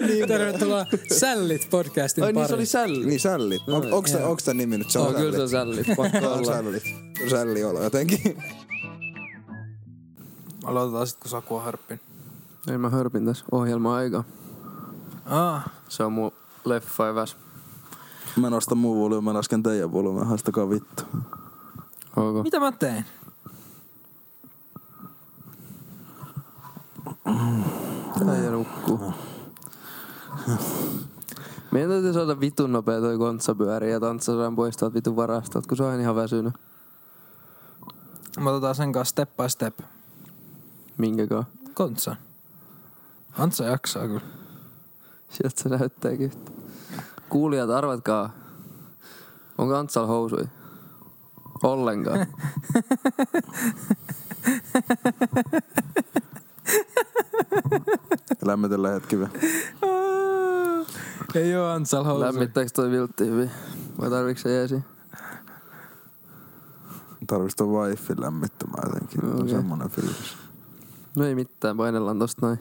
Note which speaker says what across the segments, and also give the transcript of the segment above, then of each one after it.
Speaker 1: niin, tervetuloa Sällit podcastin
Speaker 2: Ai niin, se
Speaker 1: pariin.
Speaker 2: oli sälli.
Speaker 3: Niin sällit. No, onko se, onks tän nimi nyt? No, Se
Speaker 2: Joo,
Speaker 3: on
Speaker 2: kyllä se on
Speaker 3: sällit.
Speaker 2: sälli. Pakko
Speaker 3: on
Speaker 2: olla.
Speaker 3: sällit. Kyllä Sälli olo jotenkin.
Speaker 4: Aloitetaan sitten, kun Saku on hörppin.
Speaker 2: Ei mä hörpin tässä ohjelma-aika.
Speaker 4: Ah,
Speaker 2: Se on mun leffa eväs.
Speaker 3: Mä nostan mun volyymin, mä lasken teidän volyymin. Haistakaa vittu.
Speaker 2: Ok.
Speaker 4: mitä mä tein?
Speaker 2: Äijä nukkuu. Meidän täytyy saada vitun nopea toi kontsapyöri ja tanssasaan poistaa vitun varastot, kun se on ihan väsynyt.
Speaker 4: Mä otetaan sen kanssa step by step.
Speaker 2: Minkäkaan.
Speaker 4: Kontsa. Antsa jaksaa kyllä.
Speaker 2: Sieltä se näyttääkin yhtä. Kuulijat, arvatkaa. Onko Antsal housui? Ollenkaan.
Speaker 3: Lämmitellään hetki vielä.
Speaker 4: Ei oo Antsal housu.
Speaker 2: Lämmittääkö toi viltti hyvin? Vai tarviiko se jeesi?
Speaker 3: Tarvitsisi ton wifi lämmittämään jotenkin. Okay. On
Speaker 2: Okei.
Speaker 3: semmonen fiilis.
Speaker 2: No ei mitään, painellaan tosta noin.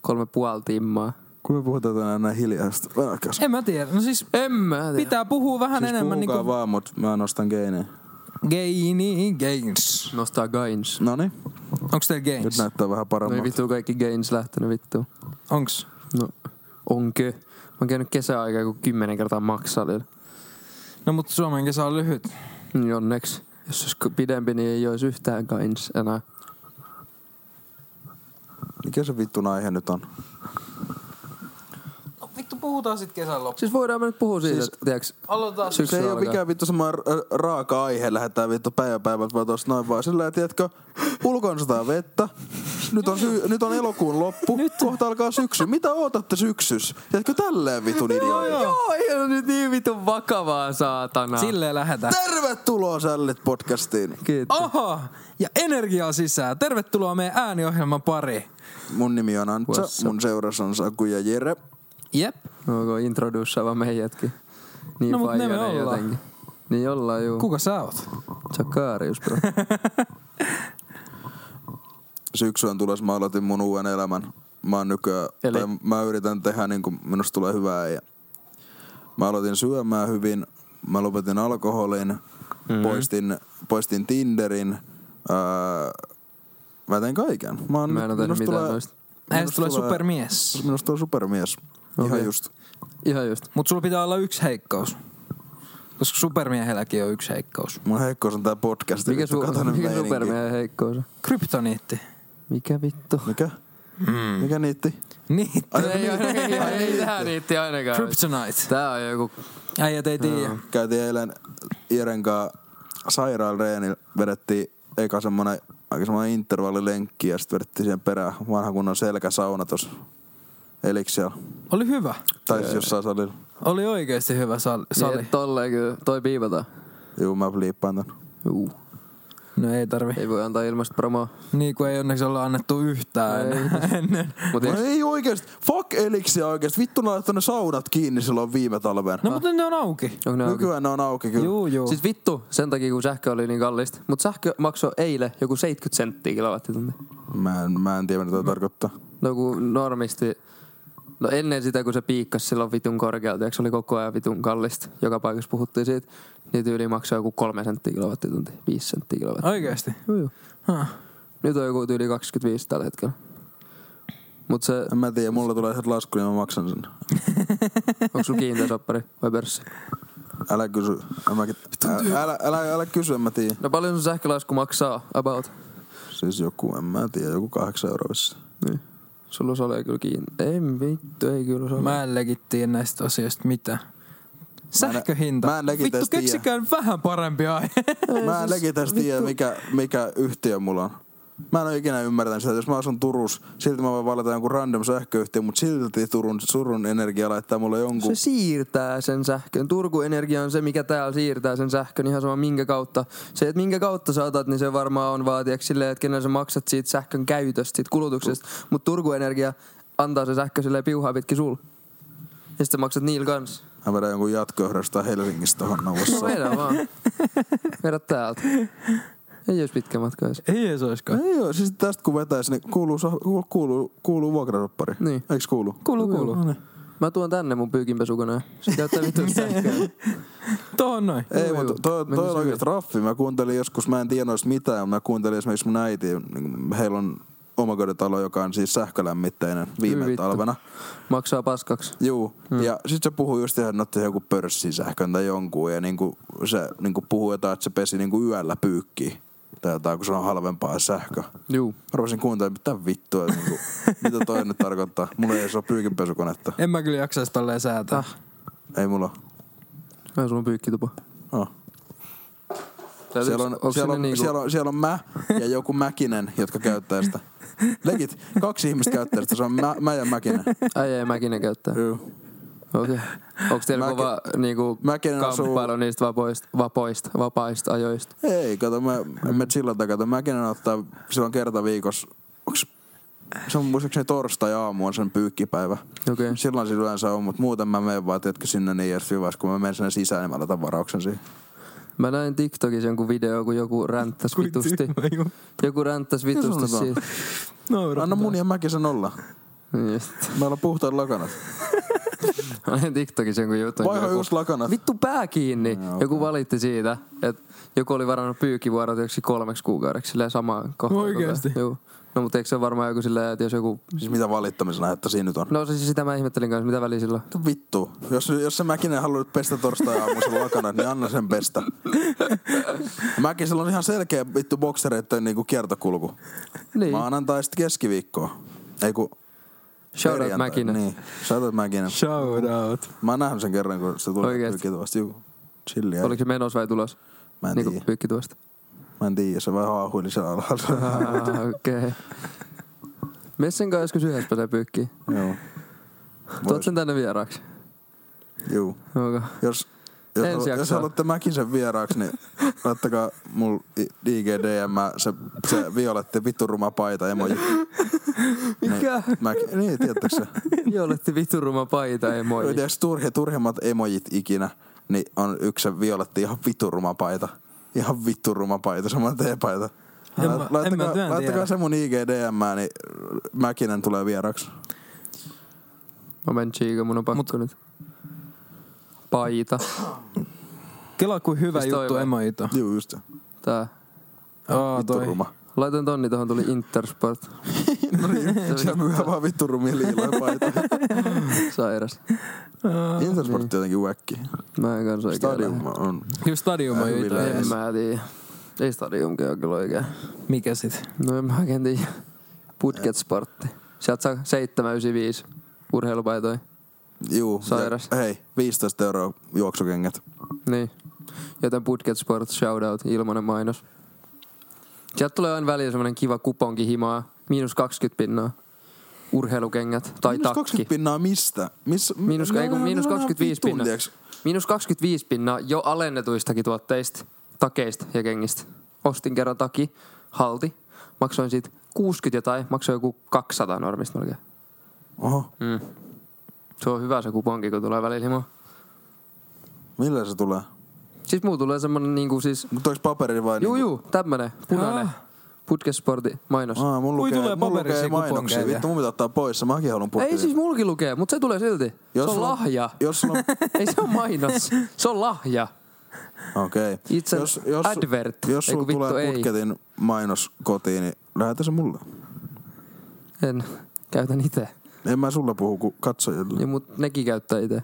Speaker 2: Kolme puoli timmaa.
Speaker 3: Kun me puhutaan tänään näin hiljaista. Vähäkäs.
Speaker 4: En mä tiedä. No siis
Speaker 2: En mä tiedä.
Speaker 4: pitää puhua vähän
Speaker 3: Siis
Speaker 4: enemmän
Speaker 3: puhukaa
Speaker 4: niinku
Speaker 3: vaan, mut mä nostan geineen.
Speaker 4: gaini, gains.
Speaker 2: Nostaa gains.
Speaker 3: Noniin.
Speaker 4: Onks teillä
Speaker 3: Nyt
Speaker 4: gains?
Speaker 3: näyttää vähän
Speaker 2: No ei
Speaker 3: paremmalta.
Speaker 2: vittu kaikki gains lähtenyt vittu.
Speaker 4: Onks?
Speaker 2: No onkö? Mä oon käynyt kesäaikaa kuin kymmenen kertaa maksalilla.
Speaker 4: No mut Suomen kesä on lyhyt.
Speaker 2: Niin onneksi. Jos olisi ku- pidempi, niin ei olisi yhtään gains enää.
Speaker 3: Mikä se vittun aihe nyt on?
Speaker 4: No vittu puhutaan sit kesän loppuun.
Speaker 2: Siis voidaan me nyt puhua siitä, siis, että tiiäks,
Speaker 4: Aloitetaan.
Speaker 2: Syksy
Speaker 3: Se ei ole
Speaker 2: alkaa.
Speaker 3: mikään vittu semmoinen ra- raaka aihe, lähdetään vittu päivä päivältä vaan tosta noin vaan sillä, että tiedätkö, ulkon sataa vettä, nyt on, sy- nyt on elokuun loppu, nyt. kohta alkaa syksy. Mitä ootatte syksys? Tiedätkö tälleen vitun idiootit?
Speaker 2: Joo, ei ole nyt niin vitun vakavaa, saatana.
Speaker 4: Silleen lähetään.
Speaker 3: Tervetuloa Sällit podcastiin.
Speaker 2: Kiitos.
Speaker 4: Oho! Ja energiaa sisään. Tervetuloa meidän ääniohjelman pariin.
Speaker 3: Mun nimi on Antsa,
Speaker 2: What's up?
Speaker 3: mun seurassa on Saku ja Jere.
Speaker 4: Jep.
Speaker 2: Onko introduussaava meidätkin? Niin
Speaker 4: No, mut ne me
Speaker 2: faijainen
Speaker 4: ollaan.
Speaker 2: jotenkin. Niin ollaan juu.
Speaker 4: Kuka sä oot?
Speaker 2: Sakarius, bro.
Speaker 3: Syksy on tulossa, mä aloitin mun uuden elämän. Mä oon nykyään,
Speaker 2: Eli-
Speaker 3: tai mä yritän tehdä niin kuin minusta tulee hyvää ja mä aloitin syömään hyvin, mä lopetin alkoholin,
Speaker 2: Mhm.
Speaker 3: mm-hmm. poistin, poistin Tinderin, ää, mä tein kaiken. Mä, oon,
Speaker 2: Mä en oo tehnyt
Speaker 3: minusta
Speaker 2: mitään
Speaker 3: tulee-
Speaker 2: noista.
Speaker 4: Hänestä
Speaker 3: minusta
Speaker 4: tulee supermies.
Speaker 3: Minusta tulee supermies. Okay. Ihan
Speaker 2: Okei.
Speaker 3: just.
Speaker 2: Ihan just.
Speaker 4: Mut sulla pitää olla yksi heikkous. Koska supermiehelläkin on yksi heikkous.
Speaker 3: Mun heikkous on tää podcast.
Speaker 2: Mikä,
Speaker 3: vittu, kato
Speaker 2: su-
Speaker 3: nyt
Speaker 2: mikä
Speaker 3: meininki.
Speaker 2: supermiehen heikkous on?
Speaker 4: Kryptoniitti.
Speaker 2: Mikä vittu?
Speaker 3: Mikä? Mm. Mikä niitti?
Speaker 4: Niitti.
Speaker 3: Ai,
Speaker 2: Ei, ei, ei tähän niitti ainakaan.
Speaker 4: Kryptonite.
Speaker 2: Tää on joku...
Speaker 4: Äijät ei tiedä.
Speaker 3: Käytiin eilen Jeren kanssa sairaalreenillä, vedettiin eka semmonen aika semmonen intervallilenkki ja sitten vedettiin siihen perään vanha kunnon selkäsauna tuossa Eliksialla.
Speaker 4: Oli hyvä.
Speaker 3: Tai siis jossain salilla.
Speaker 4: Oli oikeesti hyvä sal-
Speaker 2: Sali.
Speaker 4: sali.
Speaker 2: Niin, tolleen kyllä. Toi piipataan.
Speaker 3: Juu, mä liippaan tän.
Speaker 2: Juu.
Speaker 4: No ei tarvi.
Speaker 2: Ei voi antaa ilmasta promoa.
Speaker 4: Niin kuin ei onneksi olla annettu yhtään
Speaker 2: Ei.
Speaker 4: ennen. ennen.
Speaker 2: Mut
Speaker 3: No ei oikeesti. Fuck Eliksia oikeesti. Vittu ne on laittanut ne saunat kiinni silloin viime talven.
Speaker 4: No mutta ne on auki.
Speaker 2: onko ne auki?
Speaker 3: Nykyään ne on auki kyllä.
Speaker 4: Juu, juu.
Speaker 2: Siis vittu, sen takia kun sähkö oli niin kallista. Mut sähkö maksoi eilen joku 70 senttiä kilowattitunti.
Speaker 3: Mä en, mä en tiedä mitä toi tarkoittaa.
Speaker 2: No kun normisti, no ennen sitä kun se piikkasi silloin vitun korkealta, eikö se oli koko ajan vitun kallista, joka paikassa puhuttiin siitä, niin tyyli maksoi joku kolme senttiä kilowattitunti, viisi senttiä kilowattitunti.
Speaker 4: Oikeesti.
Speaker 2: Joo, joo.
Speaker 4: Huh.
Speaker 2: Nyt on joku tyyli 25 tällä hetkellä. Mut se,
Speaker 3: En mä tiedä, mulla tulee ihan lasku, niin mä maksan sen.
Speaker 2: onko sulla kiinteä soppari vai pörssi?
Speaker 3: Älä kysy. En mä, älä, älä, älä, älä kysy, en mä tiedä.
Speaker 2: No paljon sun sähkölasku maksaa about?
Speaker 3: Siis joku, en mä tiedä, joku kahdeksan euroa vissiin.
Speaker 2: Niin. Sulla sole kyllä kiinni. Ei vittu, ei kyllä sole.
Speaker 4: Mä en legittiin näistä asioista mitään. Sähköhinta.
Speaker 3: mä en legit
Speaker 4: Vittu,
Speaker 3: edes tiedä.
Speaker 4: keksikään vähän parempi aihe.
Speaker 3: Mä en legitimästi tiedä, mikä, mikä yhtiö mulla on. Mä en ole ikinä ymmärtänyt sitä, että jos mä asun Turus, silti mä voin valita jonkun random sähköyhtiö, mutta silti Turun surun energia laittaa mulle jonkun.
Speaker 2: Se siirtää sen sähkön. Turku Energia on se, mikä täällä siirtää sen sähkön ihan sama minkä kautta. Se, että minkä kautta saatat, niin se varmaan on vaatiaksi silleen, että kenellä sä maksat siitä sähkön käytöstä, siitä kulutuksesta. Mutta Turku Energia antaa se sähkö silleen piuhaa pitkin sul. Ja sitten maksat niillä kans.
Speaker 3: Mä vedän jonkun jatkoyhdessä Helsingistä tohon
Speaker 2: No
Speaker 3: noussa.
Speaker 2: vedä vaan. Vedä täältä. Ei olisi pitkä matka edes.
Speaker 4: Ei se oiskaan.
Speaker 3: Ei joo, siis tästä kun vetäis, niin kuuluu, sa- kuuluu, kuuluu, kuuluu vuokrasoppari.
Speaker 2: Niin.
Speaker 3: Eiks kuulu?
Speaker 2: Kuuluu, kuuluu.
Speaker 3: No niin.
Speaker 2: Mä tuon tänne mun pyykinpesukoneen. Se käyttää vittu sähköä.
Speaker 4: Tohon noin.
Speaker 3: Ei,
Speaker 2: Joo,
Speaker 3: mutta
Speaker 2: joo.
Speaker 3: toi, toi
Speaker 2: Mennään
Speaker 3: on
Speaker 2: sinne.
Speaker 3: oikeesti raffi. Mä kuuntelin joskus, mä en tiedä noista mitään, mutta mä kuuntelin esimerkiksi mun äiti, niin heillä on omakotitalo, joka on siis sähkölämmitteinen viime
Speaker 2: Hyi vittu.
Speaker 3: talvena.
Speaker 2: Maksaa paskaksi.
Speaker 3: Juu. Hmm. Ja sit se puhuu just ihan, että ne otti joku pörssisähkön tai jonkun, ja niinku se niinku puhuu jotain, että se pesi niinku yöllä pyykkiä. Tai jotain, kun se on halvempaa sähkö.
Speaker 2: Juu.
Speaker 3: Mä rupesin kuuntelemaan, mitä vittua, niinku, mitä toi nyt tarkoittaa. Mulla ei edes ole pyykinpesukonetta.
Speaker 4: En mä kyllä jaksaisi tolleen säätää.
Speaker 3: Ei mulla.
Speaker 2: Mä sulla on pyykkitupa.
Speaker 3: Oh.
Speaker 2: Täytyy-
Speaker 3: Siellä on,
Speaker 2: onks
Speaker 3: siellä,
Speaker 2: ne
Speaker 3: on, niinku... siellä, on, siellä on mä ja joku Mäkinen, jotka käyttää sitä. Legit, kaksi ihmistä käyttää sitä, se on mä, mä ja Mäkinen.
Speaker 2: Äijä ei mäkinen käyttää.
Speaker 3: Juu.
Speaker 2: Okei. Onks teillä
Speaker 3: Mäki-
Speaker 2: kova niinku
Speaker 3: Mäkinen asuu-
Speaker 2: kamppailu niistä vapoista, vapoista, vapaista ajoista?
Speaker 3: Ei, kato, mä, en mä chillata, kato, Mäkinen ottaa silloin kerta viikossa, onks, se on muistaakseni torstai-aamu on sen pyykkipäivä.
Speaker 2: Okei.
Speaker 3: Silloin se yleensä on, mutta muuten mä menen vaan, tiedätkö, sinne niin edes hyvä, kun mä menen sinne sisään, niin mä laitan varauksen siihen.
Speaker 2: Mä näin TikTokissa jonkun video, kun joku ränttäs vitusti. Joku ränttäs vitusti
Speaker 3: sanotaan?
Speaker 2: siitä.
Speaker 4: No,
Speaker 3: Anna mun ja Mäkisen olla.
Speaker 2: Niin just.
Speaker 3: Meillä on puhtaat lakanat.
Speaker 2: Mä näin TikTokissa jonkun jutun. kun
Speaker 3: Vaiha
Speaker 2: joku-
Speaker 3: just lakanat.
Speaker 2: Vittu pää kiinni.
Speaker 3: No. Joo,
Speaker 2: Joku valitti siitä, että joku oli varannut pyykkivuorot joksi kolmeksi kuukaudeksi silleen samaan kohtaan.
Speaker 4: Oikeesti?
Speaker 2: Joo. No mutta eikö se ole varmaan joku silleen, että jos joku...
Speaker 3: Siis mitä valittamisen että siinä nyt on?
Speaker 2: No siis sitä mä ihmettelin kanssa, mitä väliä sillä
Speaker 3: Vittu
Speaker 2: on.
Speaker 3: Vittu. Jos, jos se Mäkinen haluaa nyt pestä torstai aamuisen lakanat, niin anna sen pestä. Mäkisellä on ihan selkeä vittu boksereiden niinku kiertokulku.
Speaker 2: Niin.
Speaker 3: Maanantaista keskiviikkoa. Ei kun
Speaker 2: Shout out
Speaker 3: perjantai.
Speaker 2: Mäkinen.
Speaker 3: Niin, shout out Mäkinen.
Speaker 4: Shout out.
Speaker 3: Mä oon nähnyt sen kerran, kun se tuli
Speaker 2: Oikeesti?
Speaker 3: pyykkituvasta. Juu, chilliä.
Speaker 2: Oliko se menossa vai tulos?
Speaker 3: Mä en
Speaker 2: Niinku
Speaker 3: tiedä.
Speaker 2: pyykkituosta.
Speaker 3: Mä en tiedä, se vähän haahuili siellä alhaalla.
Speaker 2: Ah, Okei. Okay. Messen kanssa joskus yhdessä pesee pyykkiä.
Speaker 3: Joo.
Speaker 2: Tuot sen tänne vieraaksi.
Speaker 3: Juu.
Speaker 2: Okay.
Speaker 3: Jos, jos,
Speaker 2: Ensi
Speaker 3: halu- jos
Speaker 2: jaksoa.
Speaker 3: haluatte Mäkisen vieraaksi, niin laittakaa mulla IGDM se, se violetti vituruma paita emoji.
Speaker 2: Mikä?
Speaker 3: Niin, mä, niin tiedättekö se?
Speaker 2: Violetti vituruma paita, ei moi.
Speaker 3: Tiedätkö, turhi, turhimmat emojit ikinä, niin on yksi se violetti ihan vituruma paita. Ihan vituruma paita, semmoinen teepaita.
Speaker 4: En mä-
Speaker 3: Lait-
Speaker 4: en mä työn
Speaker 3: Laittakaa,
Speaker 4: tiedä.
Speaker 3: laittakaa se mun IGDM, niin Mäkinen tulee vieraksi.
Speaker 2: Mä menen chiika, mun on pakko Mut... nyt. Paita.
Speaker 4: Kela kuin hyvä
Speaker 2: Siis toi
Speaker 4: juttu
Speaker 2: vai?
Speaker 4: emojit on.
Speaker 3: Juu, just se.
Speaker 2: Tää.
Speaker 4: Ah. Aa, toi.
Speaker 3: Vituruma.
Speaker 2: Laitan tonni, tohon tuli Intersport.
Speaker 3: No niin, se on ihan vaan vitturumia liiloja paita.
Speaker 2: Sairas.
Speaker 4: niin.
Speaker 3: Intersport jotenkin wäkki.
Speaker 2: Mä en kans oikein
Speaker 3: Stadium on
Speaker 4: Just stadium on
Speaker 3: Hyvillä
Speaker 4: jotain.
Speaker 3: ei.
Speaker 2: lähde. En mä tiedä. Ei stadiumkin ole kyllä oikein.
Speaker 4: Mikä sit?
Speaker 2: No en mä oikein tiedä. Budgetsportti. Sieltä saa 795 urheilupaitoja.
Speaker 3: Juu.
Speaker 2: Sairas.
Speaker 3: Ja, hei, 15 euroa juoksukengät.
Speaker 2: Niin. Joten Budget Sport, shoutout, ilmanen mainos. Sieltä tulee aina väliin semmonen kiva kuponki himaa. Miinus 20 pinnaa. Urheilukengät tai
Speaker 3: Miinus
Speaker 2: takki.
Speaker 3: 20 pinnaa mistä? Miss,
Speaker 2: Miinus, ei kun miinus 25 pinnaa.
Speaker 3: Tiiäks,
Speaker 2: Miinus 25 pinnaa jo alennetuistakin tuotteista, takeista ja kengistä. Ostin kerran taki, halti. Maksoin siitä 60 jotain, maksoi joku 200 normista melkein.
Speaker 3: oho,
Speaker 2: Mm. Se on hyvä se kuponki, kun tulee välillä himo.
Speaker 3: millä se tulee?
Speaker 2: Siis muu tulee semmonen niinku siis...
Speaker 3: Mutta onks paperi vai
Speaker 2: Juu,
Speaker 3: niinku?
Speaker 2: juu, tämmönen, punainen.
Speaker 4: Ah.
Speaker 2: Putkesporti mainos.
Speaker 3: Aa, mun
Speaker 4: Ui,
Speaker 3: lukee,
Speaker 4: tulee
Speaker 3: mun lukee
Speaker 4: paperisia
Speaker 3: mainoksia.
Speaker 4: kuponkeja.
Speaker 3: Vittu, mun pitää ottaa pois. se Mäkin haluan putkeria.
Speaker 2: Ei siis mulki lukee, mutta se tulee silti.
Speaker 3: Jos
Speaker 2: se on
Speaker 3: sulla-
Speaker 2: lahja.
Speaker 3: Jos sulla on...
Speaker 2: Ei se on mainos. Se on lahja.
Speaker 3: Okei.
Speaker 2: It's an advert.
Speaker 3: Jos
Speaker 2: Ei
Speaker 3: sulla
Speaker 2: kun vittu,
Speaker 3: tulee
Speaker 2: ei.
Speaker 3: putketin mainos kotiin, niin lähetä se mulle.
Speaker 2: En käytän itse.
Speaker 3: En mä sulle puhu, kun katsojille.
Speaker 2: Niin, mut nekin käyttää itse.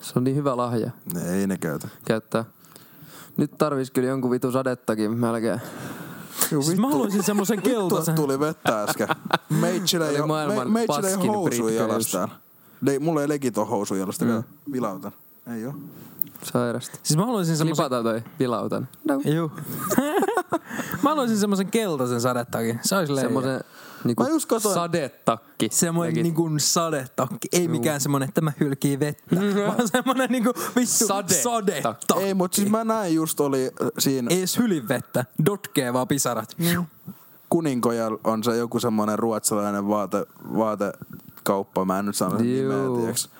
Speaker 2: Se on niin hyvä lahja
Speaker 3: Ei ne käytä.
Speaker 2: käyttää. Nyt tarvis kyllä jonkun vitu sadettakin melkein.
Speaker 3: Juu,
Speaker 4: Siis mä haluaisin semmosen
Speaker 3: Tuossa
Speaker 4: keltaisen.
Speaker 3: Tuota tuli vettä äsken. Meitsillä ei,
Speaker 2: Tuota Oli
Speaker 3: oo-
Speaker 2: maailman
Speaker 3: me- meitsillä ei ole
Speaker 2: paskin
Speaker 3: housuja
Speaker 2: pritkeys.
Speaker 3: jalastaan. Ei, mulla ei legit ole housuja jalastaan. Mm. Vilautan. Ei oo.
Speaker 2: Sairasta.
Speaker 4: Siis mä haluaisin semmosen...
Speaker 2: Klipataan toi vilautan. No.
Speaker 4: Juu. mä haluaisin semmosen keltaisen sadettakin. Se olisi leijä.
Speaker 2: Semmoisen niinku
Speaker 3: Mä just katsoin-
Speaker 2: sadetakki.
Speaker 4: Semmoinen
Speaker 2: Legit.
Speaker 4: niinku sadetakki. Ei mikään semmoinen, että mä hylkii vettä. Vaan semmoinen niinku vittu
Speaker 2: Sadetakki.
Speaker 4: sadetakki.
Speaker 3: Ei, mut siis mä näin just oli äh, siinä
Speaker 4: Ei edes hylin vettä. Dotkee vaan pisarat.
Speaker 3: Kuninkoja on se joku semmonen ruotsalainen vaate, vaatekauppa. Mä en nyt sano sen nimeä,
Speaker 2: Juu.
Speaker 3: tiiäks.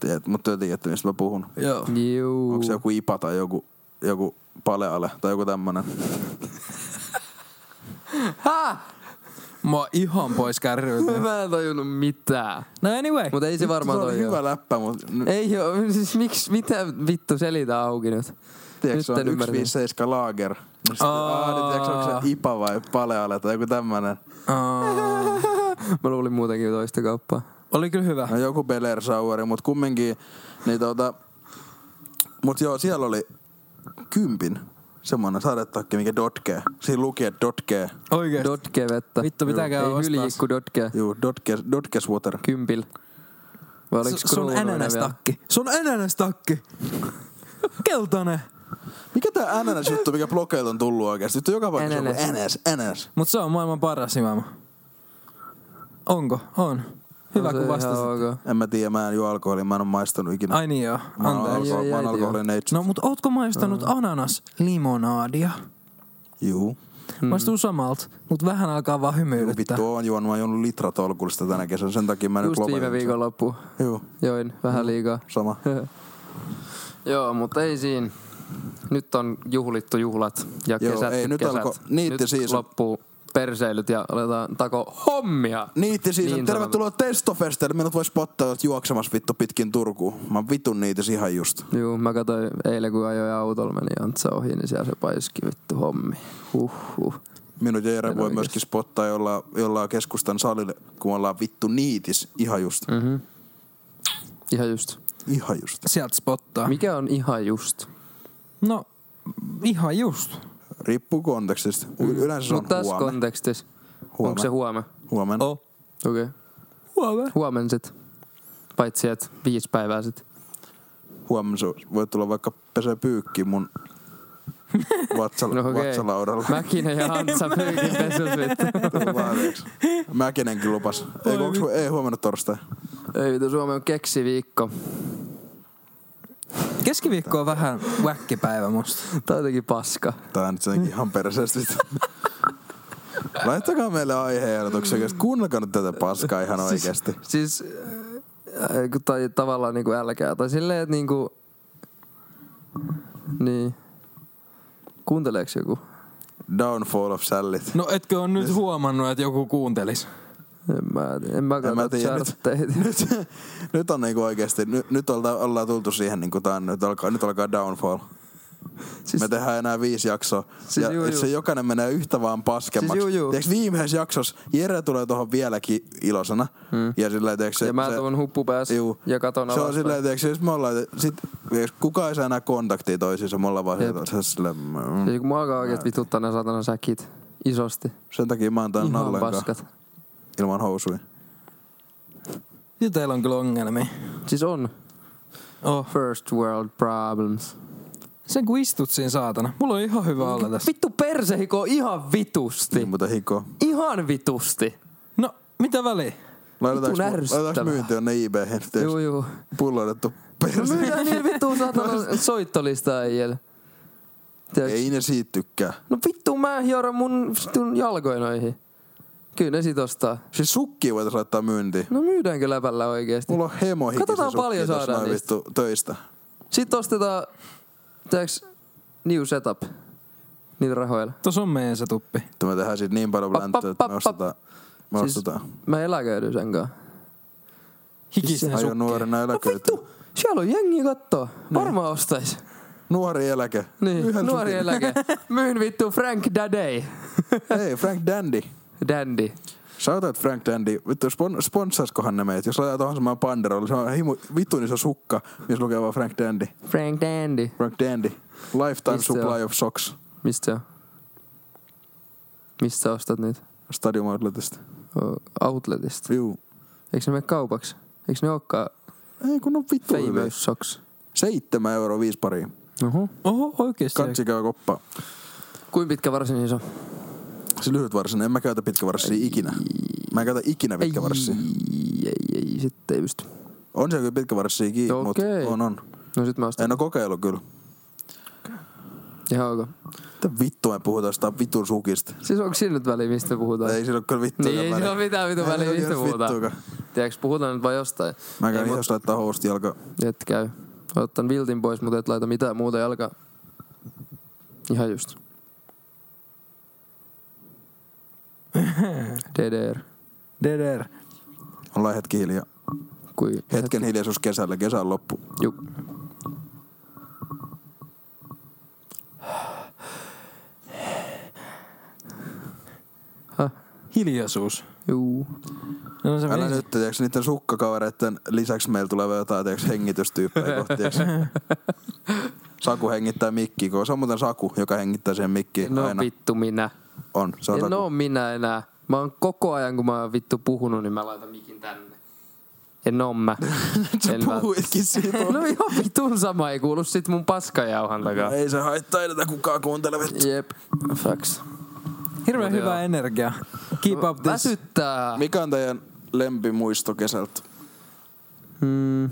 Speaker 3: Tiedät, mut te tiedätte, mistä mä puhun.
Speaker 4: Joo.
Speaker 2: Juu.
Speaker 3: Onko se joku IPA tai joku joku paleale tai joku tämmönen.
Speaker 4: Mua ihan pois kärryiltä.
Speaker 2: Mä en tajunnut mitään.
Speaker 1: No anyway.
Speaker 2: Mutta ei se varmaan
Speaker 3: se
Speaker 2: toi
Speaker 3: oli
Speaker 2: joo.
Speaker 3: hyvä läppä, mutta nyt
Speaker 2: Ei joo, siis miksi, mitä vittu selitä auki nyt?
Speaker 3: tiedätkö, se on
Speaker 2: en ymmärtänyt.
Speaker 3: 157 laager. Aah, niin tiedätkö, onko se IPA vai paleale tai joku tämmönen.
Speaker 2: Mä luulin muutenkin toista kauppaa.
Speaker 4: Oli kyllä hyvä.
Speaker 3: No joku Beler Saueri, mutta kumminkin, niin tota, mut joo, siellä oli kympin semmoinen sadetakki, mikä dotkee. Siinä luki, että dotkee.
Speaker 4: Oikeesti.
Speaker 2: Dotkevettä.
Speaker 4: Vittu, pitää käydä
Speaker 2: Ei
Speaker 4: ostaa se.
Speaker 2: hyljikku dotkea.
Speaker 3: Juu, dotkes, dotkes water.
Speaker 2: Kympil. Vai oliko
Speaker 4: Se on
Speaker 2: kruunuina vielä?
Speaker 4: enänästakki. Se on enänästakki. Keltainen.
Speaker 3: Mikä tää NNS juttu, mikä blokeilta on tullut oikeesti? Nyt on joka paikassa
Speaker 2: NNS.
Speaker 3: joku NS, NS.
Speaker 4: Mut se on maailman paras imamo. Onko? On. Hyvä,
Speaker 2: On No se
Speaker 4: kun vastasit.
Speaker 2: ihan ok.
Speaker 3: En mä tiedä, mä en juo alkoholia, mä en oo maistanut ikinä.
Speaker 4: Ai niin joo.
Speaker 3: mä oon
Speaker 4: Anteeksi.
Speaker 3: alko- mä
Speaker 2: Ai, ai,
Speaker 3: oon
Speaker 2: äiti, joo.
Speaker 3: alkoholin neitsyt.
Speaker 4: No mut ootko maistanut ananas limonaadia?
Speaker 2: No.
Speaker 3: Juu.
Speaker 4: Maistuu samalta, mut vähän alkaa vaan
Speaker 3: Juu,
Speaker 4: hymyilyttää.
Speaker 3: vittu, oon juonut, mä oon juonut litra tolkullista tänä kesänä, sen Mm. takia mä nyt
Speaker 2: Just viime
Speaker 3: lopetin.
Speaker 2: viikonloppu
Speaker 3: Juu,
Speaker 2: join vähän liikaa.
Speaker 3: sama.
Speaker 2: Joo, mutta ei siinä. Nyt on juhlittu juhlat ja
Speaker 3: Joo,
Speaker 2: kesät.
Speaker 3: ei,
Speaker 2: kun
Speaker 3: nyt
Speaker 2: kesät.
Speaker 3: alkoi- niitti
Speaker 2: nyt
Speaker 3: season.
Speaker 2: loppuu perseilyt ja aletaan tako hommia.
Speaker 3: Niitti siis,
Speaker 2: Niin
Speaker 3: niin tervetuloa Testofestelle. Minut voi spottaa, että juoksemassa vittu pitkin Turkuun. Mä oon vitun niitis ihan just.
Speaker 2: Juu, mä katsoin eilen kun ajoin autolla meni Antsa ohi, niin siellä se paiski vittu hommi. Huhhuh.
Speaker 3: Minut ja Jere
Speaker 2: En
Speaker 3: voi
Speaker 2: oikeesti.
Speaker 3: myöskin spottaa jolla, jolla keskustan salille, kun ollaan vittu niitis ihan just.
Speaker 2: Mhm.
Speaker 3: Mm.
Speaker 2: Ihan just.
Speaker 3: Ihan just.
Speaker 4: Sieltä
Speaker 3: Ah.
Speaker 4: spottaa.
Speaker 2: Mikä on ihan just?
Speaker 4: No, ihan just.
Speaker 3: Riippuu kontekstista. Mm. Yleensä se on
Speaker 2: Mutta tässä
Speaker 3: huomenna.
Speaker 2: kontekstissa. Onko
Speaker 3: Huomenna.
Speaker 2: se huomenna?
Speaker 3: huomenna.
Speaker 4: Oh.
Speaker 2: Okei. Okay.
Speaker 4: Huomenna.
Speaker 2: Huomenna sit. Paitsi että viisi päivää sit. Oh.
Speaker 3: Huomenna se voit tulla vaikka pesee pyykki mun vatsala,
Speaker 2: No
Speaker 3: no,
Speaker 2: okei.
Speaker 3: okay. vatsalaudalla.
Speaker 2: Mäkinen ja Antsa pyykin pesus vittu.
Speaker 3: Vaateeksi. Mäkinenkin lupas. Ei, kun onks, hu- ei huomenna torstai.
Speaker 2: Ei vittu, Suomi on keksiviikko.
Speaker 4: Keskiviikko on vähän wackipäivä musta.
Speaker 2: Tää on jotenkin paska.
Speaker 3: Tää on nyt jotenkin ihan perseesti. Laittakaa meille aiheehdotuksia, oikeesti. kuunnelkaa nyt tätä paskaa ihan oikeesti.
Speaker 2: Siis, äh, kun tai tavallaan niinku älkää. Tai silleen, että niinku... Niin. Kuunteleeks joku?
Speaker 3: Downfall of Sallit.
Speaker 4: No etkö on nyt huomannut, että joku kuuntelis?
Speaker 2: En mä, en mä
Speaker 3: mä
Speaker 2: katso
Speaker 3: tiedä nyt.
Speaker 2: chartteita.
Speaker 3: Nyt, nyt on niinku oikeesti, nyt, nyt ollaan, ollaan tultu siihen, niinku tää on, nyt alkaa, nyt alkaa Downfall.
Speaker 2: Siis-
Speaker 3: Siis, Me tehdään enää viisi jaksoa.
Speaker 2: Siis
Speaker 3: Siis ja
Speaker 2: juu,
Speaker 3: juu,
Speaker 2: juu.
Speaker 3: se jokainen menee yhtä vaan paskemmaksi.
Speaker 2: Siis juu, juu.
Speaker 3: Tiedätkö, viimeisessä jaksossa Jere tulee tuohon vieläkin ilosana. Mm. Ja, sillä, tiedätkö, se,
Speaker 2: Hmm. Ja mä
Speaker 3: se,
Speaker 2: tuun huppu päässä
Speaker 3: Juu.
Speaker 2: ja katon
Speaker 3: Se on
Speaker 2: alaspäin.
Speaker 3: silleen, tiiäks, jos me ollaan, sit, jos kukaan ei saa enää kontaktia toisiinsa, me ollaan vaan
Speaker 2: Jep.
Speaker 3: sieltä, se, silleen, mm.
Speaker 2: Ja kun mua alkaa oikeesti vituttaa ne saatana säkit. Isosti.
Speaker 3: sen takia mä oon tän
Speaker 2: Ihan
Speaker 3: nallenkaan
Speaker 2: paskat.
Speaker 3: ilman housuja.
Speaker 4: Ja teillä on kyllä ongelmia.
Speaker 2: Siis on.
Speaker 4: Oh.
Speaker 2: First world problems.
Speaker 4: Sen kun istut siinä saatana. Mulla on ihan hyvä olla tässä.
Speaker 2: Vittu persehiko ihan vitusti.
Speaker 3: Niin, mutta hiko.
Speaker 2: Ihan vitusti.
Speaker 4: No, mitä väliä?
Speaker 3: Laitetaanko,
Speaker 2: Vitun ärsyttävää.
Speaker 3: laitetaanko myynti jonne eBayhin? Tiiäks,
Speaker 2: Juu, juu.
Speaker 3: pulloidettu perse.
Speaker 2: Myydään niillä vittu saatana soittolistaa eilen. Tiedätkö?
Speaker 3: Ei ne siitä tykkää.
Speaker 2: No vittu mä hieron mun vitun jalkoja noihin. Kyllä ne sit ostaa.
Speaker 3: Siis sukkia voitaisiin laittaa myyntiin.
Speaker 2: No myydäänkö läpällä oikeesti?
Speaker 3: Mulla on hemo hikissä
Speaker 2: Katsotaan,
Speaker 3: sukkia
Speaker 2: paljon
Speaker 3: tossa
Speaker 2: saadaan
Speaker 3: noin
Speaker 2: niistä.
Speaker 3: vittu töistä.
Speaker 2: Sitten ostetaan, tiedäks, new setup. Niillä rahoilla.
Speaker 4: Tuossa on meidän se tuppi.
Speaker 3: Että me tehdään siitä niin paljon
Speaker 2: Pap,
Speaker 3: bläntöä,
Speaker 2: pap,
Speaker 3: että
Speaker 2: pap,
Speaker 3: me ostetaan. Me
Speaker 2: Siis-
Speaker 3: ostetaan.
Speaker 2: Mä eläköidyn sen kanssa.
Speaker 4: Hikisen
Speaker 3: Aion
Speaker 4: sukki.
Speaker 3: nuorena
Speaker 2: No
Speaker 3: eläköity.
Speaker 2: vittu, siellä on jengi kattoo.
Speaker 3: Niin.
Speaker 2: Varmaan ostais.
Speaker 3: Nuori eläke.
Speaker 2: Niin,
Speaker 3: Yhden
Speaker 2: nuori
Speaker 3: sukin.
Speaker 2: eläke. Myyn vittu Frank Daddy.
Speaker 3: Hei, Frank Dandy.
Speaker 2: Dandy.
Speaker 3: Shoutout Frank Dandy. Vittu, spon- sponsaskohan ne meitä. Jos laitetaan tuohon semmoinen panderolle, se on himu, vittu iso sukka, missä lukee vaan Frank Dandy.
Speaker 2: Frank Dandy.
Speaker 3: Frank Dandy. Lifetime
Speaker 2: Mistä se
Speaker 3: supply of socks.
Speaker 2: Mistä se on? Mistä sä ostat niitä?
Speaker 3: Stadium Outletista.
Speaker 2: O, Outletista.
Speaker 3: Juu.
Speaker 2: Eikö ne mene kaupaksi? Eikö ne olekaan
Speaker 3: Ei kun on vittu hyviä.
Speaker 2: famous socks?
Speaker 3: Seitsemän euroa viisi paria.
Speaker 2: Oho.
Speaker 4: Oho, oikeesti.
Speaker 3: Katsi käy koppaa.
Speaker 2: Kuin pitkä varsin iso?
Speaker 3: Se lyhyt varsin. En mä käytä pitkävarsia ikinä. Mä en käytä ikinä pitkävarsia.
Speaker 2: Ei, ei, ei, sitten ei pysty.
Speaker 3: On se kyllä pitkävarsia kiinni, mutta
Speaker 2: Okei.
Speaker 3: on on.
Speaker 2: No sit mä ostan.
Speaker 3: En oo kokeillut kyllä.
Speaker 2: Ihan ok.
Speaker 3: Mitä vittua me puhutaan jostain vitun sukista?
Speaker 2: Siis onko siinä nyt väliä, mistä puhutaan?
Speaker 3: Ei sillä ole kyllä vittua.
Speaker 2: Tota- Niin ei sillä ole mitään vitun väliä, mistä puhutaan. Tiedätkö, puhutaan nyt vaan jostain.
Speaker 3: Mä käyn
Speaker 2: Ei, mut-
Speaker 3: ihan laittaa hosti jalka.
Speaker 2: Et käy. Otan viltin pois, mutta et laita mitään muuta jalkaa. Ihan just. DDR.
Speaker 4: DDR.
Speaker 3: Ollaan hetki hiljaa.
Speaker 2: Kui
Speaker 3: Hetken hiljaisuus kesällä. Kesä on loppu.
Speaker 2: Jup. Häh?
Speaker 4: Hiljaisuus.
Speaker 2: Juu.
Speaker 4: No, se
Speaker 3: Älä
Speaker 4: meni-
Speaker 3: nyt, tiiäks, niiden sukkakavereiden lisäksi meillä tulee vielä jotain tiiäks, hengitystyyppejä kohti. tiiäks. Saku hengittää mikkiä, kun se on muuten Saku, joka hengittää siihen mikkiin
Speaker 2: No
Speaker 3: aina.
Speaker 2: vittu minä.
Speaker 3: On, se on
Speaker 2: En
Speaker 3: Saku.
Speaker 2: oo minä enää. Mä oon koko ajan, kun mä oon vittu puhunut, niin mä laitan mikin tänne. En oo mä.
Speaker 3: Sä
Speaker 2: en mä-
Speaker 3: puhuitkin siitä.
Speaker 2: No ihan vitun sama, ei kuulu sit mun paskajauhan takaa.
Speaker 3: Ei se haittaa ei tätä kukaan kuuntele. vittu.
Speaker 2: Jep, facts.
Speaker 4: Hirveän
Speaker 2: Mut
Speaker 4: hyvä
Speaker 2: joo. No,
Speaker 4: energia. Keep up this.
Speaker 2: Väsyttää.
Speaker 3: Mikä on teidän lempimuisto kesältä?
Speaker 2: Mm.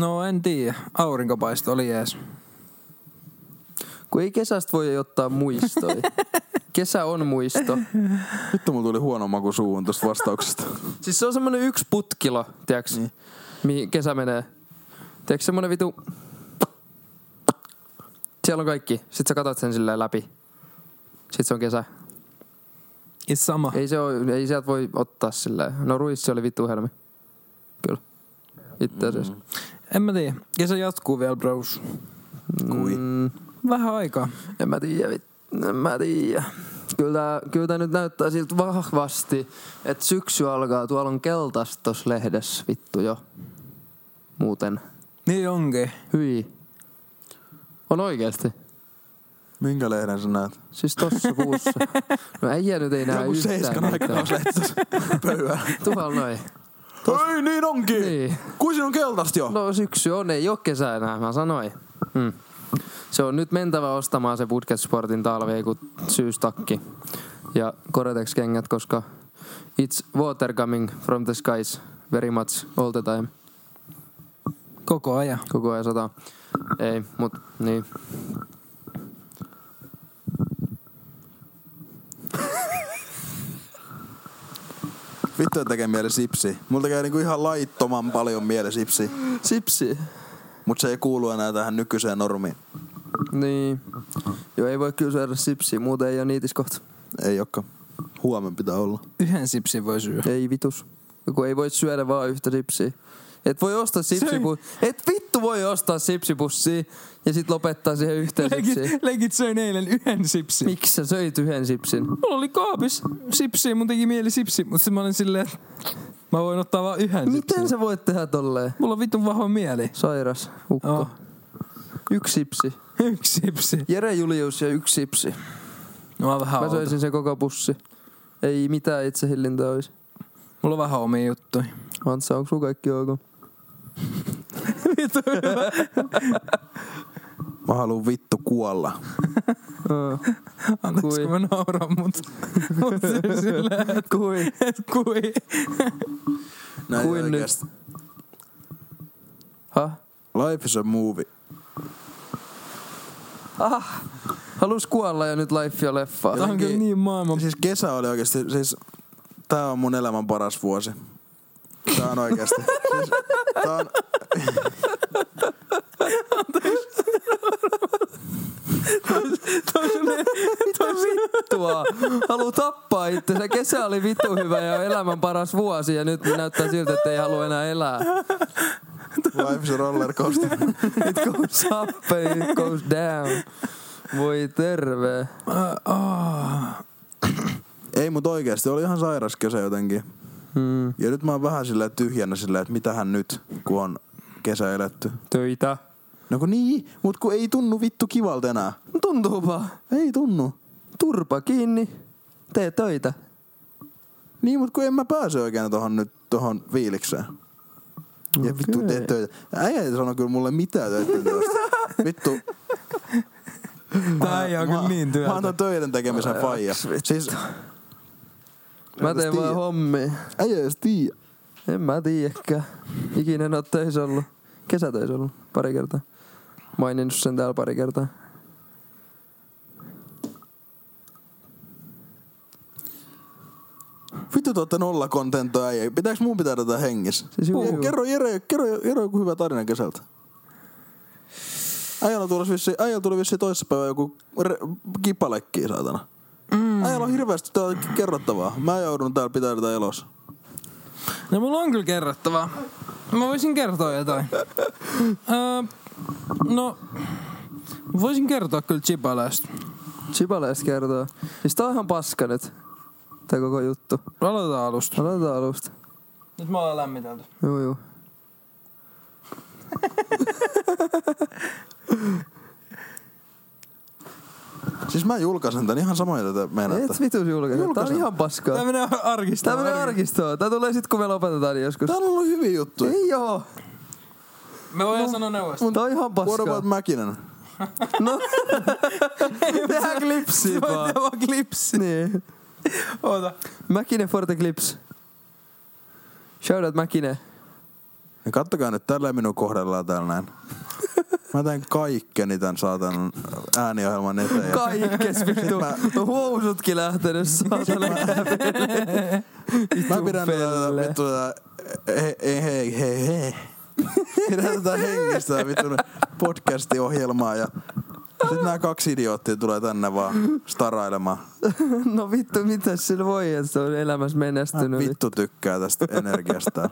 Speaker 4: No en tiedä. Aurinkopaisto oli jees.
Speaker 2: Kun ei kesästä voi ottaa muistoja. Kesä on muisto.
Speaker 3: Vittu, mulla tuli huono maku suuhun tosta vastauksesta.
Speaker 2: Siis se on semmonen yksi putkilo, tiiäks, niin. mihin kesä menee. Tiiäks semmonen vitu... Siellä on kaikki. Sitten sä katot sen silleen läpi. Sitten se on kesä.
Speaker 4: It's sama.
Speaker 2: Ei, se oo, ei sieltä voi ottaa silleen. No ruissi oli vittu helmi. Kyllä. Itse asiassa.
Speaker 4: En mä tiedä. Ja se jatkuu vielä, bros.
Speaker 3: Kui.
Speaker 2: Mm,
Speaker 4: Vähän aikaa.
Speaker 2: en mä tiedä, vit... En mä tiedä. Kyllä, tää- kyllä tää nyt näyttää siltä vahvasti, että syksy alkaa. Tuolla on keltaista tossa lehdessä vittu jo. Muuten.
Speaker 4: Niin onkin.
Speaker 2: Hyi. On oikeesti.
Speaker 3: Minkä lehden sä näet?
Speaker 2: Siis tossa puussa. No äijä nyt ei näe
Speaker 3: Joku seiskan
Speaker 2: yhtään mitään.
Speaker 3: aikakauslehti tossa pöydällä.
Speaker 2: Tuolla noin.
Speaker 3: Ei niin onkin!
Speaker 2: Niin.
Speaker 3: Kuin siinä on keltaista jo?
Speaker 2: No syksy on, ei oo kesä enää, mä sanoin. Mm. Se on nyt mentävä ostamaan se Budget Sportin talvi, kun syystakki. Ja Koretex-kengät, koska it's water coming from the skies very much all the time.
Speaker 4: Koko ajan.
Speaker 2: Koko ajan sataa. Ei, mut niin.
Speaker 3: Vittu tekee mieli sipsi. Mulla tekee niinku ihan laittoman paljon mieli sipsi.
Speaker 2: Sipsi.
Speaker 3: Mut se ei kuulu enää tähän nykyiseen normiin.
Speaker 2: Niin. Joo, ei voi kyllä syödä sipsiä, muuten ei ole niitis kohta.
Speaker 3: Ei joka. Huomen pitää olla.
Speaker 4: Yhden sipsin voi syödä.
Speaker 2: Ei vitus. Kun ei voi syödä vaan yhtä sipsiä. Et voi ostaa sipsipussi. Et vittu voi ostaa sipsipussia ja sit lopettaa siihen yhteen sipsiin.
Speaker 4: Leikit, leikit söin eilen yhden sipsin.
Speaker 2: Miksi sä söit yhden sipsin?
Speaker 4: Mulla oli kaapis sipsiä, mun teki mieli sipsi, mutta mä olin silleen, että mä voin ottaa vaan yhden
Speaker 2: Miten
Speaker 4: sipsin.
Speaker 2: sä voit tehdä tolleen?
Speaker 4: Mulla on vitun vahva mieli.
Speaker 2: Sairas, ukko.
Speaker 4: Oh,
Speaker 2: Yksi sipsi.
Speaker 4: yksi sipsi.
Speaker 2: Jere Julius ja yksi sipsi.
Speaker 4: No, mä, oon vähän
Speaker 2: Mä
Speaker 4: outo.
Speaker 2: söisin se koko pussi. Ei mitään itsehillintää ois.
Speaker 4: Mulla on vähän omia juttuja.
Speaker 2: Antsa, onko sun kaikki ok?
Speaker 3: Mä haluun vittu kuolla.
Speaker 2: Aa,
Speaker 4: Anteeksi,
Speaker 2: Kui?
Speaker 4: kun mä nauran, mutta mut siis silleen, että
Speaker 2: Kui?
Speaker 4: et kui.
Speaker 3: Näin
Speaker 2: Kuin nyt?
Speaker 3: oikeesti.
Speaker 2: Hah?
Speaker 3: Life is a movie.
Speaker 2: Halus kuolla ja nyt life ja leffaa.
Speaker 4: Tää on kyllä niin
Speaker 2: No.
Speaker 4: maailman.
Speaker 3: Siis kesä oli oikeesti, siis tää on mun elämän paras vuosi. Tää on oikeesti. Siis, tää on,
Speaker 2: vittua. Haluu tappaa itse. Se kesä oli vittu hyvä ja elämän paras vuosi ja nyt näyttää siltä, että ei halua enää elää.
Speaker 3: life is a roller coaster.
Speaker 2: It goes up and it goes down. Voi terve.
Speaker 4: Äh, aah.
Speaker 3: Ei mut oikeesti, oli ihan sairas kesä jotenkin.
Speaker 4: Mm.
Speaker 2: Hmm.
Speaker 3: Ja nyt mä oon vähän sillä tyhjänä sillä, että mitähän nyt, kun on kesä eletty.
Speaker 2: Töitä.
Speaker 3: No kun niin, mut kun ei tunnu vittu kivalta enää.
Speaker 2: Tuntuu vaan.
Speaker 3: Ei tunnu.
Speaker 2: Turpa kiinni. Tee töitä.
Speaker 3: Niin, mut kun en mä pääse oikein tohon nyt tohon fiilikseen. Ja vittu
Speaker 2: Okei.
Speaker 3: tee töitä. Äijä ei sano kyllä mulle mitään töitä tästä. Vittu.
Speaker 4: Tää ei oo
Speaker 3: Mä-
Speaker 4: kyllä niin
Speaker 3: Mä
Speaker 4: työtä.
Speaker 3: annan töiden tekemisen faija. Siis
Speaker 2: Mä
Speaker 3: Edes
Speaker 2: teen vaan
Speaker 3: tiedä.
Speaker 2: hommia.
Speaker 3: äijä ei edes tiiä.
Speaker 2: En mä tiedäkään. Ikinä en oo töissä ollut. Kesätöissä ollut pari kertaa. Maininnut sen täällä pari kertaa.
Speaker 3: Vittu te ootte nolla kontentoa äijä. Pitääks mun pitää tätä hengissä?
Speaker 2: Siis juu,
Speaker 3: Puhu.
Speaker 2: juu.
Speaker 3: Kerro Jere, kerro, kerro joku hyvä tarina kesältä. Äijällä tuli vissi, äijällä tuli vissi toissapäivä joku re, kipalekki, saatana. Mm. Äijällä on hirveästi täällä k- kerrottavaa. Mä joudun täällä pitää tätä elossa.
Speaker 4: No mulla on kyllä kerrottavaa. Mä voisin kertoa jotain. Öö, no, voisin kertoa kyllä Chipaleesta.
Speaker 2: Chipaleista kertoo. Siis tää on ihan paska nyt. Tää koko juttu.
Speaker 4: Aloitetaan alusta.
Speaker 2: Aloitetaan alusta.
Speaker 4: Nyt mä ollaan lämmitelty.
Speaker 2: Joo, joo.
Speaker 3: Siis mä julkaisen tän ihan samoja tätä
Speaker 2: Et
Speaker 3: meinaatte.
Speaker 2: vitus julkaise. Tää on ihan paskaa.
Speaker 4: Tää menee arkista.
Speaker 2: Tää menee arkistoon. Tää tulee sit kun me lopetetaan niin joskus.
Speaker 3: Tää on ollut hyviä juttuja.
Speaker 2: Ei joo.
Speaker 4: Me voidaan sanoa neuvosta.
Speaker 2: Tää on ihan
Speaker 3: What
Speaker 2: paskaa.
Speaker 3: about Mäkinen?
Speaker 2: No. Tehdään klipsi vaan.
Speaker 4: Voitte vaan klipsi.
Speaker 2: Niin.
Speaker 4: Oota.
Speaker 2: Mäkinen Forte Clips. Shoutout Mäkinen.
Speaker 3: Ja kattokaa nyt tällä minun kohdallaan täällä näin. Mä teen kaikkeni tän saatan ääniohjelman eteen. Ja
Speaker 2: Kaikkes vittu. On Housutkin lähtenyt saatana.
Speaker 3: mä pidän tätä
Speaker 2: pelle.
Speaker 3: vittu tätä... Hei, hei, hei, hei. Pidän tätä hengistä tätä vittu podcast-ohjelmaa ja... Sitten nämä kaksi idioottia tulee tänne vaan starailemaan.
Speaker 2: No vittu, mitä sillä voi, että se on elämässä
Speaker 3: Mä
Speaker 2: menestynyt.
Speaker 3: vittu tykkää tästä energiasta.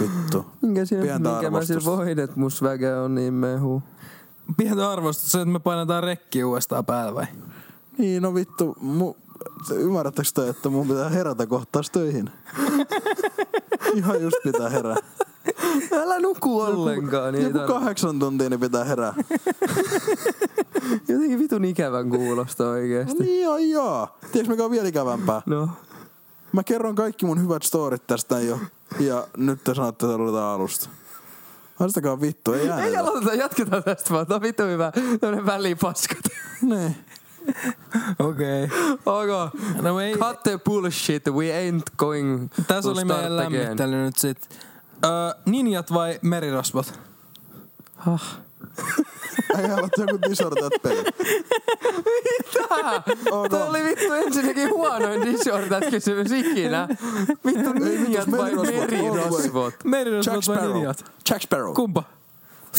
Speaker 3: Vittu.
Speaker 2: Minkä siinä,
Speaker 3: Pientä
Speaker 2: mikä mä sillä
Speaker 3: arvostusta.
Speaker 2: voin, että musta väkeä on niin mehu.
Speaker 4: Pientä arvostus se, että me painetaan rekki uudestaan päälle vai?
Speaker 3: Niin, no vittu. Mu... Ymmärrättekö te, että mun pitää herätä kohtaas töihin? Ihan just pitää herää.
Speaker 2: Älä nuku ollenkaan, niin ei
Speaker 3: Joku
Speaker 2: tarvitse.
Speaker 3: kahdeksan tuntia niin pitää herää.
Speaker 2: Jotenkin vitun ikävän kuulosta
Speaker 3: No
Speaker 2: oikeesti.
Speaker 3: niin, joo, joo. Tiedätkö mikä on vielä ikävämpää?
Speaker 2: No,
Speaker 3: Mä kerron kaikki mun hyvät storit tästä jo. Ja nyt te sanotte, että aloitetaan alusta. Haistakaa vittu, ei
Speaker 2: ei
Speaker 3: äänellä.
Speaker 2: aloiteta, jatketaan tästä vaan. Tää on vittu hyvä. Tämmönen välipaskat.
Speaker 3: Niin.
Speaker 4: Okei. Okay.
Speaker 2: Ok.
Speaker 4: No me ei...
Speaker 2: Cut the bullshit, we ain't going
Speaker 4: Tässä
Speaker 2: to
Speaker 4: oli
Speaker 2: start
Speaker 4: meidän
Speaker 2: again.
Speaker 4: lämmittely nyt sit. Öö, ninjat vai merirosvot?
Speaker 2: Ah.
Speaker 3: Ei aloittaa joku disordat peli.
Speaker 2: Tää
Speaker 3: Oh,
Speaker 2: Tämä
Speaker 3: no.
Speaker 2: oli vittu ensinnäkin huonoin Disordat-kysymys ikinä. Vittu ninjat vai
Speaker 3: merirosvot.
Speaker 2: merirosvot?
Speaker 3: Jack
Speaker 4: Merirosvot vai
Speaker 3: Sparrow.
Speaker 4: ninjat?
Speaker 3: Jack Sparrow.
Speaker 4: Kumpa?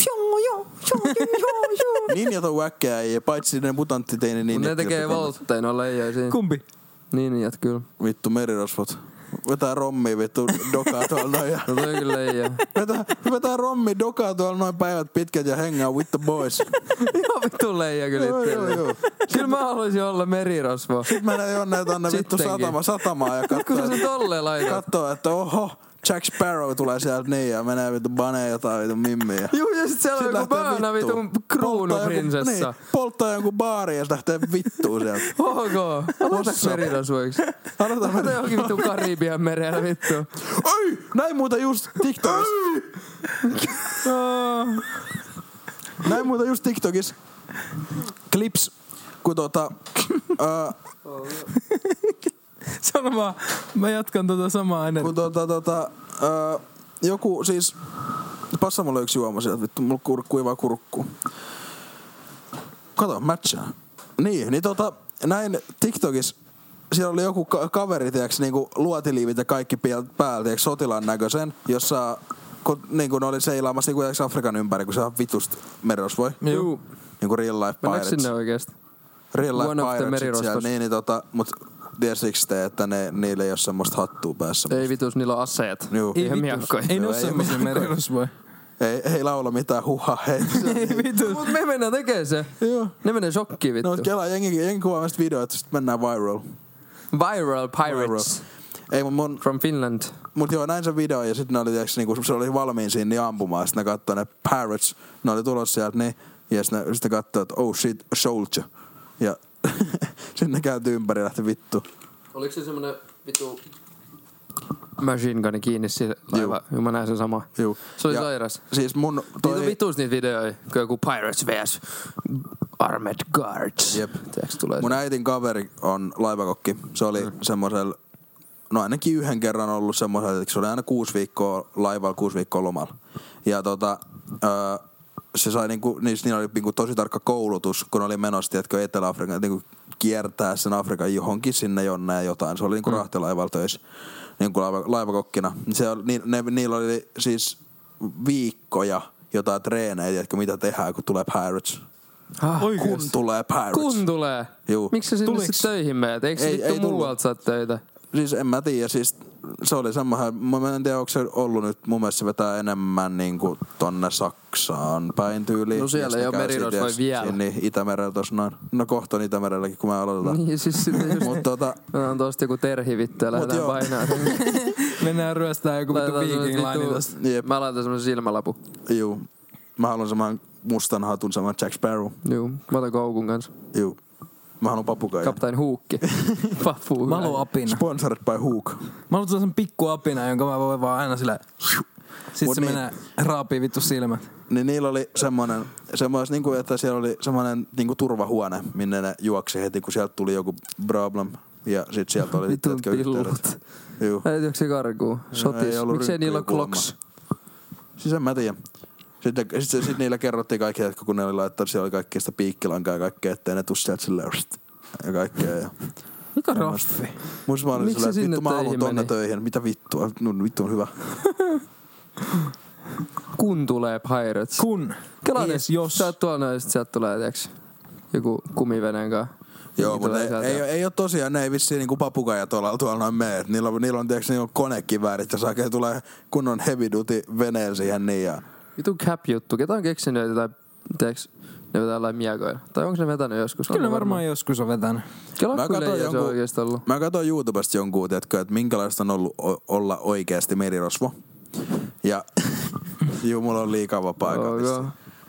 Speaker 2: Joo, joo, joo, joo, joo.
Speaker 3: Ninjat on wäkkää, ja paitsi ne mutanttiteini
Speaker 2: Kun
Speaker 3: niin...
Speaker 2: ne tekee voltteja, no leijoi siinä.
Speaker 4: Kumpi?
Speaker 2: Ninjat kyllä.
Speaker 3: Vittu merirosvot. Vetää rommi vittu dokaa tuolla noin ja...
Speaker 2: No toi kyllä leijoi.
Speaker 3: Vetää, vetää rommi dokaa tuolla noin päivät pitkät ja hengaa with the boys.
Speaker 2: Ihan vittu leijoi kyllä
Speaker 3: Joo, joo,
Speaker 2: itselle.
Speaker 3: joo.
Speaker 2: Kyllä mä haluaisin olla merirosvo.
Speaker 3: Sitten mä näin jonne tonne vittu
Speaker 2: Sittenkin.
Speaker 3: satama, satamaa ja
Speaker 2: Kun
Speaker 3: katsoo,
Speaker 2: sä
Speaker 3: että,
Speaker 2: tolle laitat.
Speaker 3: katsoo, että oho, Jack Sparrow tulee sieltä niin ja menee vittu banee jotain vittu mimmiä.
Speaker 2: Juu, ja sit siellä on
Speaker 3: Sitten
Speaker 2: joku
Speaker 3: lähtee
Speaker 2: böönä
Speaker 3: vittuun.
Speaker 2: vitun
Speaker 3: Polttaa joku-
Speaker 2: kruunuprinsessa.
Speaker 3: Niin, polttaa jonkun baari ja se lähtee vittuun sieltä.
Speaker 2: Ok, aloitaks
Speaker 3: Hossa.
Speaker 2: merirosvoiksi?
Speaker 3: Aloitetaan
Speaker 2: Ota johonkin vittu Karibian merellä vittu.
Speaker 3: Oi! Näin muuten just TikTokissa. Näin muuten just TikTokissa. Clips. Kun tota... ää,
Speaker 4: Sano vaan, mä jatkan tota samaa ennen.
Speaker 3: kun tota tota... ää, joku siis... Passa mulle yksi juoma sieltä, vittu, mulla kur, kuivaa kurkku. Kato, matchaa. Niin, niin tota, näin TikTokissa siellä oli joku ka- kaveri, tiiäks, niinku luotiliivit ja kaikki piel- päällä, tiiäks, sotilaan näköisen, jossa kun, niinku ne oli seilaamassa niinku, tiiäks, Afrikan ympäri, kun se on vitust merirosvoi.
Speaker 2: Juu.
Speaker 3: Niinku real life
Speaker 2: Mennäänkö
Speaker 3: pirates.
Speaker 2: sinne oikeesti?
Speaker 3: Real life
Speaker 2: One of the
Speaker 3: pirates siellä,
Speaker 2: merirosvos.
Speaker 3: niin, niin tota, mut tiesiks te, että ne, niillä ei ole semmoista hattua päässä.
Speaker 2: Ei vitus, niillä on aseet.
Speaker 3: Juu.
Speaker 2: Ei ihan miakkoja.
Speaker 4: Ei ne
Speaker 3: Joo,
Speaker 4: oo
Speaker 3: ei
Speaker 4: semmosia
Speaker 3: mitään.
Speaker 4: merirosvoja.
Speaker 3: Ei, ei laula mitään huhaa. Hei. Se-
Speaker 4: Ei vitu.
Speaker 2: Mut me mennään tekee se.
Speaker 3: Joo.
Speaker 2: Ne menee shokkiin vittu.
Speaker 3: No kelaa jengi, jengi kuvaa meistä videoita, sit mennään viral.
Speaker 2: Viral Pirates
Speaker 3: Viral. Ei, mut, mun,
Speaker 2: from Finland.
Speaker 3: mut joo, näin sen video ja sitten ne oli, tiiäks, niinku, se oli valmiin siinä niin ampumaan. Sitten ne katsoi ne pirates, ne oli tulossa sieltä, niin, ja sitten ne, sit ne katsoi, että oh shit, a soldier. Ja sitten ne käyty ympäri ja lähti vittu.
Speaker 2: Oliko se semmonen vitu... Machine gun kiinni sillä laiva. Juu. mä näin sen sama.
Speaker 3: Juu.
Speaker 2: Se oli
Speaker 3: Ja
Speaker 2: sairas.
Speaker 3: Siis mun
Speaker 2: Toi... Niitä on
Speaker 3: toi...
Speaker 2: vitus niitä videoja, kun joku Pirates vs. Armed Guards.
Speaker 3: Jep.
Speaker 2: Tiedätkö, tulee
Speaker 3: Mun
Speaker 2: se.
Speaker 3: äitin kaveri on laivakokki. Se oli mm. semmoisella, no ainakin yhden kerran ollut semmoisella, että se oli aina kuusi viikkoa laivalla, kuusi viikkoa lomalla. Ja tota, öö, se sai niinku, niissä niillä oli niinku tosi tarkka koulutus, kun ne oli menossa, tiedätkö, Etelä-Afrikan, niinku kiertää sen Afrikan johonkin sinne jonne ja jotain. Se oli niinku mm. rahtilaivalla töissä, niinku laiva, laivakokkina. Se oli, ni, ne, niillä oli siis viikkoja jotain treenejä, tiedätkö, mitä tehdään, kun tulee Pirates.
Speaker 2: Ah,
Speaker 3: Kun tulee Pirates.
Speaker 2: kun tulee.
Speaker 3: Juu.
Speaker 2: Miksi sä sinne
Speaker 4: Tuliks?
Speaker 2: sitten töihin meet? Eikö
Speaker 3: Ei-
Speaker 2: ei,
Speaker 3: ei
Speaker 2: vittu
Speaker 3: tullut.
Speaker 2: muualta saa töitä?
Speaker 3: Siis en mä tiedä, siis se oli semmoinen, mä en tiedä, onko se ollut nyt, mun mielestä se vetää enemmän niin kuin tonne Saksaan päin tyyliin.
Speaker 2: No siellä
Speaker 3: Mistä
Speaker 2: ei oo
Speaker 3: käy
Speaker 2: merirosvoja
Speaker 3: sitten, tiiäks,
Speaker 2: vielä.
Speaker 3: siinä Niin, Itämerellä tossa noin. No kohta on Itämerelläkin, kun mä aloitetaan. Niin.
Speaker 2: Niin, siis sitten just...
Speaker 3: Mut tota,
Speaker 2: Mä on tosta joku terhi vittu ja lähdetään
Speaker 3: joo.
Speaker 2: painaa.
Speaker 4: Mennään ryöstää joku vittu
Speaker 2: Laitetaan
Speaker 4: viikin
Speaker 2: semmoset
Speaker 4: laini
Speaker 2: vittu-
Speaker 4: tosta.
Speaker 3: jep,
Speaker 2: Mä laitan semmosen silmälapu.
Speaker 3: juu. Mä haluan saman mustan hatun, saman Jack Sparrow.
Speaker 2: Juu, mä otan koukun kanssa.
Speaker 3: Juu. Mä haluan papukaijan.
Speaker 2: Kaptain Huukki. Pappu.
Speaker 4: Mä haluan apina.
Speaker 3: Sponsored by Hook.
Speaker 4: Mä haluan sellaisen pikku apina, jonka mä voin vaan aina sillä... Sitten
Speaker 3: Mut
Speaker 4: se
Speaker 3: niin.
Speaker 4: menee raapii vittu silmät.
Speaker 3: Niin niillä oli semmoinen, semmois, niin kuin, että siellä oli semmoinen niin kuin turvahuone, minne ne juoksi heti, kun sieltä tuli joku problem. Ja sit sieltä oli
Speaker 2: Vitun
Speaker 3: tiedätkö,
Speaker 2: pillut.
Speaker 3: yhteydet. Juu.
Speaker 2: Äitiökö se karkuun? Sotis.
Speaker 3: ei ollut
Speaker 2: Miksei niillä ole
Speaker 3: rynkkyjä kuulemma.
Speaker 2: kloks?
Speaker 3: Siis en mä tiedä. Sitten, sitten, sitten niillä kerrottiin kaikki, että kun ne oli laittanut, siellä oli kaikkea sitä piikkilankaa ja kaikkea, ettei ne tuu sieltä silleen rst, ja kaikkea. Ja...
Speaker 4: Mikä raffi?
Speaker 3: Mun mä olin
Speaker 2: Miksi
Speaker 3: silleen, että
Speaker 2: sinne
Speaker 3: vittu mä haluun
Speaker 2: töihin
Speaker 3: tonne
Speaker 2: meni?
Speaker 3: töihin. Mitä vittua? No, vittu on hyvä.
Speaker 2: Kun tulee Pirates.
Speaker 4: Kun.
Speaker 2: Kela
Speaker 4: Ees
Speaker 3: Niin,
Speaker 2: nyt,
Speaker 4: jos.
Speaker 2: Sä oot tuolla noin, sit sieltä tulee, tiiäks, joku kumiveneen kanssa.
Speaker 3: Joo,
Speaker 2: Niin
Speaker 3: mutta
Speaker 2: tulee
Speaker 3: ei,
Speaker 2: sieltä.
Speaker 3: ei, ei, ole tosiaan, ne ei vissiin niinku papukaja tuolla, tuolla noin mene. Et Niillä, on- niillä on tiiäks niinku konekiväärit, jos oikein tulee kunnon heavy duty veneen siihen niin ja...
Speaker 2: Vitu cap-juttu. Ketä on keksinyt jotain, tiiäks, ne vetää jollain miekoilla? Tai onko ne vetänyt joskus?
Speaker 4: Kyllä varmaan, varmaan joskus on vetänyt.
Speaker 2: Kela
Speaker 3: Mä
Speaker 2: kyllä
Speaker 3: katsoin
Speaker 2: ei jonkun...
Speaker 3: jonkun-
Speaker 2: oikeesti ollut.
Speaker 3: Mä katsoin YouTubesta jonkun, tiedätkö, että minkälaista on ollut o- olla oikeasti merirosvo. Ja juu, mulla on liikaa vapaa
Speaker 2: Joo,
Speaker 3: okay.
Speaker 2: joo.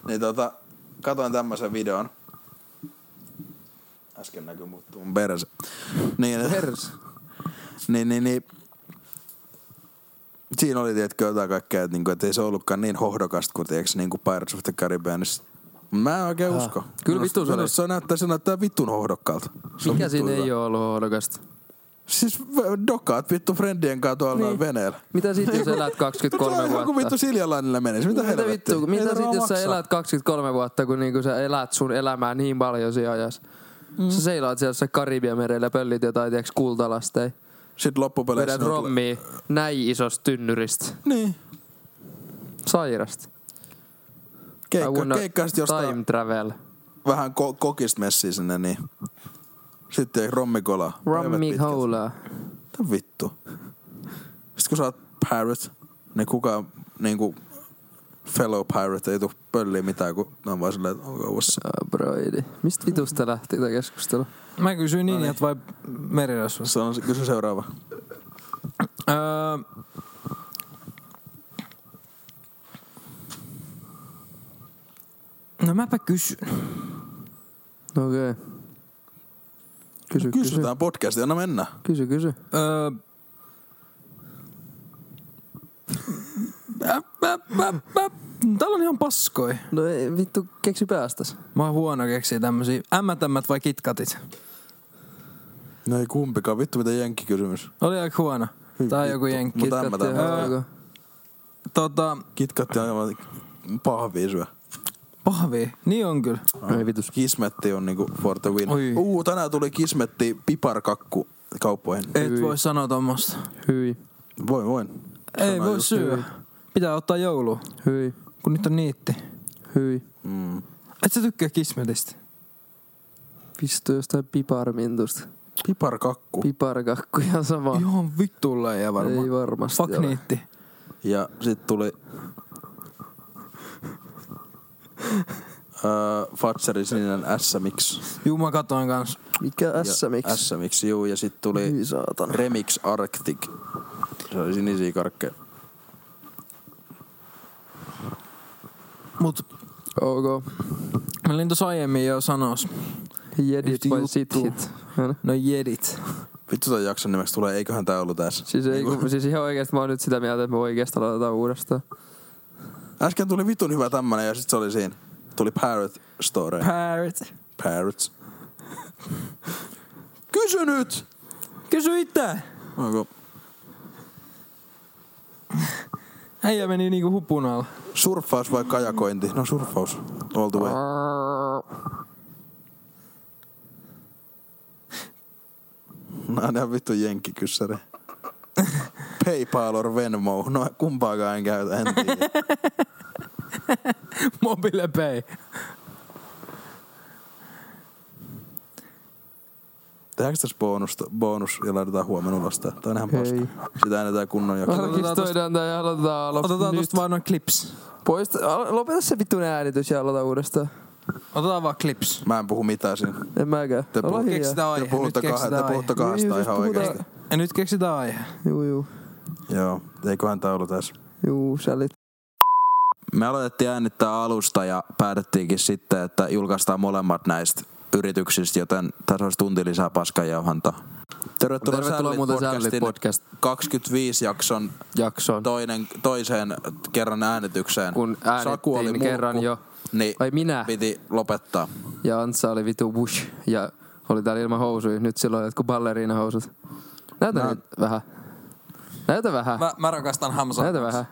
Speaker 3: Niin tota, katoin tämmöisen videon. Äsken näkyy muuttu mun perse. Niin,
Speaker 2: Hers.
Speaker 3: niin, niin, niin. Siinä oli, tiedätkö, jotain kaikkea, että, niinku, että ei se ollutkaan niin hohdokasta kuin, tiedätkö, niin kuin Pirates of the Caribbeanissa. Mä en oikein usko.
Speaker 2: Kyllä
Speaker 3: Minusta-
Speaker 2: vitun se oli.
Speaker 3: minusta se näyttää, se näyttää vittun hohdokkaalta. Se on
Speaker 2: Mikä
Speaker 3: vittu
Speaker 2: siinä
Speaker 3: hyvä.
Speaker 2: ei ole ollut hohdokasta?
Speaker 3: Siis v- dokaat vittu friendien kanssa tuolla niin. veneellä.
Speaker 2: Mitä sit, jos elät 23
Speaker 3: Se on ihan kuin
Speaker 2: vuotta?
Speaker 3: vittu Siljalanilla menisi. Mitä,
Speaker 2: Mitä
Speaker 3: helvettiä?
Speaker 2: vittu,
Speaker 3: Ei
Speaker 2: mitä sit,
Speaker 3: tarvitse
Speaker 2: jos sä
Speaker 3: maksaa.
Speaker 2: elät 23 vuotta, kun niinku sä elät sun elämää niin paljon siinä ajassa? Mm. Sä seilaat siellä se Karibian merellä ja pöllit jotain, tiiäks, kultalasteja.
Speaker 3: Sitten loppupeleissä...
Speaker 2: Vedät
Speaker 3: ne on-
Speaker 2: rommia näin isosta tynnyristä.
Speaker 3: Niin.
Speaker 2: Sairasta. I would
Speaker 3: Keikka,
Speaker 2: not
Speaker 3: keikkaa sit jostain
Speaker 2: Time travel.
Speaker 3: vähän ko- kokista messiä sinne, niin... Sitten rommikola. Päivät
Speaker 2: Rummy
Speaker 3: pitkät.
Speaker 2: Cola.
Speaker 3: Mitä vittu? Sitten kun sä oot pirate, niin kuka niinku fellow pirate ei tuu pölliä mitään, kun ne on vaan silleen, että "Oh, onko uudessa.
Speaker 2: Ah, Broidi. Mistä vitusta lähti tämä keskustelu?
Speaker 4: Mä kysyin ninjat vai merirosvot?
Speaker 3: Se on se, kysy seuraava.
Speaker 4: Öö, No mäpä kysyn.
Speaker 2: No okei. Okay. Kysy,
Speaker 3: No,
Speaker 2: kysy.
Speaker 3: Kysytään podcastia, anna mennä.
Speaker 2: Kysy, kysy.
Speaker 4: Öö, Äp, äp, äp, äp. Täällä on ihan paskoi.
Speaker 2: No ei, vittu, keksy päästäs.
Speaker 4: Mä oon huono keksiä tämmösiä. Ämmätämmät vai kitkatit?
Speaker 3: No ei kumpikaan, vittu mitä jenkki kysymys.
Speaker 4: Oli aika huono. Tää on joku jenkki.
Speaker 3: Mut- Tämä mä tämän-
Speaker 4: Tota,
Speaker 3: Kitkatti on aivan pahvia syö.
Speaker 4: pahvi. Niin on kyllä.
Speaker 2: No Ei vitus.
Speaker 3: Kismetti on niinku for the win.
Speaker 4: Oi.
Speaker 3: Uu, tänään tuli kismetti piparkakku kauppoihin.
Speaker 2: Eh.
Speaker 4: Et voi sanoa tommosta.
Speaker 2: Hyi,
Speaker 3: Voin, voin.
Speaker 4: Ei voi syödä. Pitää ottaa joulu,
Speaker 2: hyi,
Speaker 4: kun nyt on niitti.
Speaker 2: hyi.
Speaker 3: Mm.
Speaker 4: Et sä tykkää kismetistä?
Speaker 2: Pistu jostain piparmintusta.
Speaker 3: Piparkakku.
Speaker 2: Piparkakku ihan sama.
Speaker 4: Ihan vittulla ei varmaan.
Speaker 2: Ei varmasti
Speaker 4: Fuck niin.
Speaker 2: ole.
Speaker 4: niitti.
Speaker 3: ja sit tuli... Öö, Fatserin sininen SMX.
Speaker 4: Juu, mä katoin kans.
Speaker 2: Mikä
Speaker 3: Ja
Speaker 2: SMX?
Speaker 3: SMX, juu. Ja sit tuli
Speaker 2: Hyi saatana.
Speaker 3: Remix Arctic. Se oli sinisiä karkkeja.
Speaker 4: Mut
Speaker 2: Ok.
Speaker 4: mä olin tossa aiemmin jo sanos.
Speaker 2: Jedit
Speaker 4: Yhtä
Speaker 2: vai sit
Speaker 4: juttu.
Speaker 2: hit? Hän-
Speaker 4: No jedit.
Speaker 3: Vittu tän jakson nimeksi tulee, eiköhän tää ollut tässä. Niinku-
Speaker 2: Siis, ei, kun, siis ihan oikeesti mä oon nyt sitä mieltä, että me oikeesti aloitetaan uudestaan.
Speaker 3: Äsken tuli vitun hyvä tämmönen ja sit se oli siinä. Tuli Parrot Story.
Speaker 4: Parrot.
Speaker 3: Parrots. Kysy nyt!
Speaker 4: Kysy itse!
Speaker 3: Onko
Speaker 4: Äijä meni niinku hupun alla.
Speaker 3: surffaus vai kajakointi? No surffaus. All the way. Nää on ihan vittu jenkkikyssäri. Paypal or Venmo. No kumpaakaan en käytä, en tiedä.
Speaker 4: Mobile Pay.
Speaker 3: Tehdäänkö tässä bonus, bonus ja laitetaan huomenna ulos tää? Tää on ihan paska.
Speaker 5: Ei.
Speaker 3: Sitä äänetään kunnon jakso.
Speaker 5: Arkistoidaan tää ja aloitetaan lop-
Speaker 4: Otetaan
Speaker 5: nyt.
Speaker 4: tosta vaan noin clips.
Speaker 5: Poista, al- lopeta se vitun äänitys ja aloita uudestaan.
Speaker 4: Otetaan vaan clips.
Speaker 3: Mä en puhu mitään siinä.
Speaker 5: En mäkään.
Speaker 3: Te
Speaker 5: Olla
Speaker 3: puhu-
Speaker 5: hiljaa.
Speaker 4: Keksitään
Speaker 3: Te
Speaker 4: aihe. Nyt
Speaker 3: puhutte, kah-
Speaker 4: keksitään
Speaker 3: te
Speaker 4: aihe.
Speaker 3: puhutte kahdesta
Speaker 5: Niin,
Speaker 3: ihan
Speaker 5: just puhutaan-
Speaker 3: oikeesti.
Speaker 4: Ja nyt keksitään aihe.
Speaker 5: Juu, juu.
Speaker 3: Joo, eiköhän tää ollut tässä.
Speaker 5: Juu, sälit.
Speaker 3: Me aloitettiin äänittää alusta ja päätettiinkin sitten, että julkaistaan molemmat näistä yrityksistä, joten tässä olisi tunti lisää paskan jauhanta. Tervetuloa,
Speaker 2: Tervetuloa muuten Sällit
Speaker 3: podcastin
Speaker 2: podcast
Speaker 3: 25 jakson
Speaker 2: jaksoon.
Speaker 3: toinen, toiseen kerran äänitykseen.
Speaker 2: Kun
Speaker 3: Saku oli
Speaker 2: äänettiin
Speaker 3: mulkku,
Speaker 2: kerran jo.
Speaker 3: Niin
Speaker 2: Ai minä
Speaker 3: piti lopettaa.
Speaker 2: ja Antsa oli vitu bush ja oli täällä ilman housuja. Nyt silloin jotkut balleriinahousut. Näytä
Speaker 3: Nää-
Speaker 2: nyt vähän. Näytä vähän.
Speaker 4: Mä, mä rakastan Hamsaa.
Speaker 2: Näytä vähän.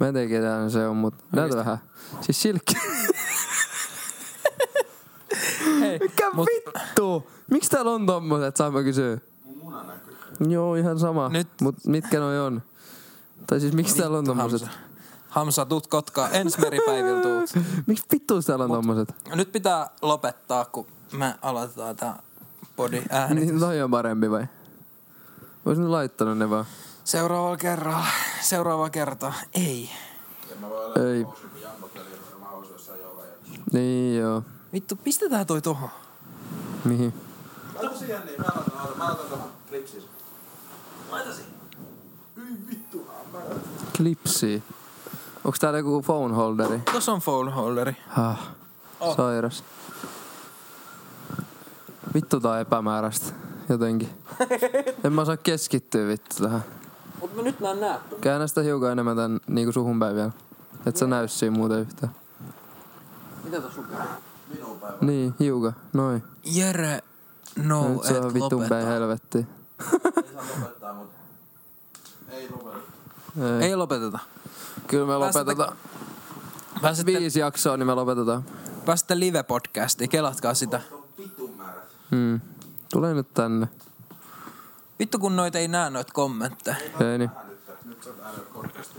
Speaker 2: Mä en tiedä ketään se on, mutta näytä vähän. Siis silkki.
Speaker 4: Hei,
Speaker 2: Mikä
Speaker 4: mut
Speaker 2: vittu? Miksi täällä on tommoset, saan mä kysyä? Joo, ihan sama.
Speaker 4: Nyt-
Speaker 2: Mut mitkä noi on? Tai siis miksi täällä on tommoset?
Speaker 4: Hamsa. Hamsa, tuut Kotkaan. Ensi meripäivillä tuut.
Speaker 2: Miksi vittu täällä on tommoset?
Speaker 4: Nyt pitää lopettaa, kun me aloitetaan tää body ääni.
Speaker 2: Niin toi on parempi vai? Ois nyt laittanut ne vaan.
Speaker 4: Seuraavalla kerralla. Seuraava kerta. Ei.
Speaker 2: Ei. Niin joo.
Speaker 4: Vittu, pistetään toi tohon.
Speaker 2: Mihin?
Speaker 3: Laita siihen niin, mä aloitan, mä aloitan tuohon klipsiin.
Speaker 2: Klipsi. Onks täällä joku phone holderi?
Speaker 4: Tossa on phone holderi.
Speaker 2: Hah.
Speaker 4: Oh.
Speaker 2: Sairas. Vittu tää on epämääräistä. Jotenkin. en mä osaa keskittyä vittu tähän.
Speaker 4: Mut mä nyt mä en näe.
Speaker 2: Käännä sitä hiukan enemmän tän niinku suhun päin vielä. Et sä näy siinä muuten yhtään.
Speaker 4: Mitä tossa lukee?
Speaker 2: Niin, hiukan. Noin.
Speaker 4: Jere, no
Speaker 2: Nyt se on
Speaker 4: et
Speaker 2: vitun päin
Speaker 4: lopeta.
Speaker 2: helvettiin.
Speaker 3: Ei saa lopettaa, mut ei lopeta.
Speaker 2: Ei.
Speaker 4: Ei lopeteta.
Speaker 2: Kyllä me
Speaker 4: Päästä-
Speaker 2: lopetetaan.
Speaker 4: Pääsette,
Speaker 2: Viisi jaksoa, niin me lopetetaan.
Speaker 4: pääsette live-podcastiin, kelatkaa sitä.
Speaker 2: Mm. Tulee nyt tänne.
Speaker 4: Vittu kun noita ei näe noita kommentteja.
Speaker 2: Ei niin.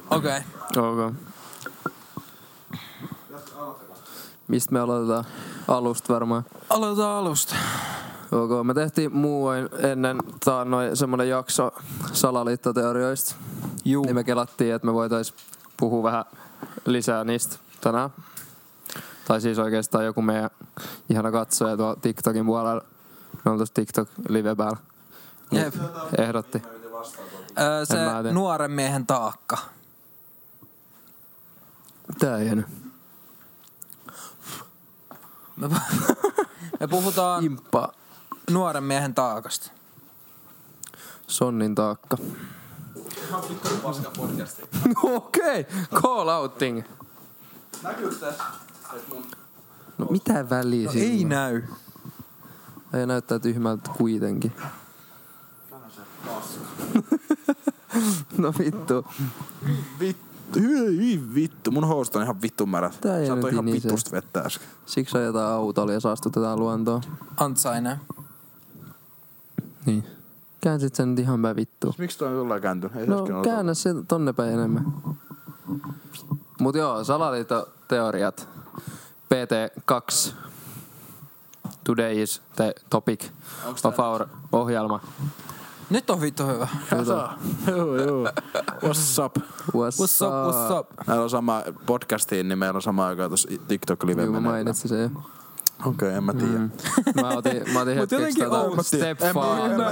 Speaker 4: Okei. Okay.
Speaker 2: Ok. Mistä me aloitetaan? Alusta varmaan.
Speaker 4: Aloitetaan alusta.
Speaker 2: Ok, me tehtiin muuain ennen taannoin semmonen jakso salaliittoteorioista.
Speaker 4: Juu.
Speaker 2: Niin me kelattiin, että me voitais puhua vähän lisää niistä tänään. Tai siis oikeastaan joku meidän ihana katsoja tuolla TikTokin puolella. Me on tuossa TikTok live päällä.
Speaker 4: Jep.
Speaker 2: Ehdotti.
Speaker 4: Öö, se
Speaker 2: mä tiedä.
Speaker 4: nuoren miehen taakka.
Speaker 2: Tää ei jäänyt.
Speaker 4: Me, pu- me puhutaan
Speaker 2: Imppa.
Speaker 4: nuoren miehen taakasta.
Speaker 2: Sonnin taakka. No Okei, okay. call outing.
Speaker 3: Näkyy tässä. Et mun
Speaker 2: No mitä väliä no, sillä? on?
Speaker 4: näy.
Speaker 2: Ei näyttää tyhmältä kuitenkin. no vittu.
Speaker 3: vittu. Hyi vittu. Mun housut on ihan vittu märät.
Speaker 2: Tää ei
Speaker 3: Sä
Speaker 2: nyt
Speaker 3: ihan
Speaker 2: niin iso.
Speaker 3: vittusta vettä äsken.
Speaker 2: Siksi ajetaan autolla ja saastutetaan luontoa.
Speaker 4: Antsa ei näy.
Speaker 2: Niin. Käänsit sen nyt ihan päin vittu.
Speaker 3: Miksi toi on jollain kääntynyt? Ei
Speaker 2: No käännä se tonne päin enemmän. Mut joo, salaliittoteoriat. PT2. Today is the topic of our ohjelma.
Speaker 4: Nyt on vittu hyvä.
Speaker 3: Joo, joo. What's up?
Speaker 2: What's,
Speaker 4: What's up, what's up?
Speaker 3: Meillä on sama podcastiin, niin meillä on sama aikaa tuossa tiktok live
Speaker 2: Juu, mä mainitsin sen jo.
Speaker 3: Okei, okay, en mä tiedä. Mm.
Speaker 2: Mä otin, mä otin hetkeksi
Speaker 4: jotenkin
Speaker 2: tätä
Speaker 4: outo.
Speaker 2: Stepfather. Mä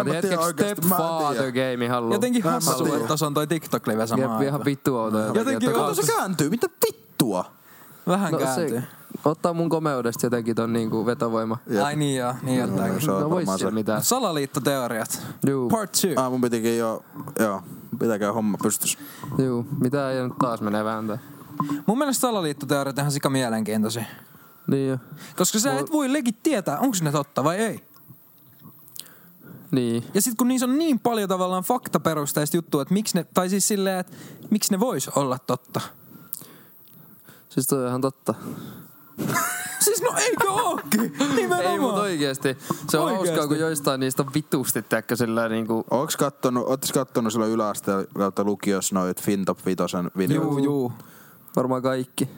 Speaker 2: otin hetkeksi Stepfather game halluun.
Speaker 4: Jotenkin hassu,
Speaker 3: tiedä.
Speaker 4: että tossa on toi TikTok-live
Speaker 2: Jep,
Speaker 4: samaan
Speaker 2: ihan
Speaker 4: aikaan.
Speaker 2: vittu outo.
Speaker 4: Jotenkin
Speaker 2: että
Speaker 4: outo
Speaker 2: kaksi-
Speaker 3: se kääntyy, mitä vittua?
Speaker 4: Vähän
Speaker 2: No
Speaker 4: kääntyy.
Speaker 2: se ottaa mun komeudesta jotenkin ton niinku vetovoima.
Speaker 3: Jep.
Speaker 4: Ai niin joo, niin jotain.
Speaker 3: Se on
Speaker 2: No vois
Speaker 3: varmaan se.
Speaker 2: siellä mitään.
Speaker 4: Salaliittoteoriat.
Speaker 2: Juu,
Speaker 4: Part 2.
Speaker 3: Ah, mun pitikin jo, joo, pitäkää homma pystys.
Speaker 2: juu. Mitä ei nyt taas menee vääntää.
Speaker 4: Mun mielestä salaliittoteoriat on ihan sika mielenkiintoisia.
Speaker 2: Niin jo.
Speaker 4: Koska sä et voi legit tietää, onko ne totta vai ei.
Speaker 2: Niin.
Speaker 4: Ja sitten kun niissä on niin paljon tavallaan faktaperusteista juttua, että miksi ne, tai siis silleen, että miksi ne vois olla totta.
Speaker 2: Siis toi on ihan totta.
Speaker 4: Siis no eikö ookin?
Speaker 2: Ei mut
Speaker 4: Nimenomaan.
Speaker 2: oikeesti. Se on
Speaker 4: Oikeesti.
Speaker 2: hauskaa, kun joistain niistä on vitusti tekkö sillä niinku...
Speaker 3: Ooks kattonut, ootis kattonut silloin yläasteella kautta lukiossa noit Fintop Vitosen videoita?
Speaker 4: Juu, juu.
Speaker 2: Varmaan kaikki.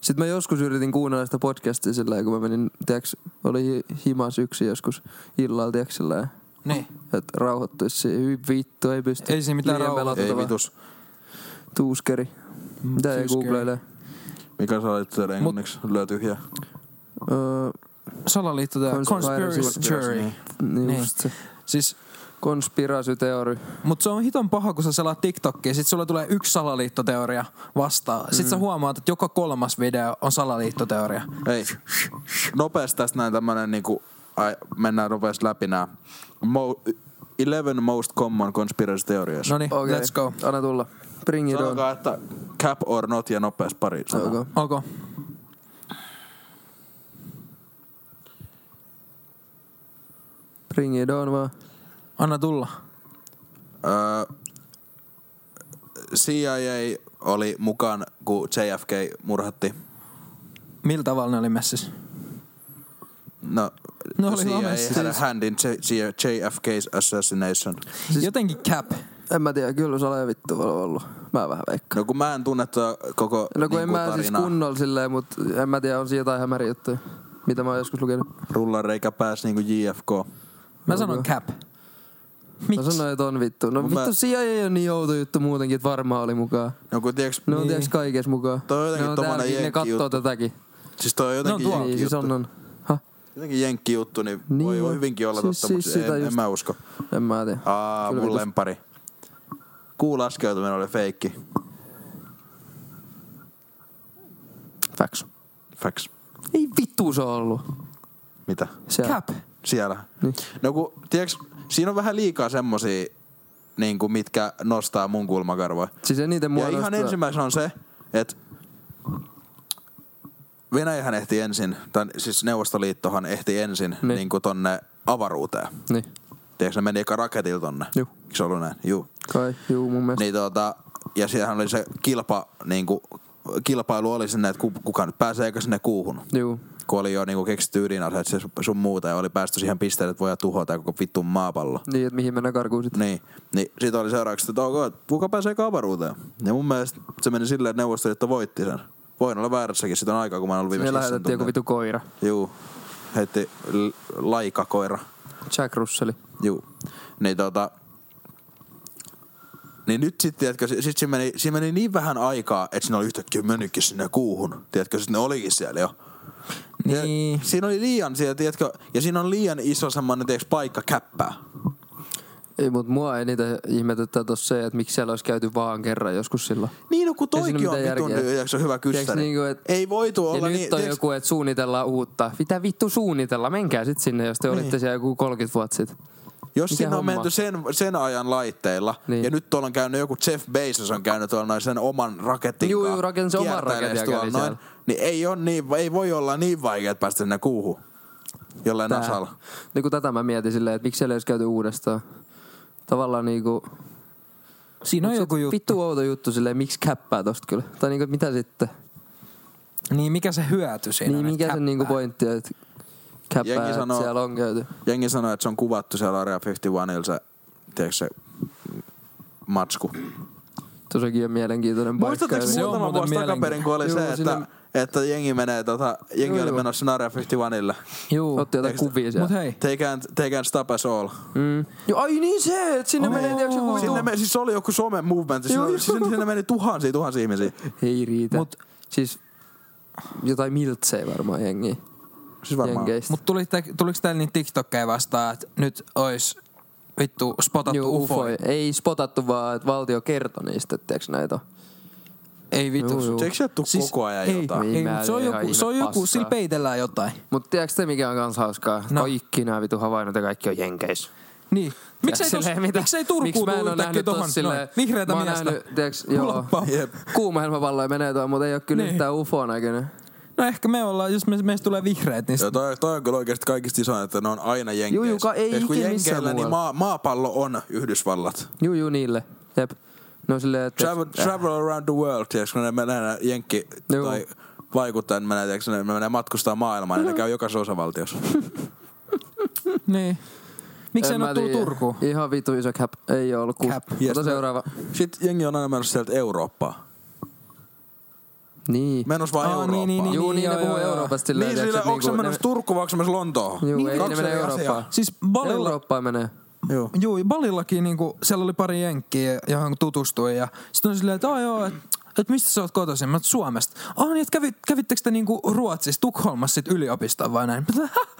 Speaker 2: Sitten mä joskus yritin kuunnella sitä podcastia sillä lailla, kun mä menin, tiiäks, oli hi- himas yksi joskus illalla, tiiäks, sillä lailla,
Speaker 4: Niin.
Speaker 2: että rauhoittuisi se. Hyvin vittu, ei pysty.
Speaker 4: Ei siinä mitään
Speaker 2: Liian
Speaker 4: rauhoittua.
Speaker 3: Ei
Speaker 2: pelottavaa.
Speaker 3: vitus.
Speaker 2: Tuuskeri. Mitä Mm, ei
Speaker 4: tuuskeri.
Speaker 2: googlailee?
Speaker 3: Mikä sä olit siellä englanniksi? Lyö tyhjää.
Speaker 2: Öö,
Speaker 4: Salaliitto tää.
Speaker 2: Conspiracy
Speaker 4: Conspiracy theory.
Speaker 2: niin
Speaker 4: Niin.
Speaker 2: just se.
Speaker 4: Siis,
Speaker 2: Konspirasyteori.
Speaker 4: mut se on hiton paha, kun sä selaat TikTokia, sit sulla tulee yksi salaliittoteoria vastaan. Sit
Speaker 2: Mm.
Speaker 4: sä huomaat, että joka kolmas video on salaliittoteoria.
Speaker 3: Ei. Nopeasti tästä näin tämmönen niinku, ai, mennään nopeasti läpi nää. Mo, 11 most common conspiracy theories.
Speaker 4: No niin,
Speaker 2: Okei,
Speaker 4: okay. let's go.
Speaker 2: Anna tulla. Bring it Niin on.
Speaker 3: Sanokaa, että cap or not ja nopeasti pari sanaa.
Speaker 2: Okay.
Speaker 4: Onko?
Speaker 2: Bring it on vaan.
Speaker 4: Anna tulla.
Speaker 3: Öö, CIA oli mukaan, kun JFK murhatti.
Speaker 4: Millä tavalla ne oli messissä?
Speaker 3: No,
Speaker 4: No oli
Speaker 3: CIA
Speaker 4: lamessa
Speaker 3: had a
Speaker 4: siis.
Speaker 3: hand in J- J- JFK's assassination.
Speaker 4: Siis... Jotenkin cap.
Speaker 2: En mä tiedä, kyllä se on vittu ollut. Mä vähän veikkaan.
Speaker 3: No kun mä en tunne tuo koko
Speaker 2: No kun en
Speaker 3: niinku,
Speaker 2: mä siis
Speaker 3: tarinaa.
Speaker 2: kunnolla silleen, mut en mä tiedä, on siinä jotain hämäriä juttuja, mitä mä oon joskus lukenut.
Speaker 3: Rullareikä pääsi niinku JFK.
Speaker 4: Mä sanon cap.
Speaker 2: Mä
Speaker 4: Miksi?
Speaker 2: sanoin, että on vittu. No
Speaker 3: Mut
Speaker 2: vittu,
Speaker 3: mä-
Speaker 2: CIA ei ole niin outo juttu muutenkin, että varmaan oli mukaan.
Speaker 3: No kun tiiäks,
Speaker 4: Niin.
Speaker 2: Ne on tiiäks kaikessa mukaan.
Speaker 3: Toi on jotenkin
Speaker 2: ne on
Speaker 3: tommonen
Speaker 2: täälläkin, ne
Speaker 3: jenkki
Speaker 2: kattoo
Speaker 3: juttu.
Speaker 2: tätäkin.
Speaker 3: siis toi on jotenkin
Speaker 4: No tuo-
Speaker 2: Niin,
Speaker 3: jenkki
Speaker 2: siis
Speaker 3: juttu.
Speaker 2: on on. Hah,
Speaker 3: Jotenkin jenkki juttu, niin,
Speaker 2: Niin
Speaker 3: voi,
Speaker 2: on.
Speaker 3: voi hyvinkin olla
Speaker 2: Siis-
Speaker 3: totta,
Speaker 2: siis
Speaker 3: mutta siis
Speaker 2: sitä
Speaker 3: en,
Speaker 2: just.
Speaker 3: en mä usko.
Speaker 2: en mä tiedä.
Speaker 3: Aa,
Speaker 2: Kyllä
Speaker 3: mun
Speaker 2: vitus.
Speaker 3: lempari. Kuun laskeutuminen oli feikki.
Speaker 2: Facts.
Speaker 3: Facts.
Speaker 2: Ei vittu se on ollut.
Speaker 3: Mitä?
Speaker 2: Siellä.
Speaker 4: Cap.
Speaker 3: Siellä.
Speaker 2: Niin.
Speaker 3: No kun, tiiäks, siinä on vähän liikaa semmosia, niin kuin, mitkä nostaa mun kulmakarvoja.
Speaker 2: Siis eniten mua
Speaker 3: Ja ihan
Speaker 2: nostaa-
Speaker 3: ensimmäisenä on se, että Venäjähän ehti ensin, tai siis Neuvostoliittohan ehti ensin
Speaker 2: Niin.
Speaker 3: niin. Niin kuin tonne avaruuteen.
Speaker 2: Niin,
Speaker 3: Tiedätkö, ne meni eka raketilla tonne.
Speaker 2: Juu.
Speaker 3: Eikö se ollut näin? Juu.
Speaker 2: kai, juu mun mielestä.
Speaker 3: Niin tuota, ja siellähän oli se kilpa, niin kuin, kilpailu oli sinne, että ku- kuka nyt pääsee eikä sinne kuuhun.
Speaker 2: Juu.
Speaker 3: Kun oli jo niin kuin keksitty ydinaseet se sun muuta ja oli päästy siihen pisteelle, että voidaan tuhota koko vittun maapallo.
Speaker 2: Niin, että mihin mennään karkuun sitten.
Speaker 3: Niin, niin siitä oli seuraavaksi, että ok, että kuka pääsee kaavaruuteen. Ja mun mielestä se meni silleen, että Neuvostoliitto voitti sen. Voin olla väärässäkin, siitä on aikaa, kun mä en ollut
Speaker 2: Me
Speaker 3: viimeksi jossain
Speaker 2: lähetettiin joku
Speaker 3: tunteilla.
Speaker 2: vitu koira.
Speaker 3: Juu, heitti l- laikakoira.
Speaker 2: Jack Russell.
Speaker 3: Juu. Niin tota... Niin nyt sit, tiedätkö, si- sit siinä meni, siinä meni niin vähän aikaa, että siinä oli yhtäkkiä mennytkin sinne kuuhun. Tiedätkö, sit ne olikin siellä jo. Ja
Speaker 4: Niin.
Speaker 3: Siinä oli liian siellä, tiedätkö, ja siinä on liian iso semmonen, tiedätkö, paikka käppää.
Speaker 2: Ei, mutta mua eniten ihmetyttää tossa se, että miksi siellä olisi käyty vaan kerran joskus silloin.
Speaker 3: Niin, no kun
Speaker 2: Ei siinä
Speaker 3: toikin on
Speaker 2: mitään
Speaker 3: vitun
Speaker 2: järkeä.
Speaker 3: tiedätkö, hyvä
Speaker 2: Tiedätkö,
Speaker 3: kyssäri.
Speaker 2: niin kuin, et-
Speaker 3: Ei voitu
Speaker 2: Ja
Speaker 3: olla
Speaker 2: nyt
Speaker 3: niin,
Speaker 2: on
Speaker 3: tiedätkö,
Speaker 2: joku, että suunnitellaan uutta. Mitä vittu suunnitella? Menkää sitten sinne, jos te niin. olitte siellä joku 30 vuotta sitten.
Speaker 3: jos
Speaker 2: mikä
Speaker 3: siinä on
Speaker 2: homma?
Speaker 3: menty sen, sen ajan laitteilla,
Speaker 2: Niin.
Speaker 3: niin. ja nyt tuolla on käynyt joku Jeff Bezos on käynyt tuolla noin sen oman raketin
Speaker 2: Juu,
Speaker 3: kanssa
Speaker 2: juu, rakensi oman
Speaker 3: kiertäilemässä
Speaker 2: raketin ja
Speaker 3: tuolla
Speaker 2: kävi
Speaker 3: noin,
Speaker 2: siellä.
Speaker 3: niin ei, on niin, ei voi olla niin vaikea, että päästä sinne kuuhun. Jollain Tää. nasalla.
Speaker 2: Niin kuin tätä mä mietin silleen, että miksi siellä ei olisi käyty uudestaan. Tavallaan niinku...
Speaker 4: Siinä on
Speaker 2: Mut
Speaker 4: joku
Speaker 2: sit
Speaker 4: juttu.
Speaker 2: Vittu outo no juttu silleen, miksi käppää tosta kyllä? Tai niinku, että mitä sitten?
Speaker 4: Niin mikä se hyöty siinä
Speaker 2: Niin
Speaker 4: on, että
Speaker 2: mikä sen
Speaker 4: cap-
Speaker 2: niinku pointti on, että
Speaker 3: Jengi
Speaker 2: käppää, että
Speaker 3: sanoo-
Speaker 2: siellä on käyty.
Speaker 3: Jengi sanoi, että se on kuvattu siellä Area 51 se, tiedätkö se matsku.
Speaker 2: Tosikin on mielenkiintoinen paikka.
Speaker 3: Muistatteko
Speaker 4: Se on
Speaker 3: muutama
Speaker 4: muuten
Speaker 3: vuosi takaperin, kun oli
Speaker 2: Juu,
Speaker 3: se, että,
Speaker 2: sinne-
Speaker 3: että jengi, menee, tota, jengi
Speaker 2: Juu,
Speaker 3: oli
Speaker 2: juu. Niin.
Speaker 3: menossa sinne Area 51ille.
Speaker 4: Juu.
Speaker 2: Otti jotain
Speaker 3: Eikö-
Speaker 2: kuvia
Speaker 4: Mut
Speaker 2: siellä.
Speaker 4: hei.
Speaker 3: They can't, they can't stop us all.
Speaker 2: Mm. Joo, ai niin se, että sinne
Speaker 4: Oh.
Speaker 2: menee tiiäks joku vitu.
Speaker 3: Sinne me, siis oli joku some movement, siis, sinne, siis sinne meni tuhansia tuhansia ihmisiä.
Speaker 2: Ei riitä. Mut,
Speaker 4: Mut-
Speaker 2: siis jotain miltsei varmaan jengi.
Speaker 3: Siis varmaan.
Speaker 2: Jenkeistä.
Speaker 4: Mut tuli te, tuliko teillä niitä niin TikTokkeja vastaan, että nyt ois vittu spotattu
Speaker 2: Juu,
Speaker 4: ufo?
Speaker 2: ufoja. Ei spotattu vaan, että valtio kertoi niistä, etteikö näitä ole.
Speaker 4: Ei vittu.
Speaker 2: Juu, juu.
Speaker 3: Eikö sieltä tuu
Speaker 4: Siis-
Speaker 3: koko ajan
Speaker 4: ei,
Speaker 3: jotain?
Speaker 4: Ei, mut se on
Speaker 6: Ihmeellinen,
Speaker 4: joku, se on
Speaker 6: ihan
Speaker 4: joku,
Speaker 6: ihme
Speaker 4: sillä
Speaker 6: paskaa.
Speaker 4: peitellään jotain.
Speaker 6: Mutta tiedätkö te, mikä on kans hauskaa?
Speaker 4: No.
Speaker 6: No. Kaikki nämä vitu havainnot ja kaikki on jenkeissä.
Speaker 4: Niin. Miksei, tos,
Speaker 6: Silleen, mitä-
Speaker 4: miksei Turkuun
Speaker 6: mä en
Speaker 4: tuu
Speaker 6: oo
Speaker 4: yhtäkkiä
Speaker 6: nähnyt
Speaker 4: tohon?
Speaker 6: tossa silleen-
Speaker 4: Noin. Vihreätä
Speaker 6: mä oon
Speaker 4: miestä.
Speaker 6: nähnyt, tiedäks, joo,
Speaker 4: Kulppaa.
Speaker 3: Jep.
Speaker 2: Kuumahelmapalloja menee tuo, mutta ei ole kyllä
Speaker 4: Niin.
Speaker 2: yhtään UFO näköinen.
Speaker 4: No ehkä me ollaan, jos me, meistä tulee vihreät, niin
Speaker 3: Ja toi, toi on kyllä oikeasti kaikista isoin, että ne on aina
Speaker 2: Juu,
Speaker 3: jenkeissä.
Speaker 2: juu, ka- ei
Speaker 3: Eikö kun
Speaker 2: ikinä missään
Speaker 3: jenkeillä, niin maa,
Speaker 2: muualla.
Speaker 3: maapallo on Yhdysvallat.
Speaker 2: Juu, juu, niille. Jep. No silleen, että...
Speaker 3: Travel, travel around the world, tiedätkö, kun ne menee nää jenkki
Speaker 2: Juu.
Speaker 3: tai vaikuttaa, ne menee, tiedätkö, ne menee matkustaa maailmaa, niin ne käy jokaisessa osavaltiossa.
Speaker 4: Niin. Miksei
Speaker 2: En
Speaker 4: ne
Speaker 2: mä
Speaker 4: ole tullut
Speaker 2: tiedä.
Speaker 4: Turkuun?
Speaker 2: Ihan vitu iso cap. Ei ole ollut kuusi.
Speaker 4: Cap.
Speaker 2: Ota seuraava.
Speaker 3: Sitten jengi on aina menossa sieltä Eurooppaan.
Speaker 2: Niin.
Speaker 3: Menos vaan
Speaker 4: Aa,
Speaker 3: Eurooppaan.
Speaker 4: niin, niin, niin.
Speaker 2: Juu, niin ne
Speaker 4: joo,
Speaker 2: puhuu
Speaker 4: joo, joo.
Speaker 2: Euroopasta
Speaker 3: Niin,
Speaker 2: silleen.
Speaker 3: niin
Speaker 2: tiedätkö,
Speaker 3: sillä,
Speaker 2: että
Speaker 3: onko se
Speaker 2: niinku-
Speaker 3: menossa Turku vai onko se menossa Lontoon? Niin,
Speaker 2: Juu, ei,
Speaker 3: Kaksi
Speaker 2: ne menee
Speaker 3: eri asiaa.
Speaker 2: Eurooppaan.
Speaker 4: Siis Balilla,
Speaker 2: Eurooppaan menee.
Speaker 3: Joo.
Speaker 4: Joo, ja Balillakin niinku, siellä oli pari jenkkiä, johon tutustui ja sitten on silleen, että "Ai joo, että et mistä sä oot kotoisin? Mä oot Suomesta. Ah niin, että kävit, kävittekö te niinku Ruotsissa, Tukholmassa sit yliopistoon vai näin? Mä oon, "Häh?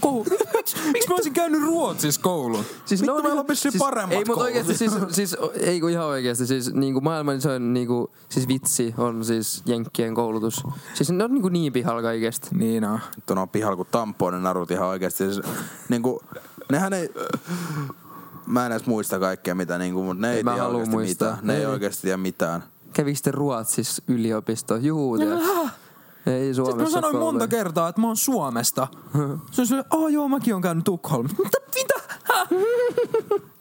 Speaker 4: Koulu. Miksi miks mä olisin käynyt Ruotsissa koulun?
Speaker 2: Siis
Speaker 3: Vittu, meillä on vissiin paremmat
Speaker 2: Ei, mutta
Speaker 3: koulut.
Speaker 2: oikeasti siis, siis, ei kun ihan oikeasti, siis niinku maailman isoin niinku, siis vitsi on siis jenkkien koulutus. Siis ne on niinku niin pihalla kaikesta.
Speaker 4: Niin on.
Speaker 3: Vittu, ne on pihalla kuin tampoo ne narut ihan oikeesti. Siis, niinku, nehän ei... Mä en edes muista kaikkea mitä niinku, mut ne ei,
Speaker 2: mä
Speaker 3: tiedä
Speaker 2: halua
Speaker 3: oikeesti
Speaker 2: muistaa.
Speaker 3: mitään. Ne ei
Speaker 2: Ei.
Speaker 3: oikeesti tiedä mitään.
Speaker 2: Kävikö te Ruotsissa yliopisto? Juu, tiedätkö? Ei Suomessa
Speaker 4: Sitten mä sanoin
Speaker 2: kouluja.
Speaker 4: monta kertaa, että mä oon Suomesta. Se on silleen, aah joo, mäkin oon käynyt Tukholmassa. Mutta mitä? Häh?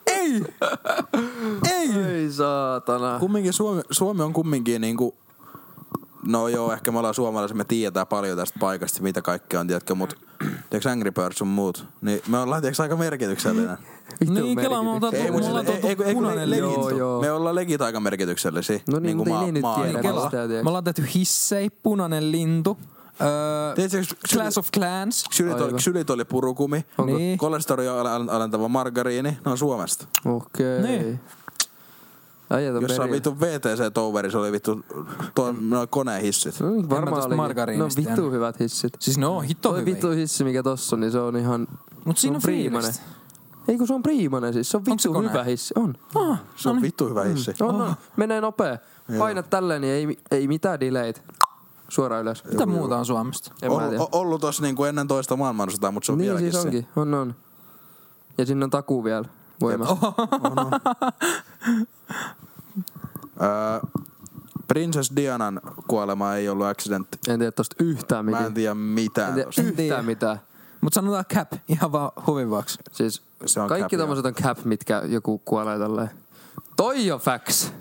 Speaker 4: Ei! Ei!
Speaker 2: Ei saatana.
Speaker 3: Kumminkin Suomi, Suomi on kumminkin niinku... No joo, ehkä me ollaan suomalaiset, me tietää paljon tästä paikasta, mitä kaikkea on, tiedätkö, mut tiedätkö Angry Birds sun muut, niin me ollaan tiedätkö aika merkityksellinen.
Speaker 2: Vitun
Speaker 4: Niin, kelaa, me ollaan
Speaker 3: Ei,
Speaker 4: Mulla on
Speaker 3: mut siis- ei,
Speaker 4: tuotu
Speaker 3: ei, kun- ei, kun
Speaker 4: punainen
Speaker 3: legit-
Speaker 2: liivi. Joo, joo.
Speaker 3: Me ollaan legit aika merkityksellisiä.
Speaker 2: No niin,
Speaker 3: niinku
Speaker 2: mutta ei
Speaker 3: maa-
Speaker 2: ne nyt
Speaker 3: maa-
Speaker 2: tiedä.
Speaker 3: niin.
Speaker 2: Kela.
Speaker 4: Kela.
Speaker 2: Sitä, tiedätkö?
Speaker 4: Me ollaan tehty hissei, punainen lintu. Öö,
Speaker 3: Tiedätkö,
Speaker 4: Clash of Clans.
Speaker 3: Sylit oli,
Speaker 2: Aivan.
Speaker 3: sylit oli purukumi,
Speaker 4: Onko?
Speaker 3: niin. kolesterolia al- alentava margariini, ne on Suomesta.
Speaker 2: Okei.
Speaker 4: Niin.
Speaker 2: Ajat on
Speaker 3: Jossain
Speaker 2: peri.
Speaker 3: vittu VTC-touverissa oli vittu to, no, konehissit.
Speaker 2: No, niin,
Speaker 4: En mä
Speaker 2: varmaan
Speaker 4: tosta
Speaker 2: olikin. No
Speaker 4: margariinista
Speaker 2: vittu
Speaker 4: tiennyt.
Speaker 2: hyvät hissit.
Speaker 4: Siis ne on hitto
Speaker 2: Toi vittu
Speaker 4: hyviä.
Speaker 2: hissi, mikä tossa on, niin se on ihan...
Speaker 4: Mut siinä
Speaker 2: se
Speaker 4: on fiilistä.
Speaker 2: Ei kun se on priimanen siis, se on
Speaker 4: Onks se
Speaker 2: vittu
Speaker 4: kone?
Speaker 2: hyvä hissi. On.
Speaker 4: Ah,
Speaker 2: No
Speaker 3: Se
Speaker 2: niin.
Speaker 3: on vittu
Speaker 2: Mm.
Speaker 3: hyvä hissi.
Speaker 2: On, on. Menee nopea. Painat tälleen, niin ei, ei mitään delayt. Suoraan ylös.
Speaker 4: mitä muuta on Suomesta?
Speaker 2: En mä
Speaker 3: Ol,
Speaker 2: tiedä.
Speaker 3: o- ollut tossa niinku ennen toista maailmansotaa, mutta Oh, se on
Speaker 2: Niin
Speaker 3: vieläkin
Speaker 2: siis onkin. On, on. Ja sinne on takuu vielä
Speaker 3: Oh.
Speaker 2: voimassa.
Speaker 3: se. Öö, Princess Dianan kuolema ei ollut accidentti.
Speaker 2: En tiedä tosta yhtään
Speaker 3: Mä en
Speaker 2: mitään.
Speaker 3: tiedä mitään.
Speaker 2: En tiedä
Speaker 3: tosta.
Speaker 4: tiedä.
Speaker 2: yhtään mitään.
Speaker 4: Mut sanotaan cap, ihan vaan huvin vuoksi.
Speaker 2: Siis
Speaker 3: Se on cap,
Speaker 2: kaikki
Speaker 3: joo.
Speaker 2: tommoset on cap, mitkä joku kuolee tälleen. Toi on facts.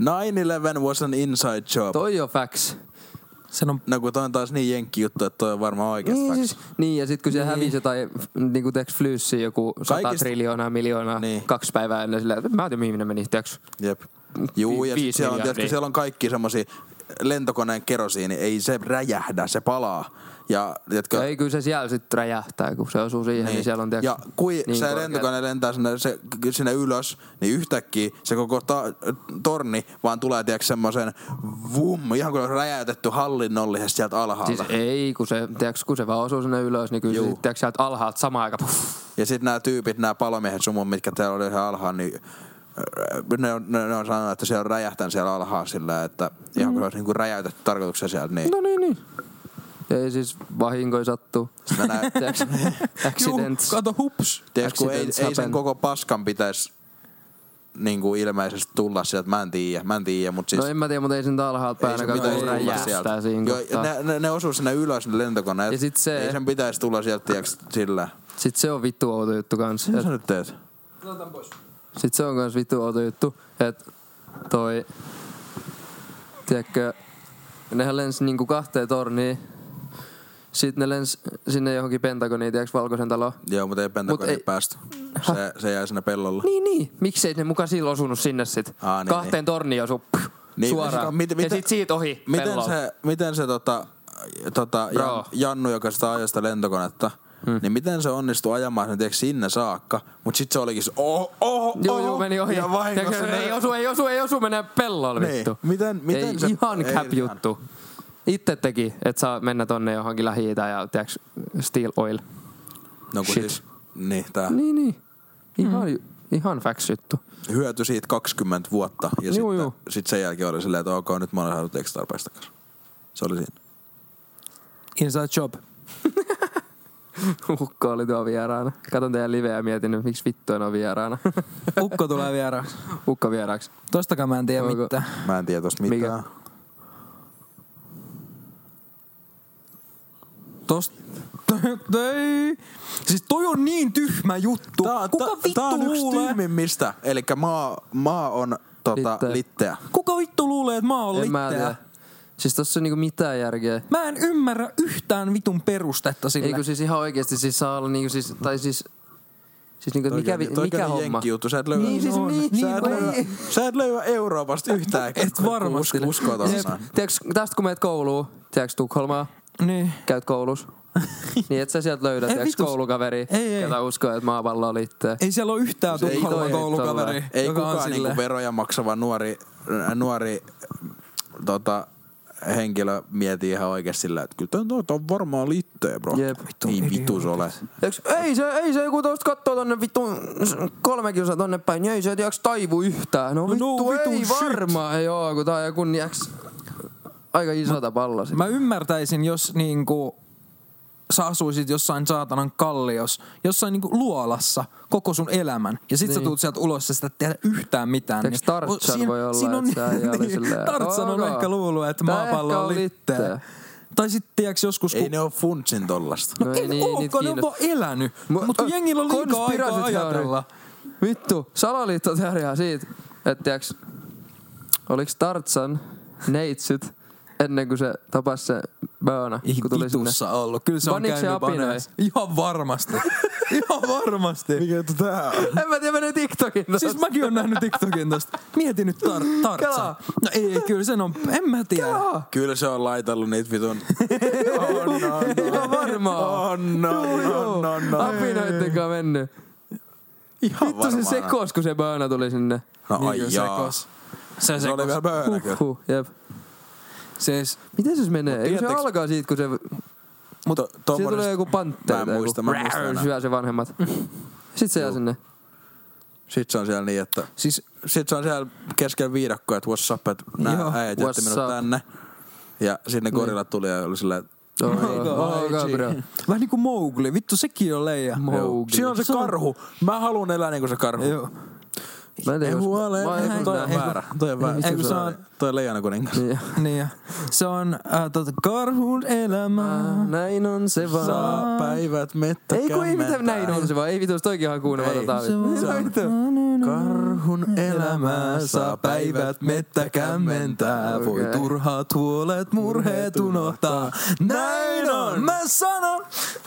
Speaker 3: 9-11 was an inside job.
Speaker 2: Toi on facts.
Speaker 4: Sen on
Speaker 3: No kun toi on taas niin jenkki juttu, että toi on varmaan oikeasti
Speaker 2: Niin, siis, niin, ja sitten kun se hävisi jotain, f- niinku teeks flyyssiin joku 100
Speaker 3: Kaikista-
Speaker 2: Kaikista... triljoonaa, miljoonaa,
Speaker 3: Niin.
Speaker 2: niin. kaksi päivää ennen sillä, että mä en tiedä mihin ne meni, teeks.
Speaker 3: Jep. Juu,
Speaker 2: Vi-
Speaker 3: ja sit
Speaker 2: viisi
Speaker 3: siellä on,
Speaker 2: miljardia.
Speaker 3: tiedätkö, siellä on kaikki semmosia lentokoneen kerosiini, ei se räjähdä, se palaa. Ja, tiedätkö,
Speaker 2: Ja ei kyllä se siellä sit räjähtää, kun se osuu siihen, niin, niin siellä on teeks.
Speaker 3: ja kui niin se
Speaker 2: korkealla.
Speaker 3: lentokone lentää sinne, se, sinne ylös, niin yhtäkkiä se koko ta- torni vaan tulee tiedätkö, semmoisen vum, ihan kuin olisi räjäytetty hallinnollisesti sieltä alhaalta.
Speaker 2: Siis
Speaker 3: Siis,
Speaker 2: ei, kun se, teeks, kun se vaan osuu sinne ylös, niin kyllä
Speaker 3: Juu.
Speaker 2: se sit, teeks, sieltä alhaalta samaan aikaan. Puff.
Speaker 3: ja sitten nämä tyypit, nämä palomiehet sumun, mitkä täällä oli ihan alhaalla, niin äh, ne on, ne, ne on sanonut, että siellä räjähtän siellä alhaalla sillä, että ihan
Speaker 2: Mm.
Speaker 3: kuin olisi niinku räjäytetty tarkoituksella sieltä. Niin.
Speaker 2: No niin, niin. Ei siis vahinkoja sattuu.
Speaker 3: Mä näen-
Speaker 2: Teeks, accidents.
Speaker 4: Juu, kato hups.
Speaker 3: Tiedätkö, kun ei,
Speaker 2: Accidents
Speaker 3: ei sen
Speaker 2: happen.
Speaker 3: koko paskan pitäisi niin kuin ilmeisesti tulla sieltä, mä en tiedä, mä en tiedä, mutta siis...
Speaker 2: No en mä tiedä, mutta ei sen alhaalta
Speaker 3: ei
Speaker 2: päin
Speaker 3: sen
Speaker 2: ainakaan
Speaker 3: pitäisi
Speaker 2: kun
Speaker 3: tulla
Speaker 2: räjähtää
Speaker 3: sieltä.
Speaker 2: siinä
Speaker 3: Joo,
Speaker 2: kohtaa.
Speaker 3: ne, ne, ne osuu sinne ylös ne lentokoneet.
Speaker 2: Ja sit se-
Speaker 3: Ei sen pitäisi tulla sieltä, tiedätkö, sillä.
Speaker 2: Sitten se on vittu outo juttu kans.
Speaker 3: Mitä
Speaker 2: Et
Speaker 3: sä nyt teet?
Speaker 2: Sitten se on myös vittu outo juttu, että toi, tiedätkö, nehän lensi niinku kahteen torniin, sitten ne lensi sinne johonkin Pentagoniin, tiedätkö, valkoisen taloon.
Speaker 3: Joo, mutta ei
Speaker 2: Mut
Speaker 3: Pentagonin
Speaker 2: ei-
Speaker 3: päästy. Se, se jäi sinne pellolle.
Speaker 2: Niin, niin. Miksei ne muka silloin osunut sinne sit?
Speaker 3: Aa, niin,
Speaker 2: Kahteen
Speaker 3: niin.
Speaker 2: torniin osu pff,
Speaker 3: Niin, sitä-
Speaker 2: suoraan.
Speaker 3: miten-
Speaker 2: ja
Speaker 3: miten-
Speaker 2: sit siitä ohi
Speaker 3: Miten
Speaker 2: pellolla.
Speaker 3: se, miten se tota, tota, Jan,
Speaker 2: Joo.
Speaker 3: Jannu, joka sitä ajoi sitä lentokonetta, Hmm. Niin miten se onnistui ajamaan sen tiedätkö, sinne saakka, mut sit se olikin se oho, oho,
Speaker 2: Joo,
Speaker 3: oho,
Speaker 2: joo, meni ohi.
Speaker 3: ja vahingossa.
Speaker 2: Tiedätkö, ei osu, ei osu, ei osu, menee pellolle
Speaker 3: Niin.
Speaker 2: vittu.
Speaker 3: Miten- miten
Speaker 2: ei,
Speaker 3: se-
Speaker 2: ihan
Speaker 3: ei
Speaker 2: cap
Speaker 3: mitään.
Speaker 2: juttu. Itse teki, että saa mennä tonne johonkin lähi ja tiedätkö, steel oil.
Speaker 3: No kun
Speaker 2: Shit.
Speaker 3: siis, niin tää.
Speaker 2: Niin, niin. Ihan, mm. ihan facts juttu.
Speaker 3: hyöty siitä 20 vuotta ja
Speaker 2: Juu,
Speaker 3: sitten
Speaker 2: juu.
Speaker 3: sit sen jälkeen oli silleen, että ok, nyt mä olen saanut teeksi tarpeeksi takaisin. Se oli siinä.
Speaker 4: Inside job.
Speaker 2: Ukko oli tuo vieraana. Katon teidän liveä ja mietin, että miksi vittu on vieraana.
Speaker 4: Ukko tulee vieraaksi.
Speaker 2: Ukko vieraaksi.
Speaker 4: Tostakaan mä en tiedä
Speaker 2: Onko-
Speaker 4: mitään.
Speaker 3: Mä en tiedä tosta mitään.
Speaker 2: Mikä?
Speaker 4: Tosta... Ei. Siis toi on niin tyhmä juttu.
Speaker 3: Tää,
Speaker 4: Kuka
Speaker 3: tää,
Speaker 4: vittu
Speaker 3: tää on yksi
Speaker 4: luulee?
Speaker 3: tyhmimmistä. Eli maa, maa on tota, litteä.
Speaker 2: Litteä.
Speaker 3: litteä.
Speaker 4: Kuka vittu luulee, että mä oon
Speaker 2: En mä
Speaker 4: litteä?
Speaker 2: tiedä. Siis tossa on niinku mitään järkeä.
Speaker 4: Mä en ymmärrä yhtään vitun perustetta sille.
Speaker 2: Eikö siis ihan oikeesti siis saa olla niinku siis, tai siis, siis niinku, että mikä, vi- mikä homma?
Speaker 3: Juttu. Sä et löydä, No,
Speaker 2: Niin siis
Speaker 3: sä
Speaker 2: niin,
Speaker 3: et
Speaker 2: niin
Speaker 3: löydä,
Speaker 2: voi.
Speaker 3: sä et löydä Euroopasta yhtään.
Speaker 4: varmasti.
Speaker 3: Usko, uskoa
Speaker 2: Ja siis,
Speaker 3: tuossa.
Speaker 2: tiiäks, tästä kun meet kouluun, tiedätkö Tukholmaa,
Speaker 4: Niin.
Speaker 2: käyt koulus. niin et sä sieltä löydä,
Speaker 4: Ei
Speaker 2: tiedätkö
Speaker 4: vitus.
Speaker 2: koulukaveri,
Speaker 4: Ei, ei.
Speaker 2: ketä uskoo, että maapallo on liitteä.
Speaker 4: Ei siellä ole yhtään
Speaker 2: Se ei
Speaker 4: Tukholman
Speaker 2: toi-
Speaker 4: koulukaveri,
Speaker 3: Ei
Speaker 4: joka No on
Speaker 3: kukaan
Speaker 4: silleen.
Speaker 3: niinku veroja maksava nuori, äh, nuori tota, henkilö mieti ihan oikein sillä, että kyllä tää- tää on varmaan liittoja, bro.
Speaker 2: Jep.
Speaker 3: Ei vitus ole.
Speaker 2: Eiks, ei se, ei se, kun tuosta kattoo tonne vittu kolme kilsaa tonne päin, niin ei se tiiäks taivu yhtään. No vittu, no,
Speaker 4: vitun
Speaker 2: ei
Speaker 4: shit.
Speaker 2: varmaan, joo, kun tää on joku niiäks aika isota pallo sit.
Speaker 4: Mä ymmärtäisin, jos niinku sä asuisit jossain saatanan kallios, jossain niinku luolassa koko sun elämän. Ja sit niin. sä
Speaker 2: Niin.
Speaker 4: tuut sieltä ulos ja sitä et tehdä yhtään mitään. Niin
Speaker 2: Eiks Tarzan voi olla, et sä ei ole silleen,
Speaker 4: Tartsan on
Speaker 2: "Onko?
Speaker 4: ehkä luullut, että
Speaker 2: Tää
Speaker 4: maapallo
Speaker 2: ehkä
Speaker 4: on
Speaker 2: on
Speaker 4: litteä.
Speaker 2: litteä.
Speaker 4: Tai sit tiiäks joskus, kun...
Speaker 3: Ei ne oo funtsin tollasta.
Speaker 4: no,
Speaker 2: No
Speaker 4: ei
Speaker 2: ei niin,
Speaker 4: niin,
Speaker 2: niitä
Speaker 4: ne on
Speaker 2: kiinno-
Speaker 4: vaan elänyt.
Speaker 2: Mu-
Speaker 4: Mut kun
Speaker 2: ö,
Speaker 4: jengillä on liikaa aikaa
Speaker 2: konspiraatiteoria.
Speaker 4: ajatella.
Speaker 2: Vittu, salaliittoteoriaa siitä, että tiiäks, oliks Tartsan neitsyt ennen kuin se tapas se Böönä,
Speaker 4: Ei
Speaker 2: kun tuli sinne.
Speaker 4: vitussa ollut. Kyllä se on
Speaker 2: Paniks se
Speaker 4: käynyt
Speaker 2: apinoi?
Speaker 4: paneessa. Ihan varmasti. Ihan varmasti.
Speaker 3: Mikä juttu tää on?
Speaker 2: En mä tiedä, menee TikTokin tosta.
Speaker 4: Siis mäkin oon nähnyt TikTokin tosta. Mieti nyt tar- tartsa.
Speaker 2: Kelaa.
Speaker 4: No ei, kyllä sen on, en mä tiedä.
Speaker 3: Kyllä se on laitellut niitä vitun. on, on,
Speaker 2: Ihan varmaan.
Speaker 3: on, no, on, on, on, on.
Speaker 2: Apinoittenkaan mennyt.
Speaker 3: Ihan
Speaker 2: Vittu se
Speaker 3: varmaan.
Speaker 2: sekos, kun se Böönä tuli sinne.
Speaker 3: No
Speaker 4: Niin
Speaker 3: ai
Speaker 4: kuin
Speaker 3: jaa.
Speaker 4: sekos. Se,
Speaker 3: Se oli
Speaker 4: sekos.
Speaker 3: vielä böönä kyllä.
Speaker 2: Huh, jep.
Speaker 4: Siis,
Speaker 2: Miten se siis menee? Eikö se
Speaker 3: tiedättekö-
Speaker 2: alkaa siitä, kun se...
Speaker 3: Mutta
Speaker 2: Siitä tulee joku pantteri.
Speaker 3: Mä en
Speaker 2: tai joku-
Speaker 3: muista, mä en muista enää.
Speaker 2: Syö se vanhemmat. Sitten se jää sinne.
Speaker 3: Sit se on siellä niin, että...
Speaker 4: siis
Speaker 3: Sit se on siellä keskellä viidakkoa, että what's up, että nää
Speaker 4: Joo,
Speaker 3: äijät jätti
Speaker 2: what's
Speaker 3: minut
Speaker 2: up.
Speaker 3: tänne. Ja sinne gorilla tuli ja oli silleen, että
Speaker 2: Oh,
Speaker 4: Aika
Speaker 2: oh,
Speaker 4: IG.
Speaker 2: oh, bro.
Speaker 4: Vähän niinku Mowgli. Vittu, sekin on leija.
Speaker 2: Mowgli.
Speaker 3: Siinä on se karhu. Mä haluan elää niinku se karhu.
Speaker 4: Joo.
Speaker 2: Mä en tiedä,
Speaker 3: Ei
Speaker 2: jos-
Speaker 3: huole,
Speaker 2: mä oon joskus
Speaker 3: toi on
Speaker 2: nähnyt.
Speaker 3: väärä. Toi on väärä.
Speaker 4: Ei, kun Niin, se on-
Speaker 3: Toi on leijana kuningas.
Speaker 2: Niin.
Speaker 4: Niin ja. Se on äh, tota, karhun elämä.
Speaker 2: Näin on se vaan.
Speaker 3: Saa päivät mettä
Speaker 2: Ei kun ei mitään
Speaker 3: kämmentää.
Speaker 2: näin on se vaan. Ei vitus, toikin ihan kuunnella.
Speaker 3: Ei.
Speaker 2: tota
Speaker 3: Se
Speaker 2: vittu.
Speaker 3: Se on- Karhun elämää saa päivät mettä kämmentää. Voi
Speaker 2: Okei.
Speaker 4: turhat huolet, murheet unohtaa. Näin on, mä sanon,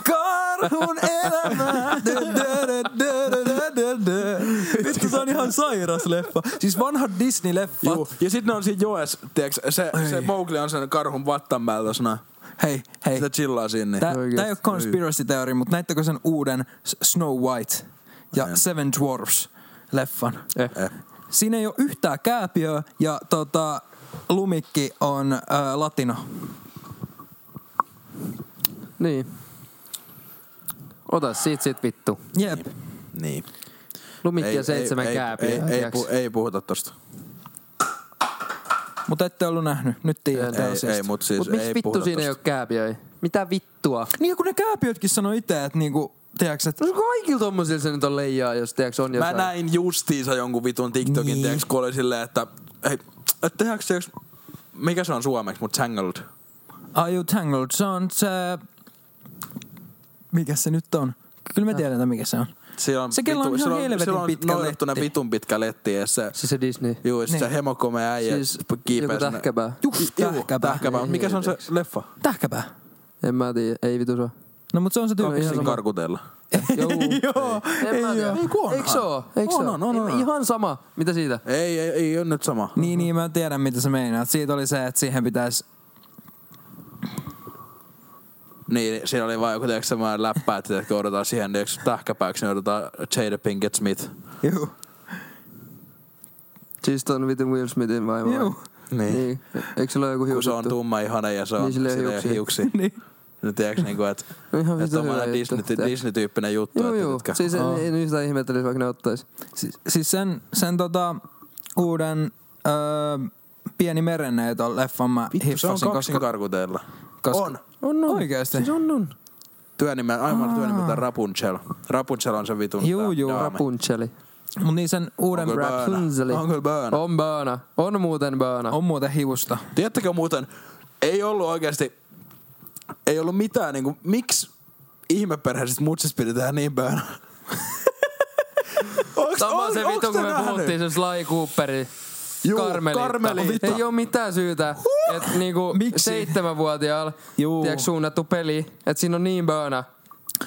Speaker 4: karhun elämää. Dö, dö, dö, dö, dö, dö, dö, dö. Vittu, se on ihan sairas leffa. Siis vanha Disney-leffa.
Speaker 3: Juu. Ja sit ne on siinä joes, tiiäks, se, se Mowgli on sen karhun vattan päällä tuossa
Speaker 4: Hei, hei.
Speaker 3: Se chillaa niin- sinne.
Speaker 4: Tää,
Speaker 2: Oikeesti.
Speaker 4: tää ei ole conspiracy theory, mutta näittekö sen uuden S- Snow White ja
Speaker 3: En.
Speaker 4: Seven Dwarfs-leffan?
Speaker 2: Eh.
Speaker 3: Eh.
Speaker 4: Siinä ei ole yhtään kääpiöä ja tota, lumikki on äh, latino.
Speaker 2: Niin.
Speaker 6: Ota siitä sit vittu.
Speaker 4: Jep.
Speaker 3: Niin.
Speaker 2: Lumikki ja seitsemän kääpiä.
Speaker 3: Ei, ei, ei,
Speaker 2: tiiäks.
Speaker 3: pu, ei puhuta tosta.
Speaker 4: Mutta ette ollut nähnyt. Nyt
Speaker 3: Ei,
Speaker 4: tiedetään
Speaker 3: ei, mut siis
Speaker 2: Mut
Speaker 3: ei
Speaker 2: miksi vittu
Speaker 3: puhuta
Speaker 2: siinä ei
Speaker 3: tosta.
Speaker 2: ole kääpiöi? Mitä vittua?
Speaker 4: Niin ja kun ne kääpiötkin sanoi itse, että niinku, tiedätkö, että
Speaker 2: No kaikilla tommosilla se nyt on leijaa, jos tiiäks on
Speaker 3: Mä
Speaker 2: jossain.
Speaker 3: näin justiinsa jonkun vitun TikTokin,
Speaker 4: Niin.
Speaker 3: niin. tiiäks, kun oli silleen, että hei, et tehdäänkö tiiäks, mikä se on suomeksi, mut tangled.
Speaker 4: Are you tangled? Se on se... Mikä se nyt on? Kyllä me tiedetään, mikä se on.
Speaker 3: Sillä on
Speaker 4: Se, kello on ihan
Speaker 3: sillä
Speaker 4: helvetin
Speaker 3: sillä on
Speaker 4: pitkä
Speaker 3: noidattuna
Speaker 4: letti.
Speaker 3: vitun pitkä letti, ja se,
Speaker 2: Siis se Disney.
Speaker 3: juu, ja sit
Speaker 4: Niin.
Speaker 3: se hemokome äijä
Speaker 2: Siis
Speaker 3: p- kiipeä
Speaker 2: joku
Speaker 3: sinne.
Speaker 2: tähkäpää.
Speaker 4: Juh,
Speaker 3: Juu,
Speaker 4: tähkäpää.
Speaker 3: tähkäpää. Mut Mikä se on se leffa?
Speaker 4: Tähkäpää.
Speaker 2: En mä tiedä, ei vitus oo.
Speaker 4: No mut se on se tyyppi.
Speaker 3: Siinä karkutella.
Speaker 2: Joo.
Speaker 4: Joo,
Speaker 2: En mä tiedä.
Speaker 4: Ei, kun onhan.
Speaker 2: Eikö se oo? Eikö se
Speaker 3: On,
Speaker 2: oo?
Speaker 3: on, on,
Speaker 2: Ei-
Speaker 3: on.
Speaker 2: Ihan sama. Mitä siitä?
Speaker 3: Ei, ei, ei ole nyt sama.
Speaker 4: Niin, niin, mä tiedän mitä sä meinaat. Siitä oli se, että siihen pitäisi...
Speaker 3: Niin, siinä oli vaan joku tiiäks semmoinen läppä, että tiiäks, kun odotetaan siihen tiiäks, tähkäpääksi, niin odotetaan Jada Pinkett Smith.
Speaker 4: Juu.
Speaker 2: Siis ton vitun Will Smithin vaimo. vai?
Speaker 4: Juu.
Speaker 2: Niin. Eikö sillä oo joku
Speaker 3: Kun se on
Speaker 2: hiusjuttu?
Speaker 3: tumma ihana ja se on,
Speaker 2: Niin, sillä ei ole
Speaker 3: sillä ei ole
Speaker 2: hiuksia.
Speaker 3: hiuksia.
Speaker 4: Niin.
Speaker 3: Nyt tiedätkö niinku, että
Speaker 2: No ihan
Speaker 3: et
Speaker 2: vitun
Speaker 3: tommonen
Speaker 2: hyvä juttu.
Speaker 3: Disney, Disney-tyyppinen juttu.
Speaker 2: Joo,
Speaker 3: että
Speaker 2: joo.
Speaker 3: Mitkä,
Speaker 2: Siis en,
Speaker 4: Aa.
Speaker 2: en yhtään ihmettelisi, vaikka ne ottais.
Speaker 4: Si- siis sen, sen tota, uuden öö, Pieni merenneito leffan mä
Speaker 3: Vittu, se on
Speaker 4: hiffasin,
Speaker 3: kaksin
Speaker 4: koska...
Speaker 3: karkuteella.
Speaker 4: koska-
Speaker 3: On.
Speaker 2: On, on.
Speaker 4: Oikeesti?
Speaker 2: Siis on, on.
Speaker 3: Työnimen, aivan työnimeltä Rapunzel. Rapunzel on se vitun
Speaker 4: Juu,
Speaker 3: tää
Speaker 4: juu,
Speaker 3: daami.
Speaker 2: Rapunzeli.
Speaker 4: Mut niin sen uuden...
Speaker 3: Onko
Speaker 4: Rap-
Speaker 3: Böönä?
Speaker 2: Rapunzeli.
Speaker 3: Onko Böönä?
Speaker 2: On Böönä. On muuten Böönä.
Speaker 4: on muuten hiusta.
Speaker 3: Tiedättekö muuten, ei ollut oikeasti, ei ollut mitään niinku, miksi ihmeperheisistä mutsista piti tehdä niin böönä? Onks-
Speaker 2: Sama
Speaker 3: on-
Speaker 2: se
Speaker 3: onks
Speaker 2: vittu,
Speaker 3: te
Speaker 2: kun me
Speaker 3: nähnyt?
Speaker 2: puhuttiin se Sly Cooperin
Speaker 3: Juu,
Speaker 2: Karmelita.
Speaker 3: Karmelita.
Speaker 2: Ei ole mitään syytä, että niinku
Speaker 4: Miksi?
Speaker 2: seitsemänvuotiaalla
Speaker 4: Juu.
Speaker 2: tiedätkö, suunnattu peli, että siinä on niin böönä,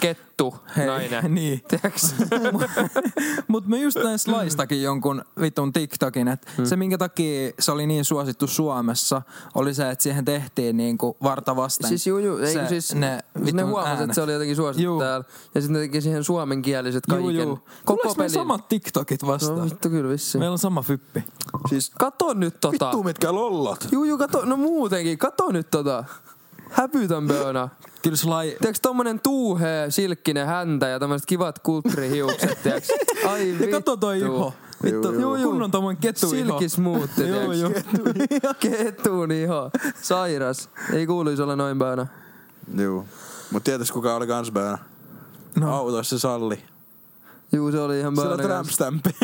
Speaker 6: Kettu,
Speaker 4: Hei,
Speaker 6: nainen.
Speaker 4: Niin. Mutta mä just näin Slaistakin jonkun vitun TikTokin, että hmm. se minkä takia se oli niin suosittu Suomessa, oli se, että siihen tehtiin niinku varta vasten.
Speaker 2: Siis juu, juu. Ei,
Speaker 4: se-
Speaker 2: se, siis,
Speaker 4: ne
Speaker 2: ne, ne
Speaker 4: vitun
Speaker 2: huomasi,
Speaker 4: äänet.
Speaker 2: että se oli jotenkin suosittu
Speaker 4: Juu.
Speaker 2: juu. täällä. Ja sitten ne teki siihen suomenkieliset
Speaker 4: Juu,
Speaker 2: kaiken.
Speaker 4: juu.
Speaker 2: Koko
Speaker 4: Tuleeko meillä
Speaker 2: pelin.
Speaker 4: samat TikTokit
Speaker 2: No
Speaker 4: vastaan?
Speaker 2: vittu kyllä vissiin.
Speaker 4: Meillä on sama fyppi.
Speaker 3: Siis
Speaker 2: Kato nyt tota.
Speaker 3: vittu mitkä lollat.
Speaker 2: Juu, juu, kato. No muutenkin. Kato nyt tota. Häpytän pöönä.
Speaker 4: Kyllä Slai...
Speaker 2: Tiedätkö tommonen tuuhea, silkkinen häntä ja tämmöiset kivat kulttrihiukset, tiedätkö? Ai
Speaker 4: Ja
Speaker 2: vittu.
Speaker 4: Niin kato toi iho. Vittu,
Speaker 2: Juu, juu.
Speaker 4: kunnon tommonen kettu iho.
Speaker 2: Silkismuutti,
Speaker 4: Joo, joo.
Speaker 2: Kettuun iho. Sairas. Ei kuuluisi olla noin päänä.
Speaker 3: Juu. Mut tietäis kuka oli kans päänä? No. Autoissa salli.
Speaker 2: Juu, se oli ihan
Speaker 3: Sillä
Speaker 2: päänä.
Speaker 3: tramp
Speaker 2: kanssa.
Speaker 3: stampi.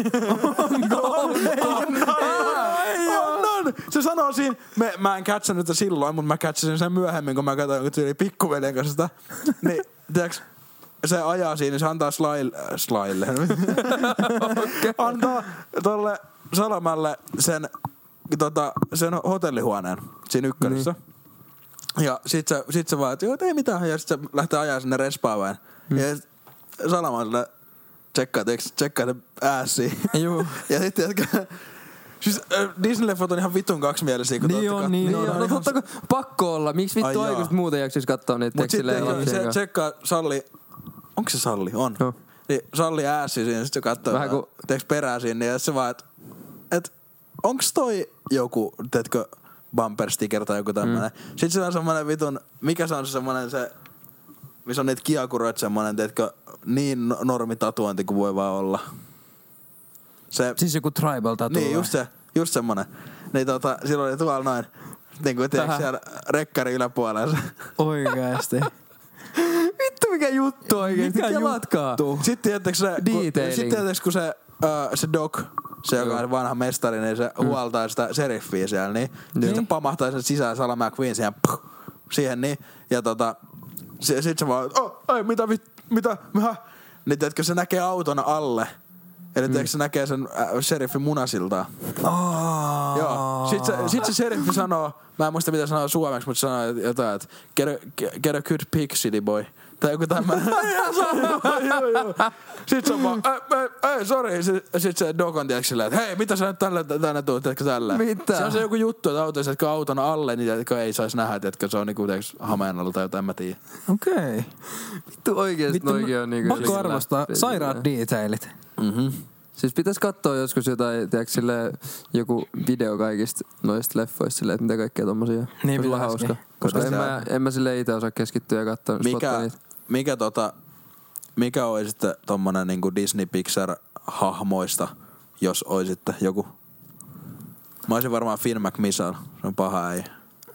Speaker 3: On, on. Oh, no. Se sanoo siinä, me, mä en katsonut sitä silloin, mutta mä katsoin sen myöhemmin, kun mä katsoin jonkun tyyli pikkuveljen kanssa sitä. Niin, tiiäks, se ajaa siinä, se antaa slaille, äh, slaille. antaa tolle Salomälle sen, tota, sen hotellihuoneen siinä ykkösessä.
Speaker 4: Niin.
Speaker 3: Ja sit se, sit se vaan, että joo, et ei mitään. Ja sit se lähtee ajaa sinne respaan vain. Mm. Ja sit Salama on sillä, tsekkaa, tiiäks, tsekkaa ne ässiin.
Speaker 4: Juu.
Speaker 3: ja sit tiedätkö, siis äh, Disney-leffot on ihan vitun kaksimielisiä. Kun te
Speaker 4: Niin
Speaker 3: ootte
Speaker 4: on,
Speaker 3: kat-
Speaker 4: niin
Speaker 2: Niin,
Speaker 4: on.
Speaker 2: no, no totta kai, pakko olla. Miksi
Speaker 3: Ai
Speaker 2: vittu
Speaker 3: jaa.
Speaker 2: aikuiset muuten jaksis katsoa niitä
Speaker 3: Mut
Speaker 2: tekstille
Speaker 3: sitten joo, se
Speaker 2: ja
Speaker 3: tsekkaa Salli, onko se Salli? On.
Speaker 2: Joo.
Speaker 3: Niin Salli ässi siinä, sit se katsoo,
Speaker 2: Vähän
Speaker 3: Vähän
Speaker 2: ku-
Speaker 3: kun... teeks perää siinä, ja se vaan, että et, onks toi joku, teetkö, bumper sticker tai joku tämmönen. Mm. Sitten se on semmonen vitun, mikä se on se semmonen se, missä on niitä kiakuroita semmonen, teetkö, niin no- normitatuointi kuin voi vaan olla. Se,
Speaker 4: Siis joku tribal tatu.
Speaker 3: niin, just se, just semmonen. Niin tota, silloin oli tuolla noin, niin kuin tiedätkö,
Speaker 4: Tähän.
Speaker 3: siellä rekkari yläpuolella.
Speaker 4: Oikeesti.
Speaker 2: Vittu mikä juttu oikeesti.
Speaker 4: Mikä
Speaker 2: Kelatkaa.
Speaker 4: juttu?
Speaker 3: Sitten tiedättekö se, kun, sitten
Speaker 2: Detailing.
Speaker 3: tiedättekö, kun se, uh, se Doc, se joka on vanha mestari, niin se mm. huoltaa sitä seriffiä siellä, niin, niin. se pamahtaa sen sisään Sala McQueen siihen, puh, siihen niin, ja tota, se, sit se vaan, oh, ei, mitä, vit, mitä, mitä, niin tiedätkö, se näkee auton alle, Eli mm. se näkee sen äh, sheriffin munasiltaan.
Speaker 4: Aa.
Speaker 3: Joo. Sit se, sit se seriffi sanoo, mä en muista mitä sanoo suomeksi, mutta sanoo jotain, että get a, get a good pig, city boy. Tai joku tämmönen. joo, joo, joo. Sit se on vaan, ei, ei, ei, sori. Sit, sit se Dokon tiedätkö sillä, että hei, mitä sä nyt tällä, tänne tuut, tiedätkö tällä?
Speaker 2: Mitä?
Speaker 3: Se on se joku juttu, että autoissa, että auton alle, niin tiedätkö, ei saisi nähdä, tiedätkö, se on niinku tiedätkö, hameen alla tai jotain, en mä tiedä.
Speaker 4: Okei. Okay.
Speaker 2: Vittu oikeesti noikin on niinku.
Speaker 4: Pakko arvostaa sairaat detailit.
Speaker 3: Mm-hmm.
Speaker 2: Siis pitäis katsoa joskus jotain, tiedätkö sille joku video kaikista noista leffoista silleen, että mitä kaikkea tommosia.
Speaker 4: Niin
Speaker 2: Olisi
Speaker 4: pitäiskin.
Speaker 2: hauska. Koska
Speaker 3: Koska
Speaker 2: en
Speaker 3: se-
Speaker 2: mä, en mä sille itse osaa keskittyä ja katsoa. spottaa
Speaker 3: Mikä,
Speaker 2: niitä.
Speaker 3: mikä tota, mikä oisitte tommonen niinku Disney Pixar hahmoista, jos oisitte joku? Mä olisin varmaan Finn McMissal, se on paha ei.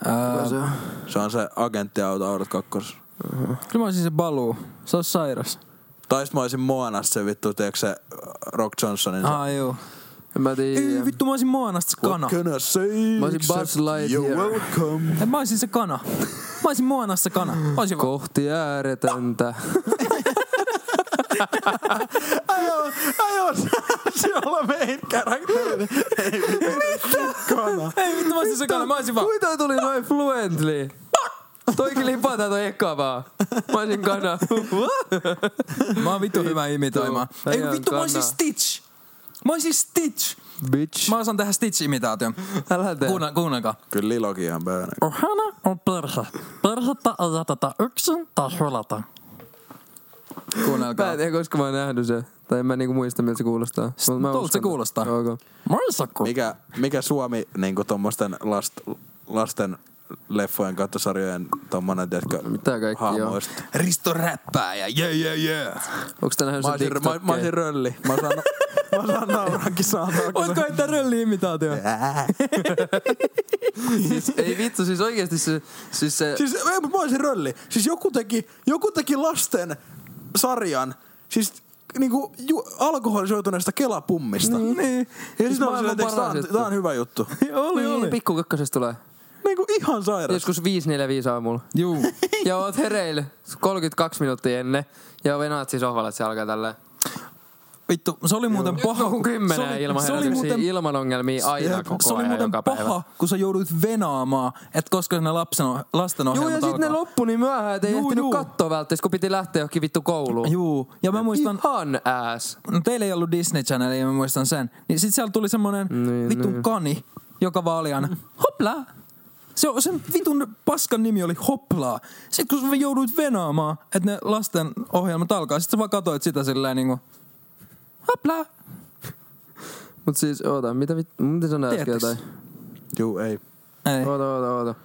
Speaker 4: Ää,
Speaker 3: Se on se agenttiauto Aurat kakkos.
Speaker 4: Äh, kyllä mä olisin se baluu. Se on sairas.
Speaker 3: Tai sit mä olisin Moanas se vittu, tiedätkö se äh, Rock Johnsonin.
Speaker 2: Ah,
Speaker 3: se-
Speaker 4: Aa, joo.
Speaker 2: En mä tiedä.
Speaker 4: Ei, vittu, mä olisin Moanasta se kana.
Speaker 3: What can I say?
Speaker 2: Mä olisin Buzz Lightyear.
Speaker 3: You're welcome.
Speaker 4: Ei, mä olisin se kana. Mä olisin Moanasta se kana. Olisin vaan.
Speaker 2: Kohti ääretöntä.
Speaker 3: Aion, se olla main character.
Speaker 4: Ei vittu, mä olisin se kana. Mä olisin vaan.
Speaker 2: Kuinka tuli noin fluently? Toikin lipataan toi ekka vaan. Mä olisin kana.
Speaker 4: Mä oon vittu hyvä imitoimaan.
Speaker 2: Tää
Speaker 4: Ei
Speaker 2: on
Speaker 4: vittu, mä olisin
Speaker 2: kana.
Speaker 4: Stitch. Mä olisin Stitch.
Speaker 2: Bitch.
Speaker 4: Mä osaan tehdä Stitch-imitaation.
Speaker 2: Älä tee.
Speaker 4: Kuunna- Kuunnelkaa.
Speaker 3: Kyllä Lilokin ihan pöönä.
Speaker 7: Ohana on perhe. Perhettä ei jätetä yksin tai hylätä.
Speaker 4: Kuunnelkaa.
Speaker 2: Mä en tiedä, koska mä oon nähnyt se. Tai en mä niinku muista, miltä se kuulostaa. Mut mä
Speaker 4: Tuolta se
Speaker 2: uskon,
Speaker 4: kuulostaa.
Speaker 2: että- Okay.
Speaker 7: Moisaku.
Speaker 3: Mikä, mikä Suomi niinku tommosten last, lasten leffojen kautta sarjojen tommonen, tiedätkö,
Speaker 2: Mitä kaikki on?
Speaker 3: hahmoista?
Speaker 4: Risto räppää ja jee jee jee.
Speaker 2: Onks tää nähnyt
Speaker 3: Mä
Speaker 2: sen
Speaker 3: olisin, mä, mä olisin
Speaker 2: TikTokkeen?
Speaker 3: rölli. Mä saan, mä saan nauraakin saantaa. kun
Speaker 4: Voitko heittää rölli-imitaatio?
Speaker 2: Äh. Siis, ei vittu, siis oikeesti se... Siis se...
Speaker 3: Siis ei, mut mä olisin rölli. Siis joku teki, joku teki lasten sarjan, siis niinku ju, alkoholisoituneesta kelapummista. Niin. Ja siis
Speaker 2: Siis
Speaker 3: mä
Speaker 2: maailman
Speaker 3: olisin, että tää
Speaker 2: paras
Speaker 3: on,
Speaker 2: juttu.
Speaker 3: tää on hyvä juttu.
Speaker 4: Oli,
Speaker 2: Niin,
Speaker 4: oli.
Speaker 2: pikku kakkosesta tulee.
Speaker 3: Niinku ihan sairas.
Speaker 2: Joskus 5.45 aamulla.
Speaker 4: Juu.
Speaker 2: Ja oot hereillä 32 minuuttia ennen. Ja venaat siis sohvalla, että se alkaa tälleen.
Speaker 4: Vittu, se oli muuten paha.
Speaker 2: No,
Speaker 6: Paha kuin kymmenen ilman
Speaker 4: se oli
Speaker 6: herätyksiä,
Speaker 4: muuten
Speaker 2: Siis
Speaker 6: ilman ongelmia aina koko
Speaker 4: se oli
Speaker 6: ajan
Speaker 4: muuten
Speaker 6: joka
Speaker 4: paha,
Speaker 6: päivä.
Speaker 4: kun sä joudut venaamaan, että koska ne lapsen,
Speaker 2: Juu,
Speaker 4: lastenohjelmat
Speaker 2: ja sitten ne
Speaker 4: alkaa.
Speaker 2: loppu niin myöhään, että ei
Speaker 4: Juu,
Speaker 2: ehtinyt
Speaker 4: juu.
Speaker 2: katsoa välttämättä, kun piti lähteä johonkin vittu kouluun.
Speaker 4: Juu, ja mä muistan,
Speaker 2: Ihan ass.
Speaker 4: no teillä ei ollut Disney Channel, ja mä muistan sen. Niin sit siellä tuli semmonen niin, vitun niin. kani, joka vaan oli aina, hopla! Se, on- sen vitun paskan nimi oli Hoplaa. Sitten kun sä jouduit venaamaan, että ne lasten ohjelmat alkaa, sit sä vaan katsoit sitä silleen niinku, hoplaa!
Speaker 2: Mut siis, oota, mitä vittu, miten sanoit äsken
Speaker 4: Tiedättekö?
Speaker 2: jotain?
Speaker 3: Juu, ei.
Speaker 4: Ei,
Speaker 2: Oota, oota, oota.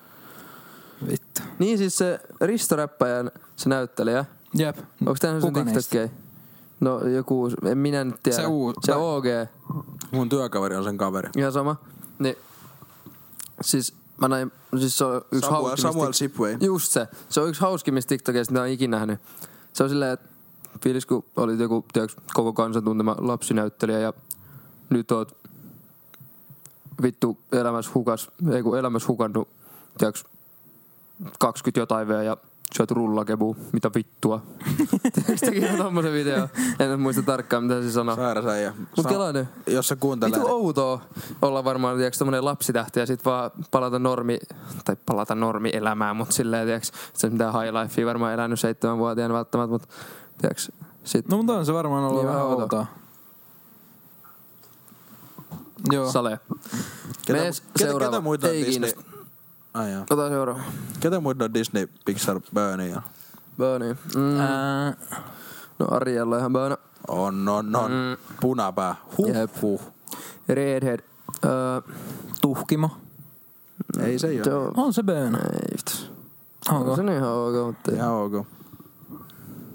Speaker 4: vittu.
Speaker 2: Niin siis se Risto Räppäjän, se näyttelijä,
Speaker 4: Jep.
Speaker 2: Mm. onks tää sun
Speaker 4: Kuka niistä?
Speaker 2: TikTokkei? No joku, uusi- en minä nyt tiedä.
Speaker 4: Se uu-
Speaker 2: Se OG,
Speaker 3: Mun työkaveri on sen kaveri.
Speaker 2: ihan sama. Niin, siis mä näin, siis se on yksi
Speaker 3: Samuel,
Speaker 2: hauskimmista-
Speaker 3: Samuel Sipway.
Speaker 2: Just se. Se on yksi hauskimmista TikTokeista, mitä olen ikinä nähnyt. Se on silleen, että fiilis, kun olit joku tiiäks, koko kansan tuntema lapsinäyttelijä ja nyt oot vittu elämässä hukas, ei kun elämässä hukannut, tiiäks, 20 jotain V ja syöt rullakebu, mitä vittua. Tiiäks tekin tommosen video? En nyt muista tarkkaan, mitä se
Speaker 3: No.
Speaker 2: sanoo.
Speaker 3: Sairasäijä.
Speaker 2: Mut kelaa nyt.
Speaker 3: Jos sä kuuntelee,
Speaker 2: Vitu outoa olla varmaan, tiiäks, tommonen lapsitähti ja sit vaan palata normi, tai palata normielämään, mut silleen, tiiäks, et sä mitään high lifea varmaan elänyt seitsemänvuotiaana välttämättä, mut tiiäks, sit
Speaker 4: No mutta on se varmaan ollut
Speaker 2: Niin,
Speaker 4: vähän
Speaker 2: vähän
Speaker 4: outoa. Joo.
Speaker 2: sale.
Speaker 3: ketä,
Speaker 2: Mees,
Speaker 3: ketä,
Speaker 2: seuraava.
Speaker 3: ketä muita on
Speaker 2: Ei
Speaker 3: Disney? Ai jaa.
Speaker 2: Ota seuraava.
Speaker 3: Ketä muita on Disney, Pixar, Bernie ja...
Speaker 2: Böni. Mm.
Speaker 4: Ää,
Speaker 2: No Ariella on ihan böna.
Speaker 3: On, on, on. Mm. Punapää. Huh,
Speaker 2: Jep.
Speaker 3: huh.
Speaker 2: Redhead. Öö,
Speaker 4: tuhkimo.
Speaker 3: Ei se
Speaker 2: se
Speaker 3: joo.
Speaker 2: on...
Speaker 4: On se böönä.
Speaker 2: Ei vittu.
Speaker 4: Onko?
Speaker 2: Se on ihan ok, mutta...
Speaker 3: Ihan ok.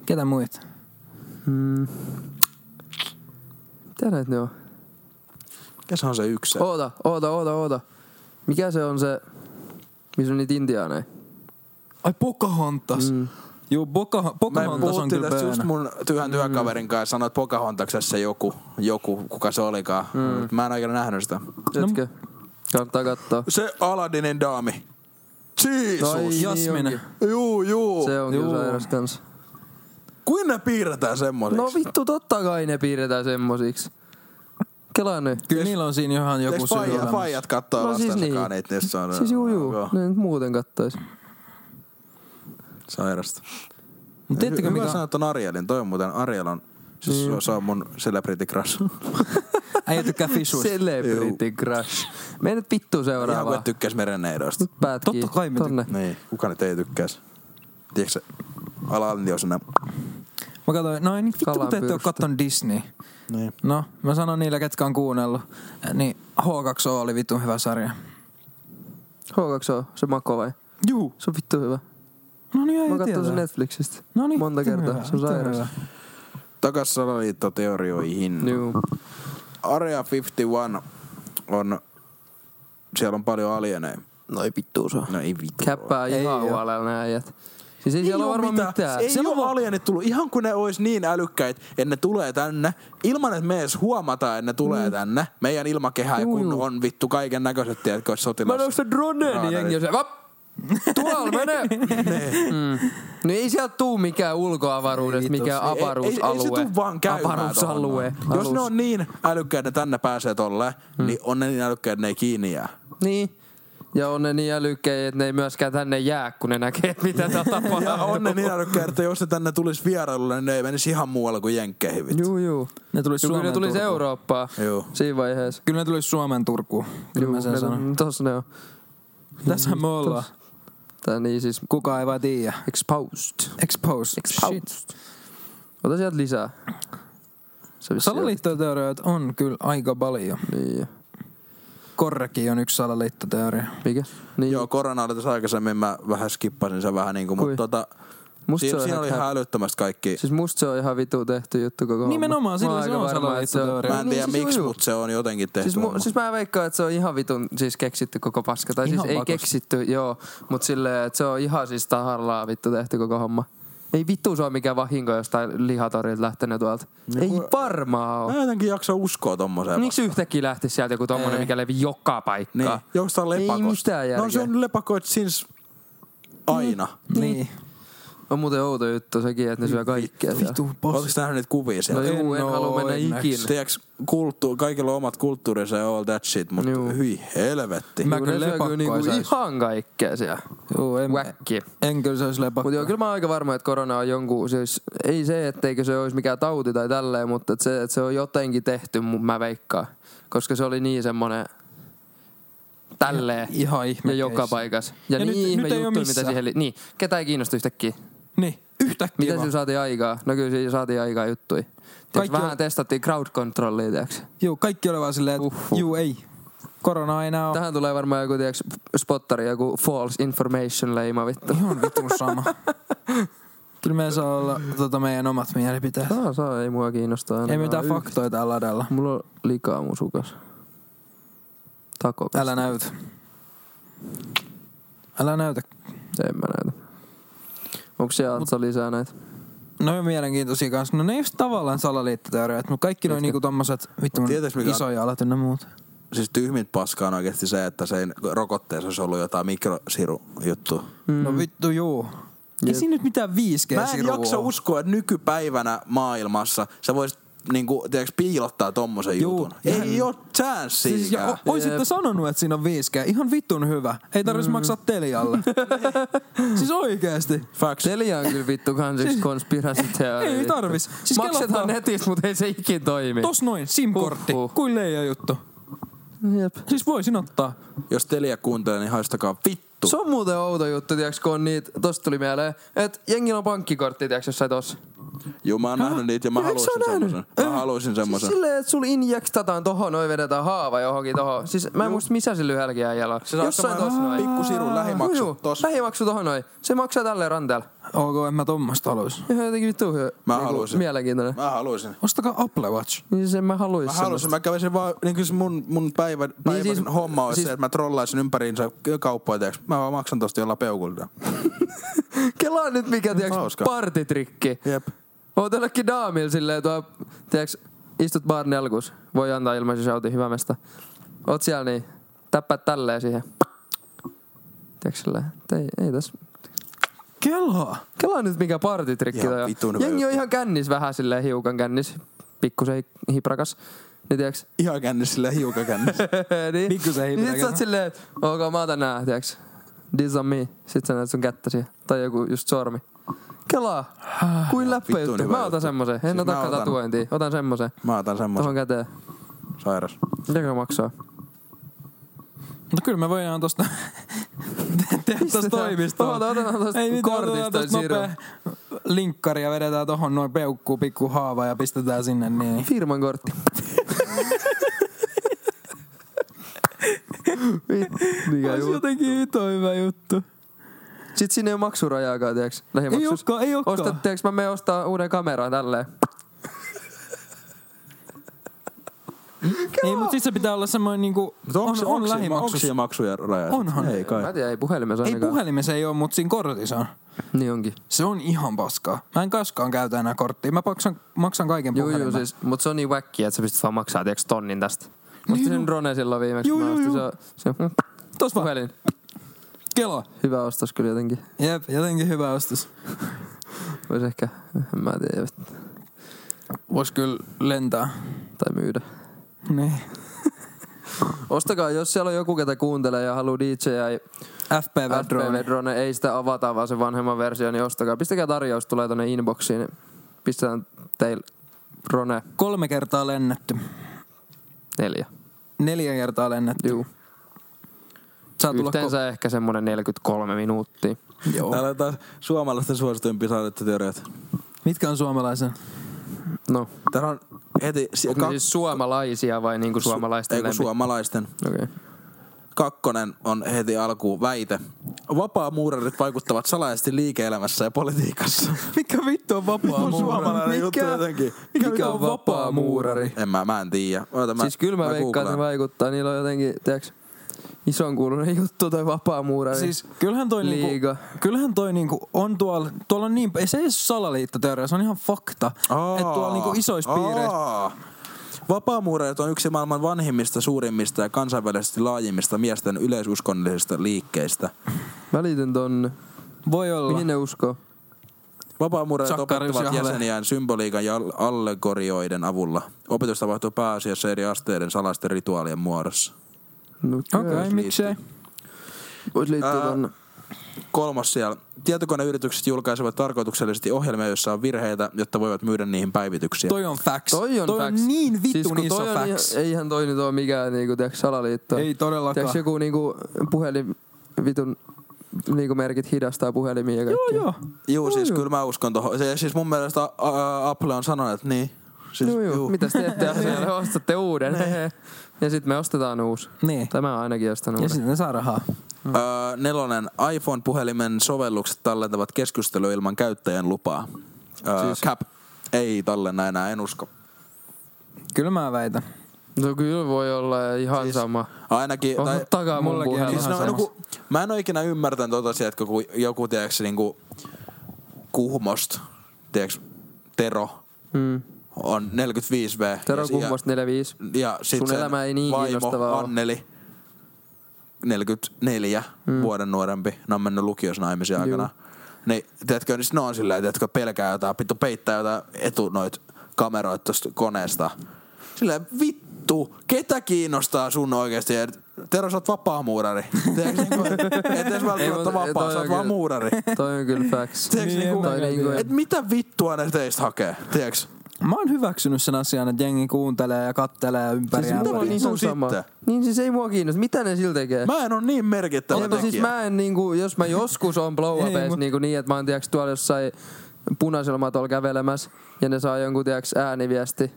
Speaker 4: Ketä muit?
Speaker 2: Mm. Mitä näitä ne on?
Speaker 3: Mikä se on se yksi? se?
Speaker 2: Oota, oota, oota, oota. Mikä se on se, missä on niitä intiaaneja?
Speaker 4: Ai Pocahontas. Mm. Joo, Boca,
Speaker 3: Mä en
Speaker 4: Pocahontas on
Speaker 3: puhuttiin
Speaker 4: kyllä
Speaker 3: tästä just
Speaker 4: böönä.
Speaker 3: mun tyhän työkaverin kanssa sanoit Pocahontaksessa joku, joku, kuka se olikaan. Mm. Mä en oikein nähnyt sitä.
Speaker 2: Jätkö?
Speaker 4: No.
Speaker 2: Kannattaa katsoa.
Speaker 3: Se Aladinin daami. Jeesus.
Speaker 2: No ei.
Speaker 4: Jasmine.
Speaker 2: Niin
Speaker 3: Juu, juu.
Speaker 2: Se on
Speaker 4: Juu.
Speaker 2: kyllä sairas kans.
Speaker 3: Kuin ne piirretään semmoisiksi?
Speaker 2: No vittu, totta kai ne piirretään semmosiksi. Kelaa nyt.
Speaker 4: Kyllä niillä on siinä ihan joku
Speaker 3: Eikö
Speaker 4: syy
Speaker 3: faijat,
Speaker 4: olemassa.
Speaker 3: faijat kattoo
Speaker 2: No
Speaker 3: no,
Speaker 2: siis
Speaker 3: siis
Speaker 2: niin.
Speaker 3: niitä, jos on...
Speaker 2: Siis juu juu,
Speaker 3: Joo.
Speaker 2: ne nyt muuten kattois.
Speaker 3: Sairasta.
Speaker 4: Mut tiedättekö
Speaker 3: Hy-
Speaker 4: mikä
Speaker 3: Hyvä sanoa ton Arielin. Toi on muuten Ariel on... Siis se on- se on mun celebrity crush.
Speaker 4: äijä tykkää fissuista?
Speaker 2: Celebrity crush. Mene nyt vittu
Speaker 3: Ihan kuin
Speaker 2: seuraavaan.
Speaker 3: et tykkäis merenneidosta.
Speaker 2: Nyt päätkii.
Speaker 4: Totta kai me
Speaker 2: Tonne.
Speaker 3: Niin, kuka nyt ei tykkäis? Tiedätkö se? Ala-Antti on sinä.
Speaker 4: Mä katsoin, no ei nyt vittu, kun te ette oo
Speaker 2: Kalanpyrstö.
Speaker 4: kattonut Disney.
Speaker 3: Niin.
Speaker 4: No, mä sanon niille, ketkä on kuunnellut. Niin H2O oli vittu hyvä sarja.
Speaker 2: H2O, se mako vai?
Speaker 4: Juu.
Speaker 2: Se on vittu hyvä.
Speaker 4: No niin,
Speaker 2: Mä
Speaker 4: ei
Speaker 2: katson sen
Speaker 4: tiedä.
Speaker 2: Netflixistä.
Speaker 4: No niin,
Speaker 2: monta
Speaker 4: vittu
Speaker 2: kertaa.
Speaker 4: hyvä,
Speaker 2: Se on
Speaker 4: vittu
Speaker 2: sairas.
Speaker 4: hyvä.
Speaker 3: Takas salaliittoteorioihin.
Speaker 2: Juu.
Speaker 3: Area 51 on... Siellä on paljon alieneja.
Speaker 2: No ei vittu saa.
Speaker 3: No ei vittu.
Speaker 2: Käppää
Speaker 4: Ei
Speaker 2: ihan
Speaker 4: oo.
Speaker 2: huolella nää äijät. Siis ei, siellä ole varmaan mitään.
Speaker 3: Ei
Speaker 2: Siellä
Speaker 3: siellä
Speaker 2: on
Speaker 3: ole alienit tullut. Ihan kun ne olisi niin älykkäitä, että ne tulee tänne, ilman että me edes huomataan, että ne tulee mm. tänne, meidän ilmakehään,
Speaker 2: Juu,
Speaker 3: kun
Speaker 2: juu.
Speaker 3: on vittu kaiken näköiset, tiedätkö,
Speaker 2: Mä
Speaker 3: sotilas.
Speaker 2: nostan droneen, niin
Speaker 3: Raadarit.
Speaker 2: jengi on se, vap, tuolla menee.
Speaker 3: Niin.
Speaker 2: Mm. No ei sieltä tuu mikään ulkoavaruudesta, mikään
Speaker 3: Ei-
Speaker 2: avaruusalue.
Speaker 3: Ei, ei, ei se tuu vaan käymään
Speaker 2: Avaruusalue.
Speaker 3: tohon noin. Jos ne
Speaker 2: Alus. Hmm.
Speaker 3: on niin älykkäitä, että tänne pääsee tolle, mm. niin on ne niin älykkäitä, että ne ei kiinni jää.
Speaker 2: Niin. Ja on ne niin älykkäitä, että ne ei myöskään tänne jää, kun ne näkee, että mitä tää tapahtuu.
Speaker 3: Ja on ne niin älykkäitä, että jos ne tänne tulisi vierailulle, niin ne ei menisi ihan muualle kuin jenkkeihin. vittu.
Speaker 2: Juu, juu.
Speaker 4: Ne tulisi
Speaker 2: Juu, kyllä ne
Speaker 4: Suomeen
Speaker 2: tulisi
Speaker 4: Turkuun.
Speaker 2: Eurooppaan
Speaker 3: Juu.
Speaker 2: siinä vaiheessa.
Speaker 4: Kyllä ne tulisi Suomen Turkuun. Kyllä mä
Speaker 2: Juu,
Speaker 4: sen
Speaker 2: ne-
Speaker 4: sanon.
Speaker 2: Tossa ne on.
Speaker 4: Tässähän me ollaan.
Speaker 2: Tää niin siis
Speaker 4: Kuka ei vaan tiedä.
Speaker 2: exposed.
Speaker 4: Exposed.
Speaker 2: Exposed. Ota sieltä lisää. Se vissi-
Speaker 4: Salaliittoteorioita on kyllä aika paljon.
Speaker 2: Niin.
Speaker 4: Korrekin on yksi salaliittoteoria.
Speaker 2: Mikä? Niin.
Speaker 3: Joo, korona oli tässä aikaisemmin, mä vähän skippasin sen vähän niinku,
Speaker 2: Kui?
Speaker 3: mutta tota,
Speaker 2: Musta se
Speaker 3: siinä,
Speaker 2: on
Speaker 3: siinä
Speaker 2: ihan
Speaker 3: oli
Speaker 2: häpeä.
Speaker 3: ihan älyttömästi kaikki.
Speaker 2: Siis musta se on ihan vitu tehty juttu koko homma.
Speaker 4: Nimenomaan,
Speaker 2: Mä
Speaker 4: sillä
Speaker 2: oon
Speaker 4: se
Speaker 2: aika
Speaker 4: on
Speaker 2: varma,
Speaker 4: sellainen
Speaker 2: että se on-
Speaker 4: teoria.
Speaker 3: Mä en tiedä
Speaker 2: Niin, siis
Speaker 3: miksi,
Speaker 2: joo, joo.
Speaker 3: mutta se on jotenkin tehty.
Speaker 2: Siis, mu,
Speaker 3: homma.
Speaker 2: siis mä veikkaan, että se on ihan vitun siis keksitty koko paska. Tai
Speaker 4: Ihan
Speaker 2: siis ei
Speaker 4: pakosti.
Speaker 2: keksitty, joo. Mutta silleen, että se on ihan siis tahallaan vittu tehty koko homma. Ei vittu se on mikään vahinko jostain lihatorilta lähtenyt tuolta.
Speaker 3: Niin
Speaker 2: ei varmaan
Speaker 3: Mä
Speaker 2: ole.
Speaker 3: en jotenkin jaksa uskoa tommoseen.
Speaker 2: Miksi yhtäkkiä lähti sieltä joku tommonen,
Speaker 4: Ei.
Speaker 2: mikä levi joka
Speaker 3: Niin.
Speaker 2: paikkaan?
Speaker 3: Jostain No
Speaker 2: Ei
Speaker 3: lepakosta.
Speaker 2: mitään järkeä. Niin,
Speaker 3: No se on lepakoit since aina.
Speaker 4: Niin.
Speaker 2: On muuten outo juttu sekin, että ne syö kaikkea siellä.
Speaker 4: Vitu
Speaker 3: Oletko
Speaker 4: pos.
Speaker 3: nähnyt niitä kuvia
Speaker 2: No
Speaker 3: siellä?
Speaker 2: juu, en
Speaker 4: oo
Speaker 2: halua mennä
Speaker 4: onneksi.
Speaker 2: ikinä.
Speaker 3: Tiedätkö, Siis kulttu- kaikilla on omat kulttuurinsa ja all that shit, mutta
Speaker 2: Juu.
Speaker 3: hyi helvetti.
Speaker 4: Mä
Speaker 2: Juu,
Speaker 4: kyllä
Speaker 2: ne syö
Speaker 4: lepakkoa
Speaker 2: niinku
Speaker 4: sais.
Speaker 2: ihan kaikkea siellä.
Speaker 4: Juu, en,
Speaker 2: Wacki.
Speaker 4: en kyllä se olisi lepakko.
Speaker 2: Mutta joo, kyllä mä oon aika varma, että korona on jonkun, siis ei se, etteikö se olisi mikään tauti tai tälleen, mutta että se, että se on jotenkin tehty, mun- mä veikkaan. Koska se oli niin semmonen tälleen
Speaker 4: Ihan
Speaker 2: ja
Speaker 4: ihme.
Speaker 2: joka
Speaker 4: keissi.
Speaker 2: paikassa. Ja,
Speaker 4: Ja
Speaker 2: ja niin
Speaker 4: nyt-
Speaker 2: nyt, ihme
Speaker 4: nyt ei oo
Speaker 2: juttu, mitä
Speaker 4: missään.
Speaker 2: siihen li- Niin, ketä ei kiinnosta yhtäkkiä.
Speaker 4: Niin, yhtäkkiä
Speaker 2: Mitä
Speaker 4: vaan.
Speaker 2: sillä saatiin aikaa? No kyllä siinä saatiin aikaa juttui.
Speaker 4: Kaikki
Speaker 2: Kaikki vähän
Speaker 4: on-
Speaker 2: on... testattiin crowd controlia, tiiäks.
Speaker 4: Juu, kaikki oli vaan silleen, että
Speaker 2: Uhuh.
Speaker 4: juu ei. Korona ei enää ole.
Speaker 2: Tähän tulee varmaan joku, tiiäks, spottari, joku false information leima vittu.
Speaker 4: Ihan vitun sama. Kyllä me saa olla tota, meidän omat mielipiteet.
Speaker 2: Saa, saa, ei mua kiinnosta.
Speaker 4: Ei
Speaker 2: ainakaan
Speaker 4: mitään
Speaker 2: yhtään.
Speaker 4: faktoja täällä ladella.
Speaker 2: Mulla on likaa mun sukas. Takokas.
Speaker 4: Älä näytä. Älä näytä.
Speaker 2: En mä näytä. Onko se Antsa lisää näitä?
Speaker 4: No on mielenkiintoisia kanssa. No ne just tavallaan salaliittoteoriat, mutta kaikki noin niinku tommoset vittu mun
Speaker 3: Tietäis mikä on-
Speaker 4: isoja alat ynnä muut.
Speaker 3: Siis tyhmint paska on oikeasti se, että sen rokotteessa olisi ollut jotain mikrosiru juttu.
Speaker 4: Mm. No vittu juu. Ei siinä nyt mitään 5G
Speaker 3: Mä en jaksa uskoa, että nykypäivänä maailmassa sä voisit niinku, tiedätkö, piilottaa tommosen
Speaker 4: Juu.
Speaker 3: jutun. Ei oo chance
Speaker 4: Siis, ja o- oisitte sanonut, että siinä on 5G. Ihan vittun hyvä. Ei tarvitsisi mm. maksaa telialle. siis oikeesti.
Speaker 3: Facts.
Speaker 2: Telia on kyllä vittu kansiksi konspirasiteoria.
Speaker 4: Siis- Ei
Speaker 2: vittu.
Speaker 4: tarvis. Siis
Speaker 2: Maksetaan
Speaker 4: kelatkaa-
Speaker 2: netistä, mutta ei se ikin toimi.
Speaker 4: Tos noin, SIM-kortti.
Speaker 2: Huhhuh.
Speaker 4: Kuin leija juttu.
Speaker 2: Jep.
Speaker 4: Siis voisin ottaa.
Speaker 3: Jos Telia kuuntelee, niin haistakaa vittu.
Speaker 2: Se on muuten outo juttu, tiiäks, kun on niitä, tosta tuli mieleen, että jengillä on pankkikortti, tiiäks, jossain tossa.
Speaker 3: Juu, mä oon nähnyt niitä ja mä
Speaker 2: Ja eikö
Speaker 3: haluaisin
Speaker 2: sä oo nähnyt?
Speaker 3: semmosen. Mä haluaisin
Speaker 2: Siis
Speaker 3: semmosen.
Speaker 2: silleen, että sul injektataan tohon, noin vedetään haava johonkin tohon. Siis mä en muista, missä sillä yhdelläkin äijällä on. Jossain tossa noin.
Speaker 3: Pikku sirun lähimaksu.
Speaker 2: Juu,
Speaker 3: Tos.
Speaker 2: Lähimaksu tohon noin. Se maksaa tälleen ranteella.
Speaker 4: Ok, en mä tommosta haluaisi.
Speaker 2: Ihan jotenkin vittu hyvä.
Speaker 3: Mä haluaisin.
Speaker 2: Niinku Mielenkiintoinen.
Speaker 3: Mä haluaisin.
Speaker 4: Ostakaa Apple Watch.
Speaker 2: Niin sen mä haluaisin.
Speaker 3: Mä haluaisin, mä kävisin vaan, niin kyllä se mun, mun päivä, päivän niin siis,
Speaker 2: siis-
Speaker 3: homma olisi siis,
Speaker 2: siis-
Speaker 3: se, että mä trollaisin ympäriinsä kauppoja, tiiäks. Mä vaan maksan tosta jollain peukulta.
Speaker 2: Kelaa nyt mikä, tiiäks,
Speaker 3: hauska.
Speaker 2: partitrikki.
Speaker 3: Jep.
Speaker 2: Oot jollekin daamilla silleen tuo, tiiäks, istut baarin alkuus. Voi antaa ilmaisen shoutin hyvä mesta. Oot siellä niin, täppäät tälleen siihen. Tiiäks silleen, että ei, ei tässä.
Speaker 4: Kelaa.
Speaker 2: Kelaa nyt mikä partitrikki
Speaker 3: Ihan
Speaker 2: toi on.
Speaker 3: vitun hyvä
Speaker 2: Jengi on
Speaker 3: juttu.
Speaker 2: ihan kännis vähän silleen, hiukan kännis. Pikkusen hi- hiprakas. Niin tiiäks,
Speaker 3: Ihan kännissä, sillä hiukan kännissä.
Speaker 2: niin.
Speaker 4: Pikkusen
Speaker 2: Niin sit sä
Speaker 4: hiipinäkään.
Speaker 2: oot silleen, että ok, mä otan nää, tiiäks. This on me. Sit sä näet sun kättä siihen. Tai joku just sormi. Kelaa.
Speaker 4: Ah,
Speaker 2: Kuin läppä
Speaker 3: vittuun
Speaker 2: juttu.
Speaker 3: hyvä
Speaker 2: Mä otan
Speaker 3: juttu.
Speaker 2: semmosen. En
Speaker 3: Siis mä
Speaker 2: ota
Speaker 3: otan-
Speaker 2: tatuointia. Otan semmosen.
Speaker 3: Mä otan semmoisen.
Speaker 2: Tohon käteen.
Speaker 3: Sairas.
Speaker 2: Mitäkö se maksaa?
Speaker 4: Mutta No kyllä me voidaan tosta tehdä tosta toimistoa.
Speaker 2: Oota, otetaan tosta
Speaker 4: Ei mitään, otetaan
Speaker 2: kortista
Speaker 4: tosta
Speaker 2: siru.
Speaker 4: nopea linkkari ja vedetään tohon noin peukkuu pikku haava ja pistetään sinne niin.
Speaker 2: Firman kortti. Vittu, Mikä
Speaker 4: Olisi
Speaker 2: juttu.
Speaker 4: jotenkin ito hyvä juttu.
Speaker 2: Sitten sinne ei ole maksurajaakaan, tiiäks.
Speaker 4: Ei
Speaker 2: Lähimaksus.
Speaker 4: olekaan, ei olekaan.
Speaker 2: Ostat, tiiäks, mä menen ostaa uuden kameran tälleen.
Speaker 4: Ei, mutta sit se pitää olla semmoinen niinku,
Speaker 3: Mutta
Speaker 4: on,
Speaker 3: onko se
Speaker 4: on
Speaker 3: onko siinä- onko
Speaker 4: lähimaksus.
Speaker 3: siinä maksuja raja?
Speaker 4: Onhan.
Speaker 3: Ei
Speaker 2: Mä en
Speaker 3: kai.
Speaker 2: tiedä, ei puhelimessa
Speaker 4: Ei
Speaker 2: ainakaan.
Speaker 4: puhelimessa ei ole, mutta siinä kortissa on.
Speaker 2: Niin onkin.
Speaker 4: Se on ihan paskaa. Mä en kaskaan käytä enää korttia. Mä maksan, maksan kaiken
Speaker 2: Juu,
Speaker 4: puhelimen.
Speaker 2: juu, siis, mut se on niin wackia, että sä pystyt vaan maksaa tiiäks tonnin tästä. Mä ostin sen drone silloin viimeksi.
Speaker 4: Niin Juu,
Speaker 2: Mä
Speaker 4: juu,
Speaker 2: ostin
Speaker 4: juu.
Speaker 2: se, se mm,
Speaker 4: Tos vaan,
Speaker 2: puhelin.
Speaker 4: kelo.
Speaker 2: Hyvä ostos kyllä jotenkin.
Speaker 4: Jep, jotenkin hyvä ostos.
Speaker 2: Voisi ehkä, en mä tiedä,
Speaker 4: Vois kyllä lentää.
Speaker 2: tai myydä.
Speaker 4: Niin.
Speaker 2: Ostakaa, jos siellä on joku, ketä kuuntelee ja haluaa DJ ja
Speaker 4: FPV drone.
Speaker 2: FPV Drone, ei sitä avata, vaan se vanhemman versio, niin ostakaa. Pistäkää tarjous, tulee tonne inboxiin. niin Pistetään teille Drone
Speaker 4: Kolme kertaa lennetty.
Speaker 2: 4.
Speaker 4: Neljä kertaa lennetty.
Speaker 2: Juu.
Speaker 4: Saa tulla
Speaker 2: Yhteensä ehkä semmonen 43 minuuttia.
Speaker 4: ko- Joo.
Speaker 3: Täällä on taas suomalaisten suosituimpia salaliittoteoriat.
Speaker 4: Mitkä on suomalaisen?
Speaker 2: No,
Speaker 3: Täällä on heti... si-
Speaker 2: onko ne siis suomalaisia vai niinku suomalaisten
Speaker 3: Ei kun
Speaker 2: lempi-
Speaker 3: suomalaisten.
Speaker 2: Okei.
Speaker 3: Kakkonen on heti alkuun väite. Vapaamuurarit vaikuttavat salaisesti liike-elämässä ja politiikassa.
Speaker 4: Mikä vittu on vapaa
Speaker 3: Suomalainen juttu jotenkin.
Speaker 4: Mikä,
Speaker 2: Mikä on vapaamuurari?
Speaker 3: En mä, mä en tiedä. Oota, mä,
Speaker 2: Siis kyllä mä, veikkaan, että ne
Speaker 3: googlaan.
Speaker 2: vaikuttaa. Niillä on jotenkin, tiiäks, ison kuulunen juttu toi niin vapaamuurari.
Speaker 4: Siis kyllähän toi, niinku,
Speaker 2: Liiga.
Speaker 4: kyllähän toi niinku on tuolla, tuolla on niin, ei se ei ole salaliittoteoria, se on ihan fakta.
Speaker 3: Aa,
Speaker 4: Että tuolla niinku isoissa piireissä
Speaker 3: aa. Vapaamuureet on yksi maailman vanhimmista, suurimmista ja kansainvälisesti laajimmista miesten yleisuskunnallisista liikkeistä.
Speaker 2: Välityn tonne.
Speaker 4: voi olla.
Speaker 2: Mihin ne uskoo?
Speaker 3: Vapaamureet
Speaker 4: Sakkarius
Speaker 3: opettavat
Speaker 4: Jahle.
Speaker 3: jäseniään symboliikan ja al- allegorioiden avulla. Opetus tapahtuu pääasiassa eri asteiden salaisten rituaalien muodossa.
Speaker 2: No,
Speaker 4: Okei, okay, miksei.
Speaker 2: Voisi liittyä
Speaker 3: Ää,
Speaker 2: tonne.
Speaker 3: Kolmas siellä. Tietokoneyritykset julkaisevat tarkoituksellisesti ohjelmia, joissa on virheitä, jotta voivat myydä niihin päivityksiä.
Speaker 4: Toi on facts.
Speaker 2: Toi on
Speaker 4: toi
Speaker 2: facts.
Speaker 4: on niin
Speaker 2: Siis
Speaker 4: vittun
Speaker 2: kun
Speaker 4: siis, iso
Speaker 2: toi on
Speaker 4: facts.
Speaker 2: ihan- Eihän toi nyt ole mikään niinku, tiiäks, salaliitto.
Speaker 4: Ei todellakaan.
Speaker 2: Tiedätkö joku niinku, puhelin vitun niinku merkit hidastaa puhelimia ja kaikkea.
Speaker 4: Joo, joo.
Speaker 3: Juu, siis kyllä mä uskon tohon. Se, siis mun mielestä ä, ä, Apple on sanonut, että niin. Siis,
Speaker 2: Joo, joo.
Speaker 3: juu.
Speaker 2: Mitäs teette asialle? Ostatte uuden. hehe. ja sitten me ostetaan uusi.
Speaker 4: Niin.
Speaker 2: Tämä on ainakin ostanut
Speaker 4: Ja
Speaker 2: uuden.
Speaker 4: sitten ne saa rahaa.
Speaker 3: Öö, nelonen. iPhone-puhelimen sovellukset tallentavat keskustelua ilman käyttäjän lupaa. Öö, siis. Cap. Ei tallenna enää, en usko.
Speaker 4: Kyllä mä väitän.
Speaker 2: No kyllä voi olla ihan
Speaker 3: Siis-
Speaker 2: sama.
Speaker 3: Ainakin...
Speaker 2: On
Speaker 3: tai-
Speaker 2: takaa mun
Speaker 4: Mullakin
Speaker 2: puhelin.
Speaker 4: ihan
Speaker 3: Siis no,
Speaker 2: Ihan sama.
Speaker 3: no, kun, mä en ole ikinä ymmärtänyt tota asiaa, että kun joku, tiedätkö, niinku, kuhmost, tiedätkö, Tero
Speaker 2: Mm.
Speaker 3: on 45V.
Speaker 2: Tero
Speaker 3: ja-
Speaker 2: Kummosta 45.
Speaker 3: Ja, ja sit
Speaker 2: Sun
Speaker 3: sen
Speaker 2: elämä ei niin kiinnostavaa
Speaker 3: vaimo,
Speaker 2: ole.
Speaker 3: Anneli, 44, mm. vuoden nuorempi, ne on mennyt lukiossa naimisiin aikana. Niin, tiedätkö, niin sit ne on silleen, tiedätkö, pelkää jotain, pitää peittää jotain etu noit kameroita tosta koneesta. Silleen, vittu, ketä kiinnostaa sun oikeesti? Ja Tero, sä oot vapaamuurari. Tiedätkö, niinku, et edes välttämättä
Speaker 2: mut- toi
Speaker 3: vapaa,
Speaker 2: on
Speaker 3: sä oot vaan
Speaker 2: kyllä-
Speaker 3: muurari.
Speaker 2: Toi on kyllä facts.
Speaker 3: Tiedätkö, niinku,
Speaker 2: Toi niinku,
Speaker 3: et mitä vittua ne teistä hakee, tiedätkö?
Speaker 4: Mä oon hyväksynyt sen asian, että jengi kuuntelee ja kattelee ja ympäri.
Speaker 2: Siis
Speaker 4: Siis
Speaker 2: mulla on
Speaker 3: vittu
Speaker 2: ihan sama.
Speaker 3: niinku sitten?
Speaker 2: Niin siis ei mua kiinnosta. Mitä ne sillä tekee?
Speaker 3: Mä en ole niin merkittävä
Speaker 2: Eh. Mutta siis
Speaker 3: tekijä.
Speaker 2: mä en niinku, jos mä joskus on blow
Speaker 4: Ei,
Speaker 2: upeissa
Speaker 4: mut-
Speaker 2: niinku niin, että mä oon tiiäks tuolla jossain punaisella matolla kävelemässä ja ne saa jonkun tiiäks ääniviesti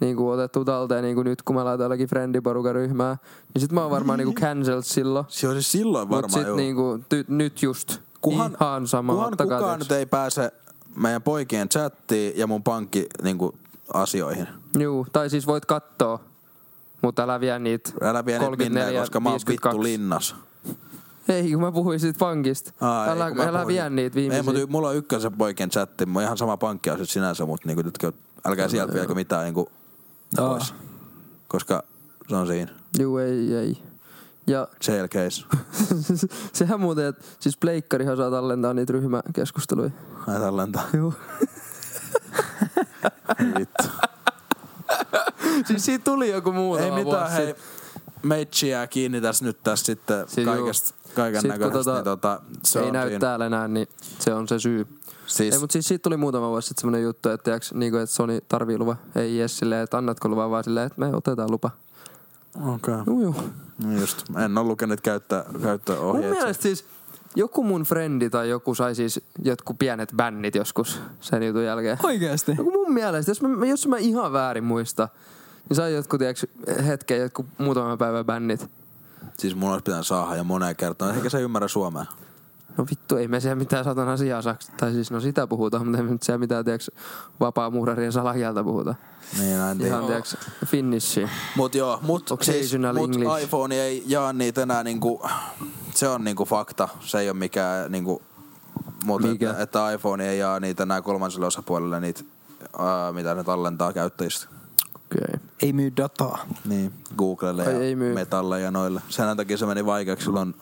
Speaker 2: niinku otettu talteen niinku nyt kun mä laitan jollekin friendiporukan ryhmää, niin sit mä oon varmaan niinku cancelled silloin.
Speaker 3: Se on siis silloin
Speaker 2: Mut
Speaker 3: varmaan
Speaker 2: sit
Speaker 3: juu.
Speaker 2: niinku ty, nyt just
Speaker 3: Kuhan-
Speaker 2: ihan sama.
Speaker 3: Kunhan
Speaker 2: ottakaa
Speaker 3: kukaan
Speaker 2: tiiäks.
Speaker 3: nyt ei pääse meidän poikien chattiin ja mun pankki niinku, asioihin.
Speaker 2: Juu, tai siis voit kattoo, mutta älä vie niitä.
Speaker 3: Älä vie nyt minne,
Speaker 2: 34,
Speaker 3: koska mä oon vittu
Speaker 2: 52.
Speaker 3: linnas.
Speaker 2: Ei, kun mä puhuin siitä pankista.
Speaker 3: ei,
Speaker 2: älä,
Speaker 3: kun mä
Speaker 2: älä
Speaker 3: puhuin-
Speaker 2: vie niitä
Speaker 3: Ei,
Speaker 2: viimeisiä.
Speaker 3: mutta mulla on ykkösen poikien chatti. Mä oon ihan sama pankki asia sinänsä, mutta niinku, tytkö, älkää sieltä vieläkö mitään niinku, pois. Koska se on siinä.
Speaker 2: Juu, ei, ei. Ja
Speaker 3: Jail case.
Speaker 2: Sehän muuten, että siis pleikkarihan saa tallentaa niitä ryhmäkeskusteluja.
Speaker 3: Ai tallentaa.
Speaker 2: Joo.
Speaker 3: Vittu.
Speaker 2: siis siitä tuli joku
Speaker 3: Ei
Speaker 2: muutama
Speaker 3: mitään,
Speaker 2: vuosi
Speaker 3: hei.
Speaker 2: sitten.
Speaker 3: Meitsi jää kiinni tässä nyt tässä sitten
Speaker 2: Siis juu.
Speaker 3: kaikesta, kaiken
Speaker 2: Sit kun
Speaker 3: näköisesti.
Speaker 2: tota-
Speaker 3: Niin, tota, se
Speaker 2: ei
Speaker 3: on
Speaker 2: näy
Speaker 3: siinä.
Speaker 2: täällä enää, niin se on se syy.
Speaker 3: Siis,
Speaker 2: Ei, mutta siis siitä tuli muutama vuosi sitten semmoinen juttu, että, tiiäks, niinku, että Sony tarvii luva. Ei jes silleen, että annatko luvan, vaan silleen, että me otetaan lupa.
Speaker 3: Okei.
Speaker 2: Juu, juu.
Speaker 3: No just, en ole lukenut käyttää, käyttää
Speaker 2: Mun
Speaker 3: ohjeet.
Speaker 2: mielestä siis joku mun frendi tai joku sai siis jotkut pienet bännit joskus sen jutun jälkeen.
Speaker 4: Oikeesti.
Speaker 2: No kun mun mielestä, jos mä, jos mä ihan väärin muista, niin sai jotkut tiiäks, hetken, jotkut muutaman päivän bännit.
Speaker 3: Siis mun olisi pitänyt saada ja moneen kertaan. Ehkä se ymmärrä suomea.
Speaker 2: No vittu, ei me siellä mitään satana asiaa saa. Tai siis no sitä puhutaan, mutta ei me nyt siellä mitään, tiiäks, vapaa muurarien salakieltä puhuta.
Speaker 3: Niin, näin
Speaker 2: Ihan,
Speaker 3: tiedä.
Speaker 2: tiiäks, finnishi.
Speaker 3: Mut joo, mut, siis,
Speaker 2: Occasional
Speaker 3: mut
Speaker 2: English.
Speaker 3: iPhone ei jaa niitä enää niinku, se on niinku fakta. Se ei ole mikään niinku, mut
Speaker 2: Mikä?
Speaker 3: Että, että, iPhone ei jaa niitä enää kolmanselle osapuolelle niitä, ää, mitä ne tallentaa käyttäjistä.
Speaker 2: Okei.
Speaker 4: Ei myy dataa.
Speaker 3: Niin, Googlelle
Speaker 2: Ai
Speaker 3: ja
Speaker 2: ei myy.
Speaker 3: Metalle ja noille. Sen takia se meni vaikeaksi silloin.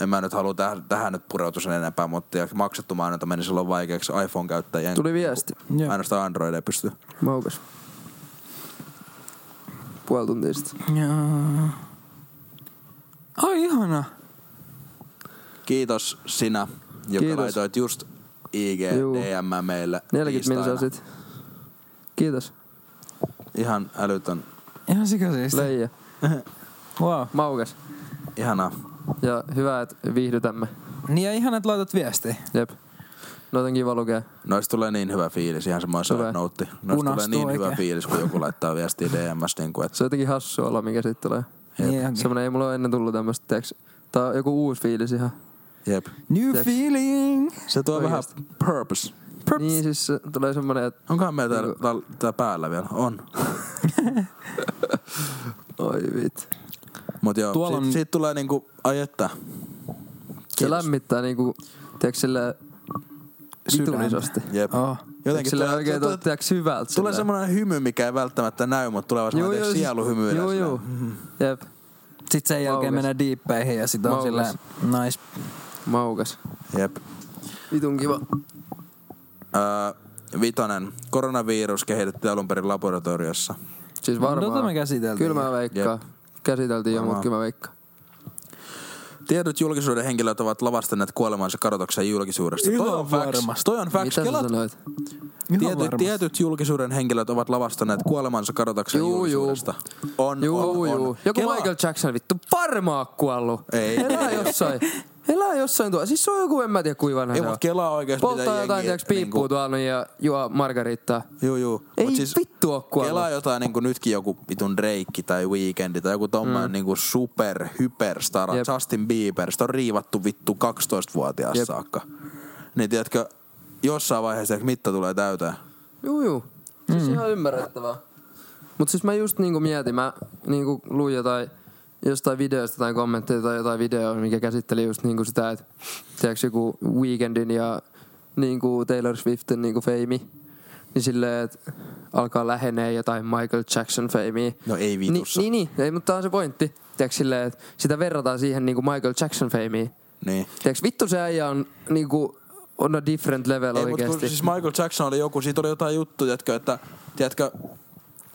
Speaker 3: En mä nyt halua tähän, tähän nyt pureutua sen enempää, mutta ja maksettu mainonta meni silloin vaikeaksi iPhone-käyttäjien.
Speaker 2: Tuli viesti.
Speaker 4: Joo.
Speaker 3: Ainoastaan Android ei pysty.
Speaker 2: Maukas. Puoli tuntia sitten.
Speaker 4: Joo. Ai ihana.
Speaker 3: Kiitos sinä, joka
Speaker 2: Kiitos.
Speaker 3: Kiitos. laitoit just IG
Speaker 2: Juu.
Speaker 3: DM meille
Speaker 2: 40
Speaker 3: tiistaina.
Speaker 2: minsaa sitten. Kiitos.
Speaker 3: Ihan älytön.
Speaker 4: Ihan sikasiisti.
Speaker 2: Leija.
Speaker 4: Wow.
Speaker 2: Maukas.
Speaker 3: Ihanaa.
Speaker 2: Ja hyvä, että viihdytämme.
Speaker 4: Niin ja ihan, että laitat viestiä.
Speaker 2: Jep. Noita on kiva lukea.
Speaker 3: Noista tulee niin hyvä fiilis, ihan semmoinen
Speaker 2: Tulee.
Speaker 3: side note. Noista tulee
Speaker 4: Lunastuu
Speaker 3: niin
Speaker 4: oikein.
Speaker 3: hyvä fiilis, kun joku laittaa viestiä DMS. Niin kuin, että
Speaker 2: Se on jotenkin hassu olla, mikä siitä tulee.
Speaker 4: Jep. Niin onkin.
Speaker 2: Semmoinen ei mulla ole ennen tullut tämmöstä, tiiäks. Tää on joku uusi fiilis ihan.
Speaker 3: jep.
Speaker 4: New
Speaker 2: Tiiäks-
Speaker 4: feeling.
Speaker 3: Se tuo
Speaker 2: Oikeesti.
Speaker 3: vähän purpose.
Speaker 4: Perps.
Speaker 2: Niin siis se tulee semmonen, että
Speaker 3: Onkohan meillä täällä,
Speaker 2: Niin
Speaker 3: täällä, täällä päällä vielä? On.
Speaker 2: oi vit.
Speaker 3: Mut joo,
Speaker 4: Tuolla
Speaker 3: Tuolla
Speaker 4: on-
Speaker 3: siitä, siitä tulee niinku, ai että,
Speaker 2: Se lämmittää niinku, tiiäks sillä vitun
Speaker 4: Sydäntä.
Speaker 2: isosti.
Speaker 3: jep.
Speaker 4: Oh.
Speaker 3: Jotenkin
Speaker 2: Sillä
Speaker 3: tulee,
Speaker 2: oikein
Speaker 3: tulee,
Speaker 2: tuntuu, tiiäks hyvältä.
Speaker 3: tulee
Speaker 2: sillä.
Speaker 3: semmoinen hymy, mikä ei välttämättä näy, mutta tulee
Speaker 2: Juu,
Speaker 3: semmoinen
Speaker 2: juu, siis-
Speaker 3: sieluhymy.
Speaker 2: Juu,
Speaker 3: yleensä.
Speaker 2: juu. Jep.
Speaker 4: Sitten sen jälkeen
Speaker 2: Maukas.
Speaker 4: mennään diippeihin ja sitten on
Speaker 2: Maukas.
Speaker 4: silleen, nice.
Speaker 2: Maukas.
Speaker 3: Jep.
Speaker 2: Vitun kiva.
Speaker 3: Öö, vitonen. Koronavirus kehitettiin alun perin laboratoriossa.
Speaker 2: Siis
Speaker 4: No,
Speaker 2: varmaan.
Speaker 4: tota me käsiteltiin.
Speaker 2: Kyllä mä veikkaan. Käsiteltiin jo, mutta
Speaker 3: Varmaan.
Speaker 2: kyllä mä veikkaan.
Speaker 3: Tiedot julkisuuden henkilöt ovat lavastaneet kuolemansa kadotuksen julkisuudesta.
Speaker 4: Ihan
Speaker 3: toi on facts.
Speaker 4: varmasti.
Speaker 3: Toi on facts.
Speaker 2: Mitä sä
Speaker 3: Kelat,
Speaker 2: sanoit?
Speaker 4: Ihan
Speaker 3: tietyt,
Speaker 4: varmasti.
Speaker 3: tietyt julkisuuden henkilöt ovat lavastaneet kuolemansa kadotuksen
Speaker 2: Juu, juu.
Speaker 3: julkisuudesta. On,
Speaker 2: Juu,
Speaker 3: on,
Speaker 2: juu.
Speaker 3: on.
Speaker 2: Joku
Speaker 3: Kela-
Speaker 2: Michael Jackson vittu varmaan kuollut.
Speaker 3: Ei.
Speaker 2: Elää jossain. Elää jossain tuo. Siis se on joku, en mä tiedä kuivana
Speaker 3: Ei,
Speaker 2: se on.
Speaker 3: mut Kela oikeesti mitä
Speaker 2: Polttaa jotain,
Speaker 3: jengiä,
Speaker 2: tiiäks, piippuu
Speaker 3: niinku-
Speaker 2: tuolla niin, ja juo margarittaa.
Speaker 3: Juu, juu. Mut siis
Speaker 2: Ei vittu oo kuollut.
Speaker 3: Kelaa jotain niinku nytkin joku vitun Drake tai Weekendi tai joku tommonen mm. niinku super, hyperstara,
Speaker 2: Jep.
Speaker 3: Jep. Justin Bieber. Sitä on riivattu vittu 12-vuotiaasta
Speaker 2: Jep.
Speaker 3: saakka. Niin tiedätkö, jossain vaiheessa ehkä mitta tulee täyteen.
Speaker 2: Juu, juu. Siis mm. ihan ymmärrettävää. Mut siis mä just niinku mietin, mä niinku luin jotain jostain videosta tai kommentteja tai jotain videoa, mikä käsitteli just niinku sitä, että tiedätkö joku Weekendin ja niinku Taylor Swiftin niinku feimi, niin silleen, että alkaa lähenee jotain Michael Jackson feimiä.
Speaker 3: No ei vitussa.
Speaker 2: Ni, niin, niin, ei, mutta tää on se pointti. Tiedätkö silleen, että sitä verrataan siihen niinku Michael Jackson feimiin.
Speaker 3: Niin.
Speaker 2: Tiedätkö, vittu se äijä on niinku on a different level
Speaker 3: Ei, mut kun
Speaker 2: oikeesti.
Speaker 3: siis Michael Jackson oli joku, siitä oli jotain juttu, tiedätkö, että tiedätkö,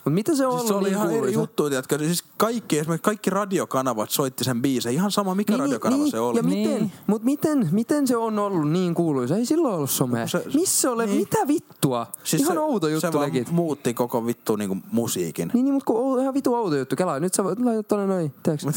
Speaker 2: Mut mitä se on
Speaker 3: siis
Speaker 2: ollut
Speaker 3: se oli
Speaker 2: niin
Speaker 3: ihan eri
Speaker 2: kuuluisa?
Speaker 3: juttu, tiedätkö, siis kaikki, esimerkiksi kaikki radiokanavat soitti sen biisen, ihan sama mikä
Speaker 2: Niin,
Speaker 3: radiokanava
Speaker 2: niin,
Speaker 3: se oli.
Speaker 2: Ja miten,
Speaker 4: Niin.
Speaker 2: mut miten, miten se on ollut niin kuuluisa? Ei silloin ollut somea.
Speaker 3: Se-
Speaker 2: Missä ole,
Speaker 3: niin.
Speaker 2: mitä vittua? Siis ihan
Speaker 3: se,
Speaker 2: se, outo juttu
Speaker 3: se vaan
Speaker 2: legit.
Speaker 3: muutti koko vittu niinku musiikin.
Speaker 2: Niin, niin mutta kun ou- ihan vitu outo juttu. Kelaa, nyt sä voit laittaa tonne noin, tiiäks?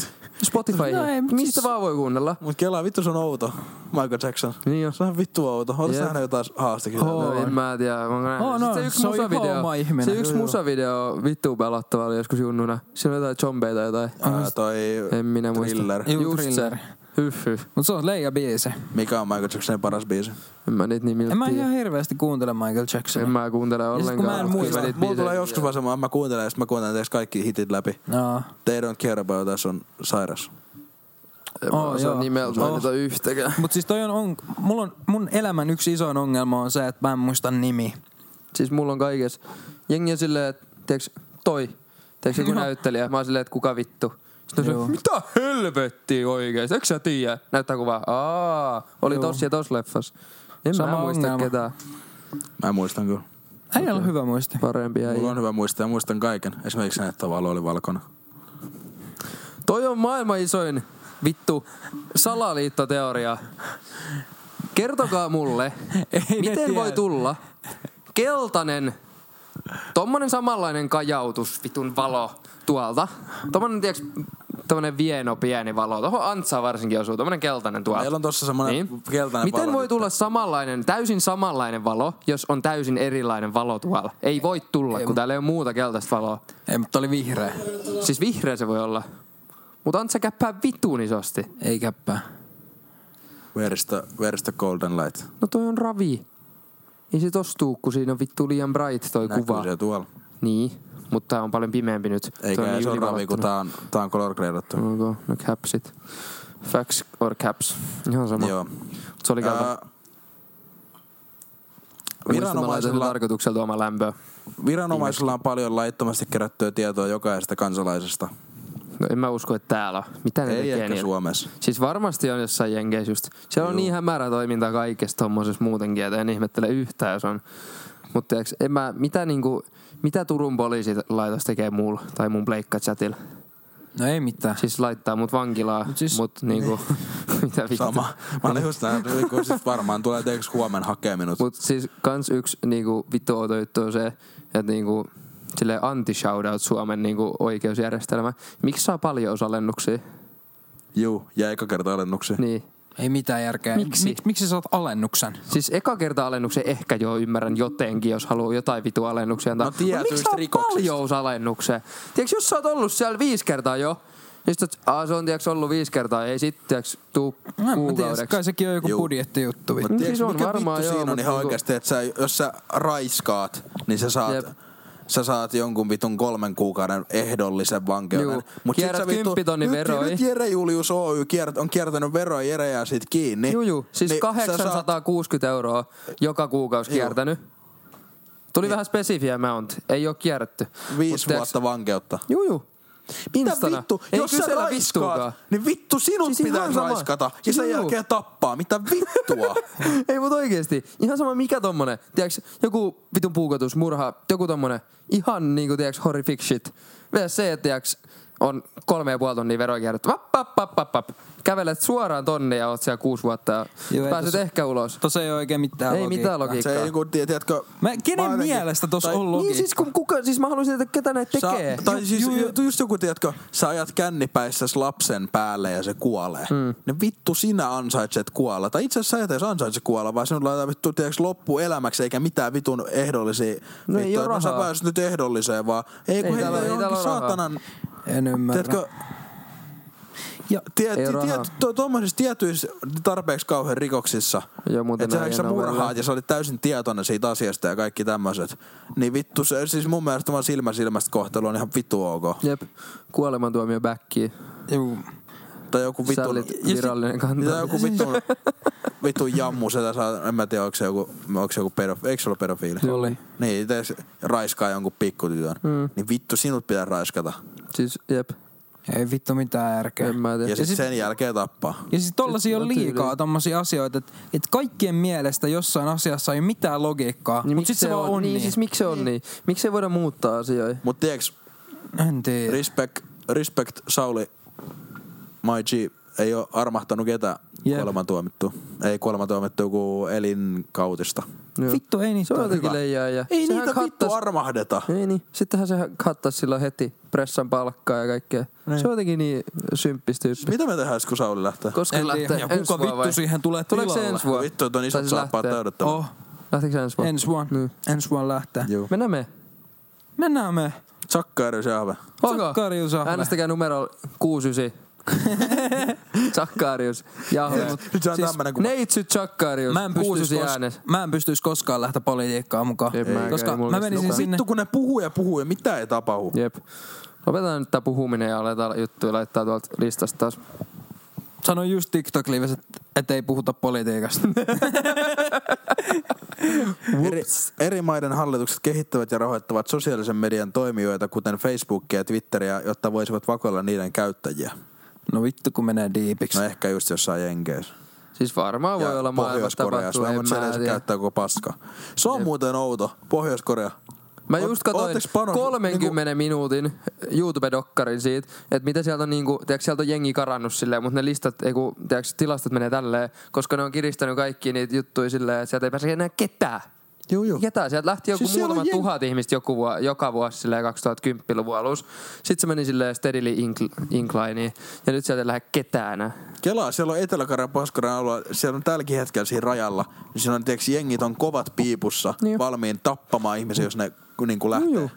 Speaker 2: Spotify.
Speaker 4: No ei, mut
Speaker 2: Mistä vaan voi kuunnella?
Speaker 3: Mut kelaa, vittu se on outo, Michael Jackson.
Speaker 2: Niin on.
Speaker 3: Se on vittu outo. Oletko
Speaker 2: Jep.
Speaker 3: nähnyt jotain haastikin?
Speaker 2: No, en mä tiedä. Mä oon nähnyt.
Speaker 4: On,
Speaker 2: Sitten
Speaker 4: on.
Speaker 2: Se yksi
Speaker 4: Se on ihan
Speaker 2: musavideo.
Speaker 4: oma ihminen.
Speaker 2: Se yksi
Speaker 4: Joo, joo.
Speaker 2: musavideo vittu pelottava oli joskus junnuna. Siinä oli jotain zombeita jotain.
Speaker 3: Ää, toi
Speaker 2: En minä muista.
Speaker 3: Thriller.
Speaker 4: Juu,
Speaker 2: Just
Speaker 4: Thriller.
Speaker 2: se. Hyh, hyh.
Speaker 4: Mut se on leija biisi.
Speaker 3: Mikä on Michael Jacksonin paras biisi?
Speaker 2: En mä niitä nimiltä
Speaker 4: En mä
Speaker 2: tiedä.
Speaker 4: ihan hirveästi kuuntele Michael
Speaker 2: En
Speaker 4: Jacksonia.
Speaker 2: mä kuuntele
Speaker 4: kun
Speaker 2: ollenkaan.
Speaker 4: mä en
Speaker 2: mut kyllä
Speaker 4: muista.
Speaker 2: niitä
Speaker 3: Siis Mulla
Speaker 2: biisejä
Speaker 3: tulee joskus vaan semmoinen, mä kuuntelen ja sit mä kuuntelen teistä kaikki hitit läpi.
Speaker 4: No.
Speaker 3: They don't care about us on sairas.
Speaker 2: En mä
Speaker 4: Oo,
Speaker 2: osaa
Speaker 4: joo.
Speaker 2: nimeltä
Speaker 4: Oo.
Speaker 2: mainita yhtäkään.
Speaker 4: Mut siis toi on, on, mulla on, mun elämän yksi isoin ongelma on se, että mä en muista nimi.
Speaker 2: Siis mulla on kaikessa. Jengi on silleen, että tiiäks, toi. Tiiäks joku näyttelijä. Mä oon silleen, että kuka vittu. Sitten on
Speaker 4: Joo.
Speaker 2: se, mitä helvettiä oikeesti? Eikö sä tiedä? Näyttää kuvaa. Aa, oli
Speaker 4: Joo.
Speaker 2: tossa ja tossa leffas. En
Speaker 4: Sama
Speaker 2: mä muista
Speaker 4: ongelma.
Speaker 2: ketään.
Speaker 3: Mä muistan kyllä.
Speaker 4: Ei ole hyvä muisti.
Speaker 2: Parempi ei.
Speaker 3: Mulla on hyvä muistaa ja muistan kaiken. Esimerkiksi näin, että valo oli valkona.
Speaker 2: Toi on maailman isoin vittu salaliittoteoria. Kertokaa mulle,
Speaker 4: Ei ne
Speaker 2: miten
Speaker 4: tiedä.
Speaker 2: voi tulla keltainen, tommonen samanlainen kajautus, vitun valo tuolta. Tommonen, tiiäks, tommonen vieno pieni valo. Tuohon Antsaa varsinkin osuu, tommonen keltainen tuolta.
Speaker 3: Meillä on tossa semmonen niin. keltainen
Speaker 2: Miten
Speaker 3: valo
Speaker 2: voi
Speaker 3: nyt.
Speaker 2: tulla samanlainen, täysin samanlainen valo, jos on täysin erilainen valo tuolla? Ei voi tulla, kun täällä ei ole muuta keltaista valoa.
Speaker 4: Ei, mutta oli vihreä.
Speaker 2: Siis vihreä se voi olla. Mutta Antsa käppää vituun isosti.
Speaker 4: Ei käppää.
Speaker 3: Where is the, where is the golden light?
Speaker 2: No toi on ravi. Ei se tostuu, kun siinä on vittu liian bright toi
Speaker 3: Näkyy
Speaker 2: kuva.
Speaker 3: se tuolla.
Speaker 2: Niin, mutta tää on paljon pimeämpi nyt. toi
Speaker 3: Eikä
Speaker 2: niin
Speaker 3: ei se ole ravi, kun
Speaker 2: ylivalottunut.
Speaker 3: tää on, tää on color gradattu.
Speaker 2: Onko? No capsit. Facts or caps. Ihan sama.
Speaker 3: Joo.
Speaker 2: Mut Mm. Se oli käypä.
Speaker 3: Ää,
Speaker 2: Viranomaisella...
Speaker 3: Viranomaisilla,
Speaker 2: tarkoituksella tuoma lämpöä.
Speaker 3: viranomaisilla on paljon laittomasti kerättyä tietoa jokaisesta kansalaisesta.
Speaker 2: No en mä usko, että täällä on. Mitä ne
Speaker 3: Ei
Speaker 2: tekee
Speaker 3: ehkä
Speaker 2: niillä?
Speaker 3: Suomessa.
Speaker 2: Siis varmasti on jossain jenkeissä just. Siellä on niin hämärä toiminta kaikessa tommosessa muutenkin, että en ihmettele yhtään, jos on. Mutta en mä, mitä, niinku, mitä Turun poliisilaitos tekee mulla tai mun pleikkachatilla?
Speaker 4: No ei mitään.
Speaker 2: Siis laittaa mut vankilaa, mut, siis,
Speaker 4: siis-
Speaker 2: mut niinku, mitä vittu.
Speaker 3: Sama. Mä olin just näin, että kun siis varmaan tulee teeksi huomenna hakee minut.
Speaker 2: Mut siis kans yksi niinku, vittu outo juttu on se, että niinku, sille anti shoutout Suomen niinku, oikeusjärjestelmä. Miksi saa paljon osalennuksia?
Speaker 3: Juu, ja eka kerta alennuksia.
Speaker 2: Niin.
Speaker 4: Ei mitään järkeä.
Speaker 2: Miksi?
Speaker 4: Mik, miksi No, sä saat alennuksen?
Speaker 2: Siis eka kerta alennuksen ehkä jo ymmärrän jotenkin, jos haluaa jotain vitu alennuksia antaa.
Speaker 3: No tietyistä
Speaker 2: Mut miksi saa
Speaker 3: rikoksista.
Speaker 2: paljousalennukseen? Tiedätkö, jos sä oot ollut siellä viisi kertaa jo, niin sit, aa, se on tiiäks, ollut viisi kertaa, ei sit tiiäks, tuu
Speaker 4: No, en mä tiedä,
Speaker 2: kuukaudeksi.
Speaker 4: kai sekin on joku
Speaker 3: Juu.
Speaker 4: budjettijuttu. vittu.
Speaker 2: Mut
Speaker 3: Tiedätkö,
Speaker 2: siis on
Speaker 3: mikä
Speaker 2: varmaan
Speaker 3: vittu
Speaker 2: joo,
Speaker 3: siinä on
Speaker 2: mut
Speaker 3: ihan
Speaker 2: niinku-
Speaker 3: oikeasti, että sä, jos sä raiskaat, niin sä saat,
Speaker 2: Jep.
Speaker 3: sä saat jonkun vitun kolmen kuukauden ehdollisen vankeuden.
Speaker 2: Juu.
Speaker 3: Mut
Speaker 2: Kierrät
Speaker 3: sit sä vittu-
Speaker 2: kymppitonnin
Speaker 3: nyt-
Speaker 2: veroja.
Speaker 3: Nyt Jere Julius Oy kiert, on kiertänyt veroja Jere ja sit kiinni.
Speaker 2: Juu, juu. Siis
Speaker 3: Niin
Speaker 2: niin,
Speaker 3: sä saat-
Speaker 2: 860 euroa joka kuukausi
Speaker 3: Juu. Niin.
Speaker 2: kiertänyt. Tuli vähän spesifiä amount, ei oo kierrätty.
Speaker 3: Viisi
Speaker 2: Mut tiiäks-
Speaker 3: vuotta vankeutta.
Speaker 2: Juu, juu.
Speaker 3: Mitä
Speaker 2: Instana.
Speaker 3: vittu?
Speaker 2: Ei
Speaker 3: Jos sä
Speaker 2: kysellä
Speaker 3: raiskaat,
Speaker 2: vittuakaan.
Speaker 3: niin vittu sinut
Speaker 2: Siis ihan
Speaker 3: pitää
Speaker 2: sama. Siis
Speaker 3: raiskata ja sen
Speaker 2: Juu, juu.
Speaker 3: jälkeen tappaa. Mitä vittua?
Speaker 2: Ei mut oikeesti. Ihan sama mikä tommonen. Tiiäks, joku vitun puukotus, murha, joku tommonen. Ihan niinku tiiäks horrific shit. Vielä se, että tiiäks, on kolme ja puoli tonnia veroja kierretty. Vap, vap, vap, vap, vap. Kävelet suoraan tonne ja oot siellä kuusi vuotta ja
Speaker 4: Joo, ei
Speaker 2: pääset
Speaker 4: tossa-
Speaker 2: ehkä ulos.
Speaker 4: Tuossa ei ole oikein mitään
Speaker 2: Ei mitään logiikkaa.
Speaker 3: se ei niinku, tie- tiedätkö...
Speaker 4: Mä, kenen
Speaker 3: jotenkin-
Speaker 4: mielestä tuossa
Speaker 3: tai-
Speaker 4: on logiikka?
Speaker 2: Niin siis kun kuka, siis mä haluaisin, että ketä näitä tekee.
Speaker 3: Sä, tai siis
Speaker 4: Ju- ju-
Speaker 3: ju, just joku, tiedätkö, sä ajat kännipäissäs lapsen päälle ja se kuolee. Mm. Ne vittu sinä ansaitset kuolla. Tai itse asiassa sä et edes ansaitse kuolla, vaan sinut laitetaan vittu tiedätkö, loppuelämäksi eikä mitään vitun ehdollisia.
Speaker 2: No ei
Speaker 3: vittuja.
Speaker 2: oo
Speaker 3: no sä
Speaker 2: rahaa.
Speaker 3: pääset nyt ehdolliseen vaan. Ei kun
Speaker 2: Ei
Speaker 3: heitä
Speaker 2: täällä- ei
Speaker 3: johonkin
Speaker 2: täällä oo rahaa.
Speaker 3: saatanan...
Speaker 4: En ymmärrä.
Speaker 3: Tiedätkö,
Speaker 4: Ja-
Speaker 3: tiet,
Speaker 2: Ei oo rahaa.
Speaker 3: tiet, to, tuommoisissa tietyissä tarpeeksi kauhean rikoksissa,
Speaker 2: Joo, muuten
Speaker 3: että sä,
Speaker 2: näin
Speaker 3: sä
Speaker 2: en oo
Speaker 3: murhaat
Speaker 2: vielä.
Speaker 3: ja sä olit täysin tietoinen siitä asiasta ja kaikki tämmöiset, niin vittu se, siis mun mielestä vaan silmä silmästä kohtelu on ihan vittu ok.
Speaker 2: Jep, kuolemantuomio backiin.
Speaker 4: Juu.
Speaker 3: Tai joku vittu...
Speaker 2: Sällit virallinen kanta.
Speaker 3: Tai joku vittu, vittu jammu, se saa, en mä tiedä, onko se joku, onko se joku pedofiili, eikö se ollut pedofiili?
Speaker 2: Oli.
Speaker 3: Niin, itse asiassa raiskaa jonkun pikkutytön. Mm. Niin vittu, sinut pitää raiskata.
Speaker 2: Siis jep,
Speaker 4: Ei vittu mitään järkeä.
Speaker 2: en mä tiedä. Siis
Speaker 3: Ja
Speaker 2: Ja
Speaker 3: sitten
Speaker 4: sit-
Speaker 3: sit... sen jälkeen tappaa.
Speaker 4: Ja siis tollasia on
Speaker 2: on tyyli.
Speaker 4: liikaa tommosia asioita, että et kaikkien mielestä jossain asiassa ei mitään logiikkaa, niin mut sit se vaan on
Speaker 2: niin.
Speaker 4: niin.
Speaker 2: Siis miksi se on niin? Miksi ei voida muuttaa asioita?
Speaker 3: Mut tiiäks,
Speaker 4: En tiedä.
Speaker 3: respect, respect Sauli, my G, ei ole armahtanut ketään
Speaker 4: Jep.
Speaker 3: kuolemantuomittu. Ei kuolemantuomittu kuin elinkautista.
Speaker 2: Joo.
Speaker 4: Vittu ei niitä
Speaker 2: Se on jotenkin leijää. Ja
Speaker 3: Ei
Speaker 2: sehän
Speaker 3: niitä vittu
Speaker 2: kattas-
Speaker 3: armahdeta.
Speaker 2: Ei niin. Sittenhän se kattas silloin heti pressan palkkaa ja kaikkea. Niin. Se on jotenkin niin symppis tyyppi.
Speaker 3: Mitä me tehdään, kun Sauli lähtee?
Speaker 2: Koska
Speaker 4: En tiedä.
Speaker 2: lähtee
Speaker 4: Ja
Speaker 2: ensi
Speaker 4: kuka
Speaker 2: vuonna
Speaker 4: vittu siihen tulee
Speaker 2: Tuleeko se
Speaker 4: tilalle?
Speaker 2: ensi vuonna?
Speaker 3: Vittu, että on
Speaker 2: Tai
Speaker 3: isot
Speaker 2: siis
Speaker 3: saappaat
Speaker 2: lähtee.
Speaker 3: täydettävä.
Speaker 4: Oh,
Speaker 2: Lähteekö se ensi vuonna?
Speaker 4: ensi vuonna.
Speaker 2: Niin.
Speaker 4: Ensi vuonna lähtee.
Speaker 3: Juu.
Speaker 2: Mennään me.
Speaker 4: Mennään me.
Speaker 3: Sakkari Jahve.
Speaker 2: Okay.
Speaker 4: Sakkarius Ahve.
Speaker 2: Äänestäkää numero 69. Sakkarius. Jahve.
Speaker 3: Nyt se on
Speaker 2: siis
Speaker 3: tämmönen, kun
Speaker 2: Neitsyt Sakkarius.
Speaker 4: Mä en, pystyis
Speaker 2: 69
Speaker 4: kos-
Speaker 2: siis äänes.
Speaker 4: mä en pystyis koskaan lähteä politiikkaan mukaan.
Speaker 2: En mäkään,
Speaker 4: koska
Speaker 2: ei mulla
Speaker 4: mä
Speaker 2: oikeesti
Speaker 4: menisin
Speaker 2: mitään.
Speaker 4: siis sinne.
Speaker 3: Vittu kun ne puhuu ja puhuu ja mitä ei tapahdu.
Speaker 2: Jep. Lopetetaan nyt tää puhuminen ja aletaan juttuja laittaa tuolta listasta taas.
Speaker 4: Sanoin just TikTok-livessä, että et ei puhuta politiikasta.
Speaker 3: Eri, eri maiden hallitukset kehittävät ja rahoittavat sosiaalisen median toimijoita, kuten Facebookia ja Twitteriä, jotta voisivat vakoilla niiden käyttäjiä.
Speaker 4: no vittu kun menee diipiksi.
Speaker 3: No ehkä just jossain Jenkeissä.
Speaker 2: Siis varmaan voi olla maailmassa tapahtuu.
Speaker 3: Pohjois-Koreassa,
Speaker 2: en
Speaker 3: mutta
Speaker 2: mä
Speaker 3: se
Speaker 2: tiedä.
Speaker 3: käyttää koko paska. Se on muuten outo, Pohjois-Korea.
Speaker 2: Mä
Speaker 3: Oot-
Speaker 2: just katsoin
Speaker 3: ootteks niinku- panos-
Speaker 2: 30 minuutin YouTube-dokkarin siitä, että mitä sieltä on, niinku, tiedätkö, sieltä on jengi karannut silleen, mutta ne listat, ei kun, tiedätkö, tilastot menee tälleen, koska ne on kiristänyt kaikki niitä juttuja silleen, että sieltä ei pääse enää ketään.
Speaker 3: niinku- Juu, juu.
Speaker 2: Ketään. Sieltä lähti joku
Speaker 3: Siis
Speaker 2: siis
Speaker 3: siellä on
Speaker 2: muutama
Speaker 3: jeng-
Speaker 2: tuhat ihmistä joku vuo, joka vuosi silleen 2010-luvun alussa. Sitten se meni silleen steadily incl- inclineen ja nyt sieltä ei lähde ketään enää.
Speaker 3: Kelaa, siellä on Etelä-Karjan Pohjois-Korean alueella, siellä on tälläkin hetkellä siinä rajalla, niin siinä on, tiiäks, jengit on kovat piipussa,
Speaker 2: Niin.
Speaker 3: valmiin tappamaan ihmisiä, jos ne niin kuin lähtee.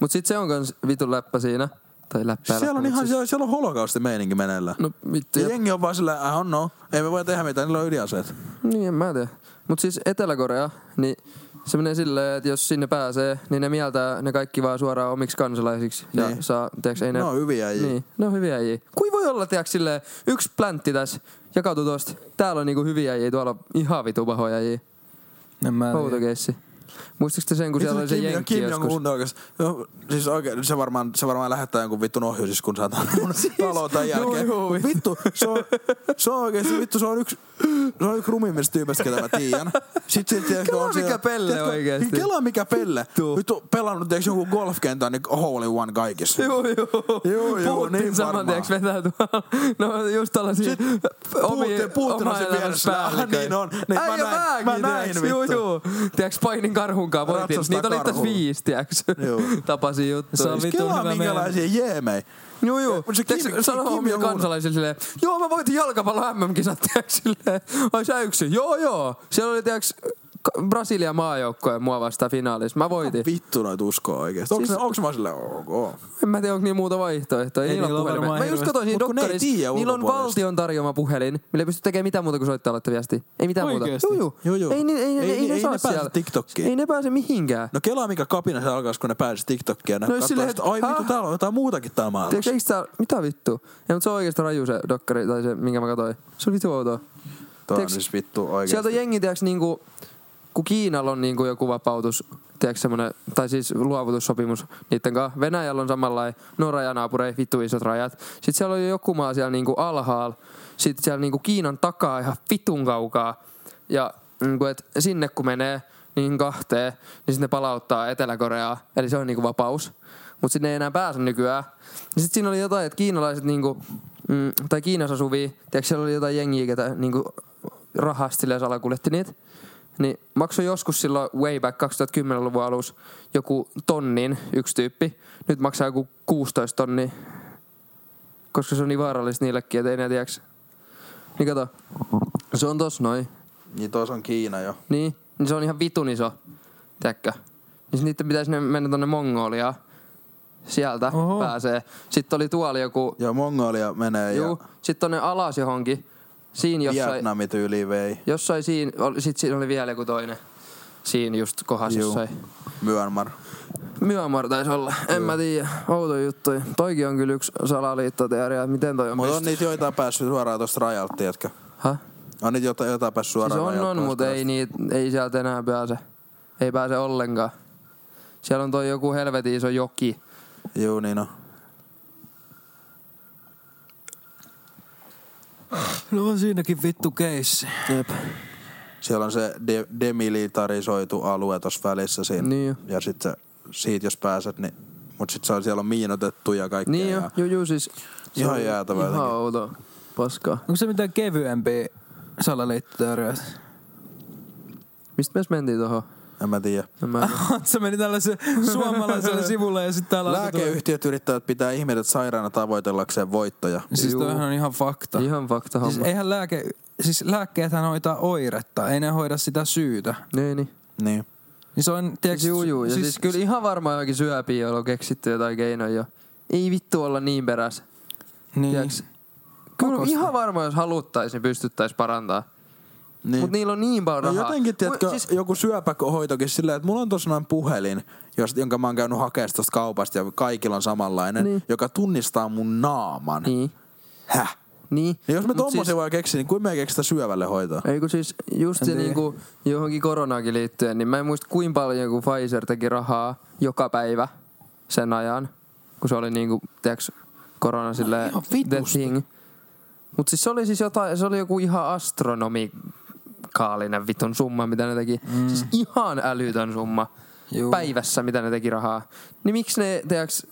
Speaker 2: Mut sit se on kans vitun läppä siinä. Tai läppä
Speaker 3: Siellä on
Speaker 2: läppä,
Speaker 3: ihan,
Speaker 2: mut siis-
Speaker 3: siellä, siellä on holokausti meininki meneillään.
Speaker 2: No vittu.
Speaker 3: Ja jengi on vaan silleen, I don't know, ei me voi tehdä mitään, niillä on ydinaseet.
Speaker 2: Niin, en mä tiedä. Mut siis Etelä-Korea, niin se menee silleen, että jos sinne pääsee, niin ne mieltää ne kaikki vaan suoraan omiksi kansalaisiksi. Ja
Speaker 3: Niin.
Speaker 2: saa, tiiäks, ei ne...
Speaker 3: Ne on hyviä äijiä.
Speaker 2: Niin, ne on hyviä äijiä. Kui voi olla, tiiäks, silleen, yksi pläntti tässä jakautuu tosta. Täällä on niinku hyviä äijiä, tuolla on ihan vitu pahoja äijiä. No,
Speaker 4: En mä tiedä.
Speaker 2: Outo keissi. Muistatko te sen, kun siellä oli se
Speaker 3: niin. Kim-
Speaker 2: jenkki
Speaker 3: Kim
Speaker 2: joskus?
Speaker 3: Jong-un oikeesti. No, siis oikein, se varmaan, se varmaan lähettää jonkun vittun siis ohjusiskun saa mun taloon tämän jälkeen.
Speaker 2: Siis- juu,
Speaker 3: Mut vittu, se on, se on oikeesti, vittu, se on yksi, se on yksi rumimmista tyypistä, ketä mä tiedän. Sit, sit, tiedätkö,
Speaker 2: Kelaa,
Speaker 3: on siellä-
Speaker 2: mikä pelle
Speaker 3: tiedätkö,
Speaker 2: oikeesti.
Speaker 3: niin Kelaa mikä pelle. Vittu, pelannut tiedätkö jonkun golfkentän, niin hole in one kaikissa.
Speaker 2: Joo, joo.
Speaker 3: Joo, joo,
Speaker 2: Putin
Speaker 3: niin
Speaker 2: saman
Speaker 3: varmaan.
Speaker 2: tiiäks vetää tuolla. No just tällaisia
Speaker 3: Putin- Putin on sen vieressä. Ah, niin on. Niin, mä näin- mä näin,
Speaker 2: Juu,
Speaker 3: vittu.
Speaker 2: juu. Tiiäks painin karhunkaan voitin.
Speaker 3: Ratsastaa
Speaker 2: Niitä oli itse asiassa
Speaker 3: karhulla.
Speaker 2: viisi, tiiäks.
Speaker 3: Joo.
Speaker 2: Tapasin juttuja.
Speaker 4: Se on vittu
Speaker 3: Siis Kelaa
Speaker 4: hyvä
Speaker 3: minkälaisia jeemei.
Speaker 2: Juu, juu.
Speaker 3: Mut se
Speaker 2: Tiiäks,
Speaker 3: Kim-
Speaker 2: sano
Speaker 3: Kim
Speaker 2: omille
Speaker 3: Jong-un.
Speaker 2: kansalaisille silleen, joo mä voitin jalkapallon MM-kisat, tiiäks silleen. Ai sä yksin? Joo, joo. Siellä oli tiiäks ka- Brasilian maajoukkoja mua vastaan finaalissa. Mä voitin.
Speaker 3: Vittu noit uskoo oikeesti. Onks,
Speaker 2: Siis-
Speaker 3: siis... onks mä silleen, ok.
Speaker 2: En mä tiedä, onko niin muuta vaihtoehtoa. Ei,
Speaker 4: Ei
Speaker 2: niillä
Speaker 4: niillä ole
Speaker 2: ole puhelimia.
Speaker 4: varmaan
Speaker 2: Mä just
Speaker 4: hirveästi.
Speaker 2: katsoin siinä
Speaker 3: Mut kun ne ei
Speaker 2: dokkarissa.
Speaker 3: tiedä
Speaker 2: Niillä on
Speaker 3: ulkopuolista.
Speaker 2: valtion tarjoama puhelin, millä ei pysty tekemään mitään muuta kuin soittaa ja laittaa viestiä. Ei mitään
Speaker 4: Oikeesti?
Speaker 2: muuta. Juu, juu.
Speaker 3: Juu, juu.
Speaker 2: Ei, ni- ei, ei, ei, ne, saa
Speaker 3: pääse
Speaker 2: siellä.
Speaker 3: TikTokiin.
Speaker 2: Ei ne pääse mihinkään. No,
Speaker 3: No kelaa mikä kapina se alkaisi, kun ne pääsi TikTokia. No
Speaker 2: No jos
Speaker 3: katsois,
Speaker 2: silleen,
Speaker 3: että ai
Speaker 2: että,
Speaker 3: vittu,
Speaker 2: häh?
Speaker 3: täällä on jotain muutakin täällä maailmassa.
Speaker 2: Tiedätkö, eikö tää, mitä vittu? Ei, mutta se on oikeesti raju se dokkari, tai se, minkä mä katsoin. Se on vitu outoa.
Speaker 3: Toi on
Speaker 2: tiedätkö-
Speaker 3: siis vittu oikeesti.
Speaker 2: Sieltä on jengi, tiedäks, niinku, kun Kiinalla on niinku joku vapautus tiedätkö, semmoinen, tai siis luovutussopimus niiden kanssa. Venäjällä on samanlainen, ne on rajanaapureja, vittu isot rajat. Sitten siellä oli joku maa siellä niinku alhaalla, sitten siellä niinku Kiinan takaa ihan vitun kaukaa. Ja niinku, et sinne kun menee, niin kahteen, niin sitten ne palauttaa Etelä-Koreaa. Eli se on niinku vapaus. Mutta sinne ei enää pääse nykyään. Ja sitten siinä oli jotain, että kiinalaiset niinku, mm, tai Kiinassa asuvia, tiedätkö siellä oli jotain jengiä, ketä niinku rahasta silleen salakuljetti niitä. Niin maksoi joskus silloin way back 2010-luvun alussa joku tonnin yksi tyyppi. Nyt maksaa joku 16 tonni, koska se on niin vaarallista niillekin, että ei ne tiedäks. Niin kato, se on tos noin.
Speaker 3: Niin tos on Kiina jo.
Speaker 2: Niin, niin se on ihan vitun iso, tiedätkö? Niin sit niiden pitäisi ne mennä tonne Mongoliaan. Sieltä Oho. pääsee. Sitten oli tuolla joku,
Speaker 3: Ja Mongolia menee
Speaker 2: juu, sitten tonne alas johonkin. Siinä
Speaker 3: ja
Speaker 2: jossain,
Speaker 3: Vietnami tyyli vei.
Speaker 2: jossain siinä, oli, sit siinä oli vielä joku toinen. Siinä just kohdassa
Speaker 3: Juu.
Speaker 2: jossain.
Speaker 3: Myanmar.
Speaker 2: Myanmar taisi olla. En mä tiedä. Outo juttu. Toikin on kyllä yksi salaliittoteoria, että miten toi on
Speaker 3: Mutta on
Speaker 2: pystynyt.
Speaker 3: niitä joitain päässyt suoraan tosta rajalta, tiedätkö?
Speaker 2: Häh?
Speaker 3: On niitä jotain, jotain päässyt
Speaker 2: Siis
Speaker 3: suoraan
Speaker 2: on,
Speaker 3: rajalta
Speaker 2: on,
Speaker 3: pois
Speaker 2: mutta ei,
Speaker 3: tästä.
Speaker 2: niitä, ei sieltä enää pääse. Ei pääse ollenkaan. Siellä on toi joku helvetin iso joki.
Speaker 3: Juu, niin on.
Speaker 4: No on siinäkin vittu keissi.
Speaker 2: Jep.
Speaker 3: Siellä on se de- demilitarisoitu alue tuossa välissä siinä.
Speaker 2: Niin jo.
Speaker 3: Ja sit se, siitä jos pääset, niin... Mut sit se on, siellä on miinotettu ja kaikkea.
Speaker 2: Niin jo,
Speaker 3: ja
Speaker 2: juu, juu siis.
Speaker 3: Ihan
Speaker 2: se on
Speaker 3: jäätävä
Speaker 2: Ihan
Speaker 3: jotenkin.
Speaker 2: outo. Paskaa.
Speaker 4: Onko se mitään kevyempiä salaliittoteorioita?
Speaker 2: Mistä me edes mentiin tohon?
Speaker 3: En mä tiedä.
Speaker 2: En mä
Speaker 4: Se meni tällaisen suomalaiselle sivulle ja sitten täällä alkoi tulla-
Speaker 3: Lääkeyhtiöt yrittävät pitää ihmiset sairaana tavoitellakseen voittoja.
Speaker 4: Siis
Speaker 2: Juu.
Speaker 4: toihan on ihan fakta.
Speaker 2: ihan fakta
Speaker 4: Siis
Speaker 2: homma.
Speaker 4: eihän lääke, siis lääkkeethän hoitaa oiretta, ei ne hoida sitä syytä.
Speaker 2: Niin, niin.
Speaker 3: Niin.
Speaker 4: Niin se on, niin.
Speaker 2: Siis
Speaker 4: tiedätkö,
Speaker 2: juu, juu. Ja siis, siis kyllä ihan varmaan jokin syöpiä, jolla on keksitty jotain keinoja. jo. Ei vittu olla niin perässä.
Speaker 4: niin.
Speaker 2: Tiedätkö? Kyllä
Speaker 4: Pakosta.
Speaker 2: ihan varmaan, jos haluttaisiin, niin pystyttäisiin parantaa.
Speaker 3: niin.
Speaker 2: Mutta niillä on niin paljon
Speaker 3: No
Speaker 2: rahaa.
Speaker 3: jotenkin, tiedätkö,
Speaker 2: Mu-
Speaker 3: siis... joku syöpähoitokin silleen, että mulla on tuossa noin puhelin, jos, jonka mä oon käynyt hakemaan tuosta kaupasta ja kaikilla on samanlainen,
Speaker 2: Niin.
Speaker 3: niin. joka tunnistaa mun naaman.
Speaker 2: Niin,
Speaker 3: Häh?
Speaker 2: niin.
Speaker 3: Niin jos me
Speaker 2: Mut
Speaker 3: tommosen
Speaker 2: siis-
Speaker 3: siis... vaan keksin, niin kuin me ei keksitä syövälle hoitoa?
Speaker 2: Ei kun siis just se
Speaker 4: tiedä.
Speaker 2: niinku johonkin koronaankin liittyen, niin mä en muista kuinka paljon kun Pfizer teki rahaa joka päivä sen ajan, kun se oli niinku, tiiäks, korona silleen
Speaker 4: ihan
Speaker 2: the
Speaker 4: vitusti.
Speaker 2: thing. Mut siis se oli siis jotain, se oli joku ihan astronomikaalinen vitun summa, mitä ne teki. Mm. Siis ihan älytön summa Juu.
Speaker 4: Juu.
Speaker 2: päivässä, mitä ne teki rahaa. Niin miksi ne, tiiäks,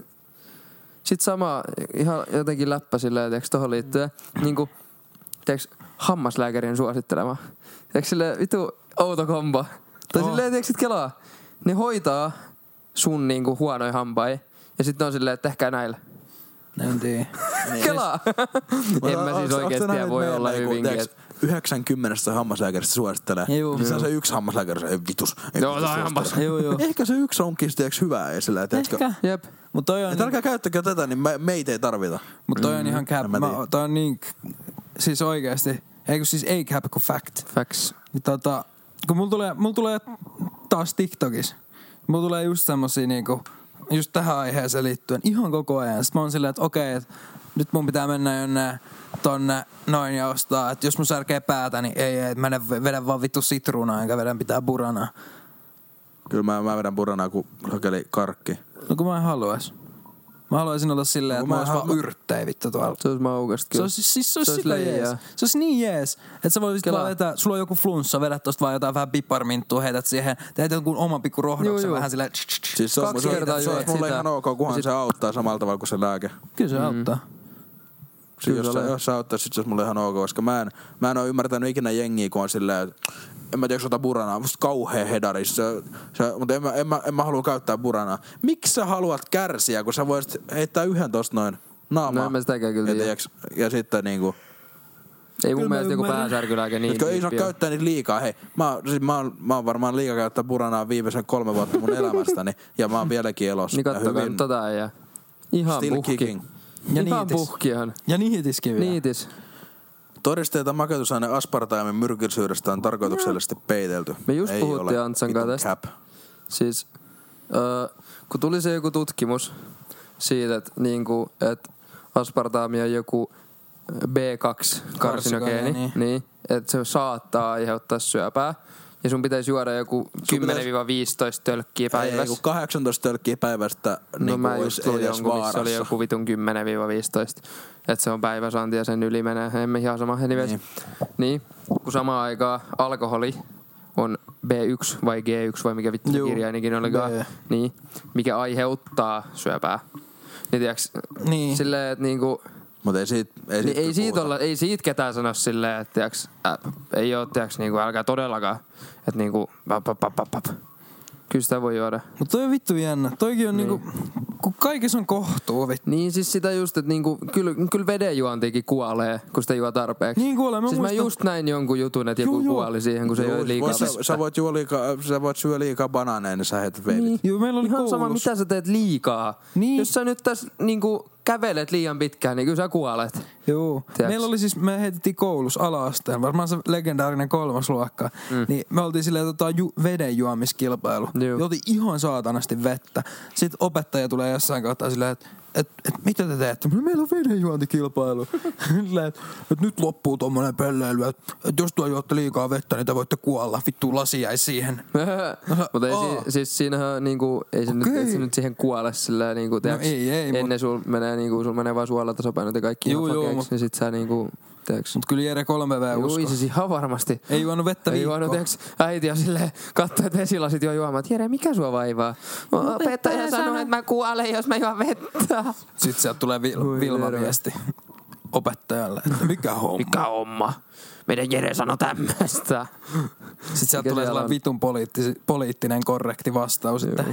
Speaker 2: sit sama ihan jotenkin läppä silleen, tiiäks, tohon liittyen, niinku, tiiäks, hammaslääkärin suosittelema. Tiiäks, sille vitu outo kombo. Tai
Speaker 4: Oo.
Speaker 2: silleen, tiiäks, sit kelaa. Ne hoitaa sun niinku huonoja hampai. Ja sitten on silleen, että tehkää näillä.
Speaker 4: En tiedä.
Speaker 2: Niin. Kelaa. en mä siis oikeesti tiedä, voi olla hyvinkin. et-
Speaker 3: 90 niinku, hammaslääkäristä suosittelee.
Speaker 4: Juu.
Speaker 3: Niin se on se yksi hammaslääkäri, se ei vitus. Ei
Speaker 2: Joo,
Speaker 3: vitus
Speaker 2: tää on ihan
Speaker 3: suosittele.
Speaker 4: Juu, juu.
Speaker 3: Ehkä se yksi onkin tiedätkö, hyvää esillä. Tiedätkö?
Speaker 4: Ehkä.
Speaker 2: Jep.
Speaker 4: Mut toi on,
Speaker 3: Et älkää käyttäkö tätä, niin me, meitä ei tarvita.
Speaker 4: mut toi on ihan cap.
Speaker 3: en mä
Speaker 4: Mä,
Speaker 3: tiedä.
Speaker 4: toi on niin, siis oikeesti. Eikö siis ei cap kuin fact.
Speaker 2: Facts.
Speaker 4: Niin tota, kun mulla tulee, mulla tulee taas TikTokissa, mulla tulee just semmosia niinku, just tähän aiheeseen liittyen ihan koko ajan. Sitten mä oon silleen, että okei, että nyt mun pitää mennä jonne tonne noin ja ostaa, että jos mun särkee päätä, niin ei, ei, mene, vedän vaan vittu sitruunaa, enkä vedän pitää buranaa.
Speaker 3: Kyllä mä, mä vedän puranaa kuin rakeli karkki.
Speaker 4: No kun mä en haluais. Mä haluaisin olla silleen,
Speaker 3: No
Speaker 4: että
Speaker 3: kun
Speaker 4: mä
Speaker 3: mä
Speaker 4: olis
Speaker 3: en
Speaker 4: vaan
Speaker 3: hal-
Speaker 4: yrttejä vittu tuolla.
Speaker 2: Se olisi maukasta
Speaker 4: Se
Speaker 2: kyllä.
Speaker 4: olisi, siis, se olisi,
Speaker 2: Se
Speaker 4: se
Speaker 2: olisi
Speaker 4: olisi sillä
Speaker 2: leijää.
Speaker 4: jees. Se olisi niin jees, että sä voisit
Speaker 2: Kelaa.
Speaker 4: vaan vetää, sulla on joku flunssa, vedät tosta vaan jotain vähän piparminttua, heität siihen, teet jonkun oman pikku
Speaker 2: Juu,
Speaker 4: rohdoksen
Speaker 2: juu.
Speaker 4: joo, vähän silleen.
Speaker 3: Siis se on,
Speaker 2: Kaksi
Speaker 3: se on-
Speaker 2: kertaa
Speaker 3: se on
Speaker 2: juot
Speaker 3: mulle
Speaker 2: sitä.
Speaker 3: ihan ok, kunhan se auttaa samalla tavalla kuin se lääke.
Speaker 4: Kyllä se mm. auttaa.
Speaker 3: Siis
Speaker 2: Kyllä
Speaker 3: jos, se,
Speaker 2: ole.
Speaker 3: jos se auttaa, sit se olisi mulle ihan ok, koska mä en, mä en ole ymmärtänyt ikinä jengiä, kun on silleen, että en mä tiedä, onko ota buranaa, musta kauhea hedari, se, se, mutta en mä, en, mä, en mä halua käyttää buranaa. Miksi sä haluat kärsiä, kun sä voisit heittää yhden tosta noin naamaa?
Speaker 2: No en mä sitäkään kyllä
Speaker 3: Ja
Speaker 2: tiedä.
Speaker 3: tiiäks- Ja sitten niinku,
Speaker 2: Ei mun
Speaker 4: Kyllä mä
Speaker 2: mielestä joku
Speaker 4: ymmärrän.
Speaker 2: pääsärkylääke niin
Speaker 3: Jotka ei saa
Speaker 2: diippi ole.
Speaker 3: käyttää niitä liikaa. Hei, mä, oon- siis mä, oon, mä oon varmaan liikaa käyttää buranaa viimeisen kolme vuotta mun elämästäni. Ja mä oon vieläkin elossa.
Speaker 2: Niin
Speaker 3: ja
Speaker 2: kattokaa nyt tota ja ihan
Speaker 3: still
Speaker 2: puhki.
Speaker 3: kicking.
Speaker 4: Ja
Speaker 2: ihan
Speaker 4: niitis. Niin
Speaker 2: puhkihan.
Speaker 4: Ja niitiskiviä.
Speaker 2: Niitis.
Speaker 3: Todisteita makeutusaine aspartaimin myrkyllisyydestä on tarkoituksellisesti peitelty.
Speaker 2: No. Me just
Speaker 3: Ei
Speaker 2: puhuttiin
Speaker 3: ole
Speaker 2: Antsan
Speaker 3: vitun
Speaker 2: kanssa tästä.
Speaker 3: cap.
Speaker 2: Siis öö, kun tuli se joku tutkimus siitä, että niinku, et aspartaami on joku B2-karsinogeeni,
Speaker 4: Karsinogeeni,
Speaker 2: niin,
Speaker 4: niin.
Speaker 2: niin että se saattaa aiheuttaa syöpää. Ja sun pitäisi juoda joku 10-15 tölkkiä
Speaker 3: Ei, kun
Speaker 2: päivässä.
Speaker 3: 18 tölkkiä päivästä
Speaker 2: No
Speaker 3: niin
Speaker 2: mä
Speaker 3: kuin
Speaker 2: just
Speaker 3: olisi
Speaker 2: luin
Speaker 3: edes
Speaker 2: jonkun, missä
Speaker 3: vaarassa.
Speaker 2: oli joku vitun 10-15. Että se on päiväsanti ja sen yli menee. Emme ihan sama. Anyways. Niin.
Speaker 3: Niin.
Speaker 2: niin. Kun samaan aikaan alkoholi on B1 vai G1 vai mikä vittu se
Speaker 4: Juu,
Speaker 2: kirjainikin olikaan.
Speaker 4: B.
Speaker 2: Niin. Mikä aiheuttaa syöpää. Niin tiiäks,
Speaker 4: Niin.
Speaker 2: silleen, että niinku,
Speaker 3: Mutta ei siitä, ei
Speaker 2: niin
Speaker 3: siitä,
Speaker 2: ei, siitä
Speaker 3: puhuta.
Speaker 2: olla, ei siitä ketään sano silleen, että tiiäks, ä, ei oo, tiiäks, niinku, älkää todellakaan. Että niinku, pap, pap, pap, pap. Kyllä sitä voi juoda.
Speaker 4: Mutta toi on vittu jännä. Toikin on niinku, kun kaikessa on kohtuu vittu.
Speaker 2: Niin siis sitä just, että niinku, kyllä, kyllä vedenjuontiikin kuolee, kun sitä juo tarpeeksi.
Speaker 4: Niin kuulee, mä
Speaker 2: siis
Speaker 4: muistan-
Speaker 2: mä just näin jonkun jutun, että joku
Speaker 4: Juu, juu.
Speaker 2: kuoli siihen, kun se
Speaker 3: Juu,
Speaker 2: joi liikaa
Speaker 3: sä,
Speaker 2: vettä.
Speaker 3: sä, voit juo liikaa, sä voit syö liikaa banaaneja, niin sä heität veivit.
Speaker 4: Joo, meillä oli
Speaker 2: Ihan sama,
Speaker 4: koulussa.
Speaker 2: mitä sä teet liikaa.
Speaker 4: Niin.
Speaker 2: Jos sä nyt tässä niinku, kävelet liian pitkään, niin kyllä sä kuolet.
Speaker 4: Joo.
Speaker 2: Tiedätkö?
Speaker 4: Meillä oli siis, me heitettiin koulussa ala-asteen, varmaan se legendaarinen kolmas luokka. Mm. Niin me oltiin silleen tota, ju, veden juomiskilpailu.
Speaker 2: Juu.
Speaker 4: Me oltiin ihan saatanasti vettä. Sitten opettaja tulee jossain kohtaa silleen, että et, et, mitä te teette? No, Meillä on vedenjuontikilpailu. Silleen, että et nyt loppuu tommonen pelleily, että et jos tuo juotte liikaa vettä, niin te voitte kuolla. Vittu lasi jäi siihen.
Speaker 2: Mutta ei,
Speaker 4: oo.
Speaker 2: si- siis siinähän on niinku, ei se, nyt,
Speaker 4: Okei. No
Speaker 2: ei se nyt siihen kuole sillä niinku, tiiäks,
Speaker 4: ei, ei, mut-
Speaker 2: ennen sul menee, niinku, sul menee vaan suolatasapainot ja kaikki
Speaker 4: Juu,
Speaker 2: ihan
Speaker 4: juu,
Speaker 2: fakeiksi,
Speaker 4: mut-
Speaker 2: niin sit sä niinku, tiiäks,
Speaker 4: Mutta kyllä Jere 3V
Speaker 2: Juu,
Speaker 4: usko.
Speaker 2: siis ihan varmasti.
Speaker 4: Ei juonut vettä
Speaker 2: Ei
Speaker 4: viikkoa.
Speaker 2: juonut, tiiäks, äiti on silleen, katsoi, että vesilasit jo juomaan. Jere, mikä sua vaivaa? Opettaja sanoi, että mä kuolen, jos mä juon vettä.
Speaker 4: Sitten sieltä tulee vil- Vilma-viesti opettajalle, että mikä homma.
Speaker 2: Mikä homma? Meidän Jere sanoi tämmöstä.
Speaker 4: Sitten sieltä
Speaker 2: Mikä
Speaker 4: tulee
Speaker 2: siellä
Speaker 4: sellainen
Speaker 2: on?
Speaker 4: vitun poliittisi, poliittinen korrekti vastaus, että,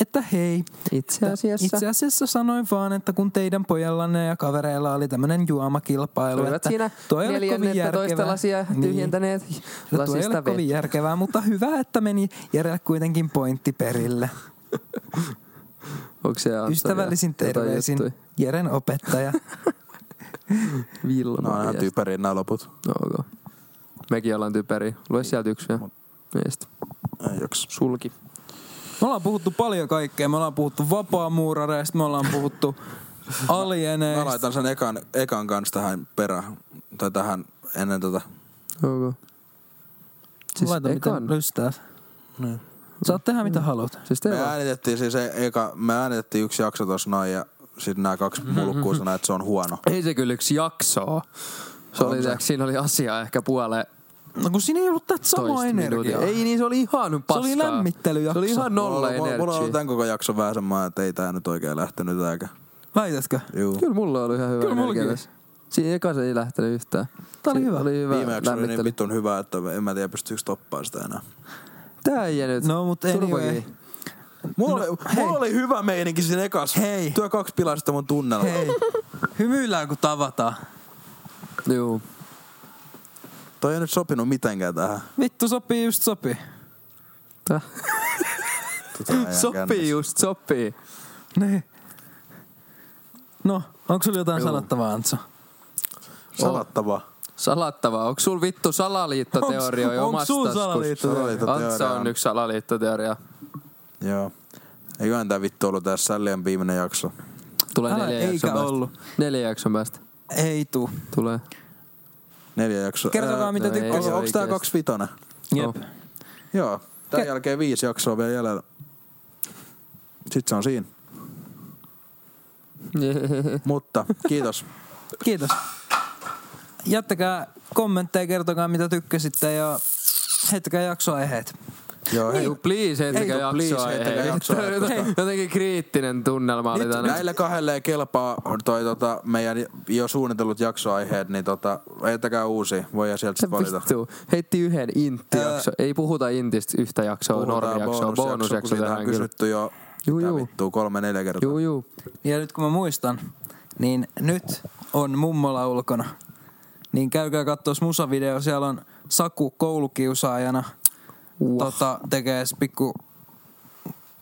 Speaker 4: että hei.
Speaker 2: Itse asiassa.
Speaker 4: Itse asiassa sanoin vaan, että kun teidän pojallanne ja kavereilla oli tämmöinen juomakilpailu,
Speaker 2: Olivat
Speaker 4: että
Speaker 2: siinä
Speaker 4: toi ei ole kovin
Speaker 2: neljännettä toista
Speaker 4: järkevää. Niin.
Speaker 2: lasia tyhjentäneet
Speaker 4: Että Tuo ei ole
Speaker 2: lasista
Speaker 4: kovin
Speaker 2: vettä.
Speaker 4: järkevää, mutta hyvä, että meni Jerelle kuitenkin pointti perille.
Speaker 2: Onko se Antoni
Speaker 4: Ystävällisin
Speaker 2: jotain
Speaker 4: terveisin
Speaker 2: juttuja?
Speaker 4: Jeren opettaja.
Speaker 2: Vilma.
Speaker 3: No on ihan
Speaker 2: viesti.
Speaker 3: typerin nämä loput.
Speaker 2: No, okay. Mekin ollaan typeriä. Lue sieltä yksi vielä. Niistä.
Speaker 3: Ei joks.
Speaker 2: Sulki.
Speaker 4: Me ollaan puhuttu paljon kaikkea. Me ollaan puhuttu vapaamuurareista, me ollaan puhuttu
Speaker 3: Mä
Speaker 4: alieneista.
Speaker 3: laitan sen ekan, ekan kanssa tähän perään. Tai tähän ennen tota.
Speaker 2: Okay. Siis
Speaker 4: Laita
Speaker 2: ekan.
Speaker 4: mitä lystää. Niin. Saat tehdä mitä haluat.
Speaker 2: Siis
Speaker 3: Me
Speaker 2: teillä on-
Speaker 3: äänitettiin siis e- eka, me äänitettiin yksi jakso tossa noin ja sitten nämä kaksi mulkkuu sanoi, että se on huono.
Speaker 2: Ei se kyllä yksi jaksoa. Se oli, tiiäks, siinä oli asiaa ehkä puoleen
Speaker 4: No kun siinä ei ollut tätä samaa
Speaker 2: toista
Speaker 4: energiaa.
Speaker 2: minuuttia. Ei niin, se oli ihan paskaa.
Speaker 4: oli lämmittelyjakso.
Speaker 2: Se oli ihan
Speaker 3: Mulla-
Speaker 2: nolla
Speaker 3: mulla- Mulla on
Speaker 2: energiaa.
Speaker 3: tämän koko jakson vähän semmoinen, että ei tää nyt oikein lähtenyt eikä.
Speaker 4: Väitätkö?
Speaker 3: Juu.
Speaker 2: Kyllä mulla oli ihan hyvä
Speaker 4: Kyllä
Speaker 2: kyllä
Speaker 4: mullakin.
Speaker 2: energia tässä. Siinä eka se ei lähtenyt yhtään.
Speaker 4: Tää oli
Speaker 2: Se
Speaker 4: hyvä.
Speaker 2: Oli hyvä
Speaker 3: Viime jakso oli niin
Speaker 2: lämmittely.
Speaker 3: vittun hyvä, että en mä tiedä pystyykö toppaa sitä enää.
Speaker 2: Tää ei jää nyt.
Speaker 4: No, mut anyway.
Speaker 2: Turpakivi.
Speaker 3: Mulla, no, oli, mulla oli hyvä meininki siinä ekas.
Speaker 4: Hei.
Speaker 3: Työ kaksi pilasta mun tunnella.
Speaker 4: Hei, hymyillään kun tavataan.
Speaker 2: Juu.
Speaker 3: Toi ei nyt sopinut mitenkään tähän.
Speaker 4: Vittu sopii just sopii.
Speaker 2: Tää.
Speaker 3: Tota meidän
Speaker 2: Sopii
Speaker 3: kännissä.
Speaker 2: just, sopii.
Speaker 4: Niin. No, onko sulla jotain sanottavaa Antso?
Speaker 3: Salattavaa.
Speaker 2: Salattavaa. Onko sul vittu salaliittoteorioja
Speaker 4: Onks- onks
Speaker 2: omasta
Speaker 4: sul salaliittoteoria?
Speaker 2: Antsa on yksi salaliittoteoria.
Speaker 3: Joo. Eiköhän tää vittu ollut tässä sällien viimeinen jakso.
Speaker 2: Tulee
Speaker 4: Älä,
Speaker 2: neljä
Speaker 4: eikä
Speaker 2: jakson päästä.
Speaker 4: ollut.
Speaker 2: Neljä jakson päästä.
Speaker 4: Ei tuu.
Speaker 2: Tulee.
Speaker 3: Neljä jaksoa.
Speaker 4: Kertokaa mitä
Speaker 2: no ei.
Speaker 4: tykkäsit.
Speaker 3: Onko, onko tää
Speaker 2: oikeesti.
Speaker 3: kaksi vitonen?
Speaker 4: Jep.
Speaker 2: No.
Speaker 3: Joo. Tämän jälkeen viisi jaksoa vielä jäljellä. Sitten se on siinä. Mutta kiitos.
Speaker 4: Kiitos. Jättäkää kommentteja, kertokaa mitä tykkäsitte ja heittäkää jaksoaiheet.
Speaker 3: Joo, hei.
Speaker 2: Juu, please, heittäkää
Speaker 3: Hei, please,
Speaker 2: jaksoa.
Speaker 3: heittäkää
Speaker 2: Ei,
Speaker 3: jaksoa.
Speaker 2: ei, jotenkin- Jotenkin kriittinen tunnelma oli
Speaker 3: Nyt
Speaker 2: tänään.
Speaker 3: näillä kahdelle ei kelpaa toi, tota, meidän jo suunnitellut jaksoaiheet, niin tota, heittäkää uusi. Voidaan sieltä sit valita.
Speaker 2: Vittu. Heitti yhden intti-jakso. Ei puhuta intistä yhtä jaksoa, normijaksoa,
Speaker 3: bonusjakso, kun
Speaker 2: bonusjakso
Speaker 3: siitä
Speaker 2: tähän
Speaker 3: on
Speaker 2: kyllä.
Speaker 3: kysytty jo
Speaker 2: Juu,
Speaker 3: mitä
Speaker 2: juu.
Speaker 3: vittua, kolme neljä kertaa.
Speaker 2: Juu, juu.
Speaker 4: Ja nyt kun mä muistan, niin nyt on mummola ulkona. Niin käykää katsoa musavideo, siellä on Saku koulukiusaajana.
Speaker 2: Uah.
Speaker 4: Tota, tekee s- pikku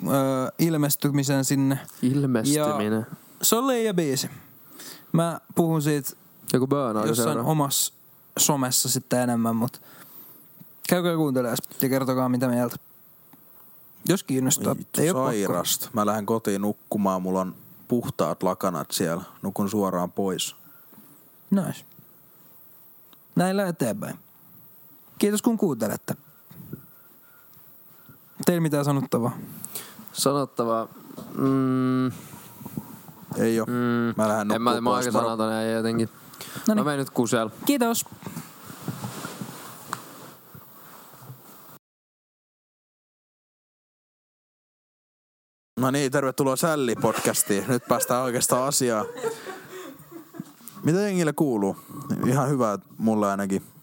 Speaker 4: ö, ilmestymisen sinne.
Speaker 2: Ilmestyminen.
Speaker 4: Ja se on leija biisi. Mä puhun siitä
Speaker 2: Joku burn oli
Speaker 4: jossain
Speaker 2: seuraava.
Speaker 4: omassa somessa sitten enemmän, mutta käykää kuuntelemaan ja kertokaa mitä mieltä. Jos kiinnostaa,
Speaker 3: Vittu,
Speaker 4: ei oo pakko.
Speaker 3: sairasta. Mä lähden kotiin nukkumaan, mulla on puhtaat lakanat siellä. Nukun suoraan pois.
Speaker 4: Nice. Näillä eteenpäin. Kiitos kun kuuntelette. Teillä mitään sanottavaa? No
Speaker 2: Sanottavaa. Mm,
Speaker 3: Ei oo.
Speaker 2: mm,
Speaker 3: Mä lähden
Speaker 2: en mä,
Speaker 3: nukkuun
Speaker 2: mä oon
Speaker 3: pois. No niin.
Speaker 2: aika
Speaker 3: Varo-
Speaker 2: sanaton ja jotenkin. Mä
Speaker 4: Noniin.
Speaker 2: menen nyt kusel.
Speaker 4: niin. Kiitos.
Speaker 3: No niin, tervetuloa Sälli-podcastiin. Nyt päästään oikeastaan asiaan. Mitä jengille kuuluu? Ihan hyvää mulle ainakin.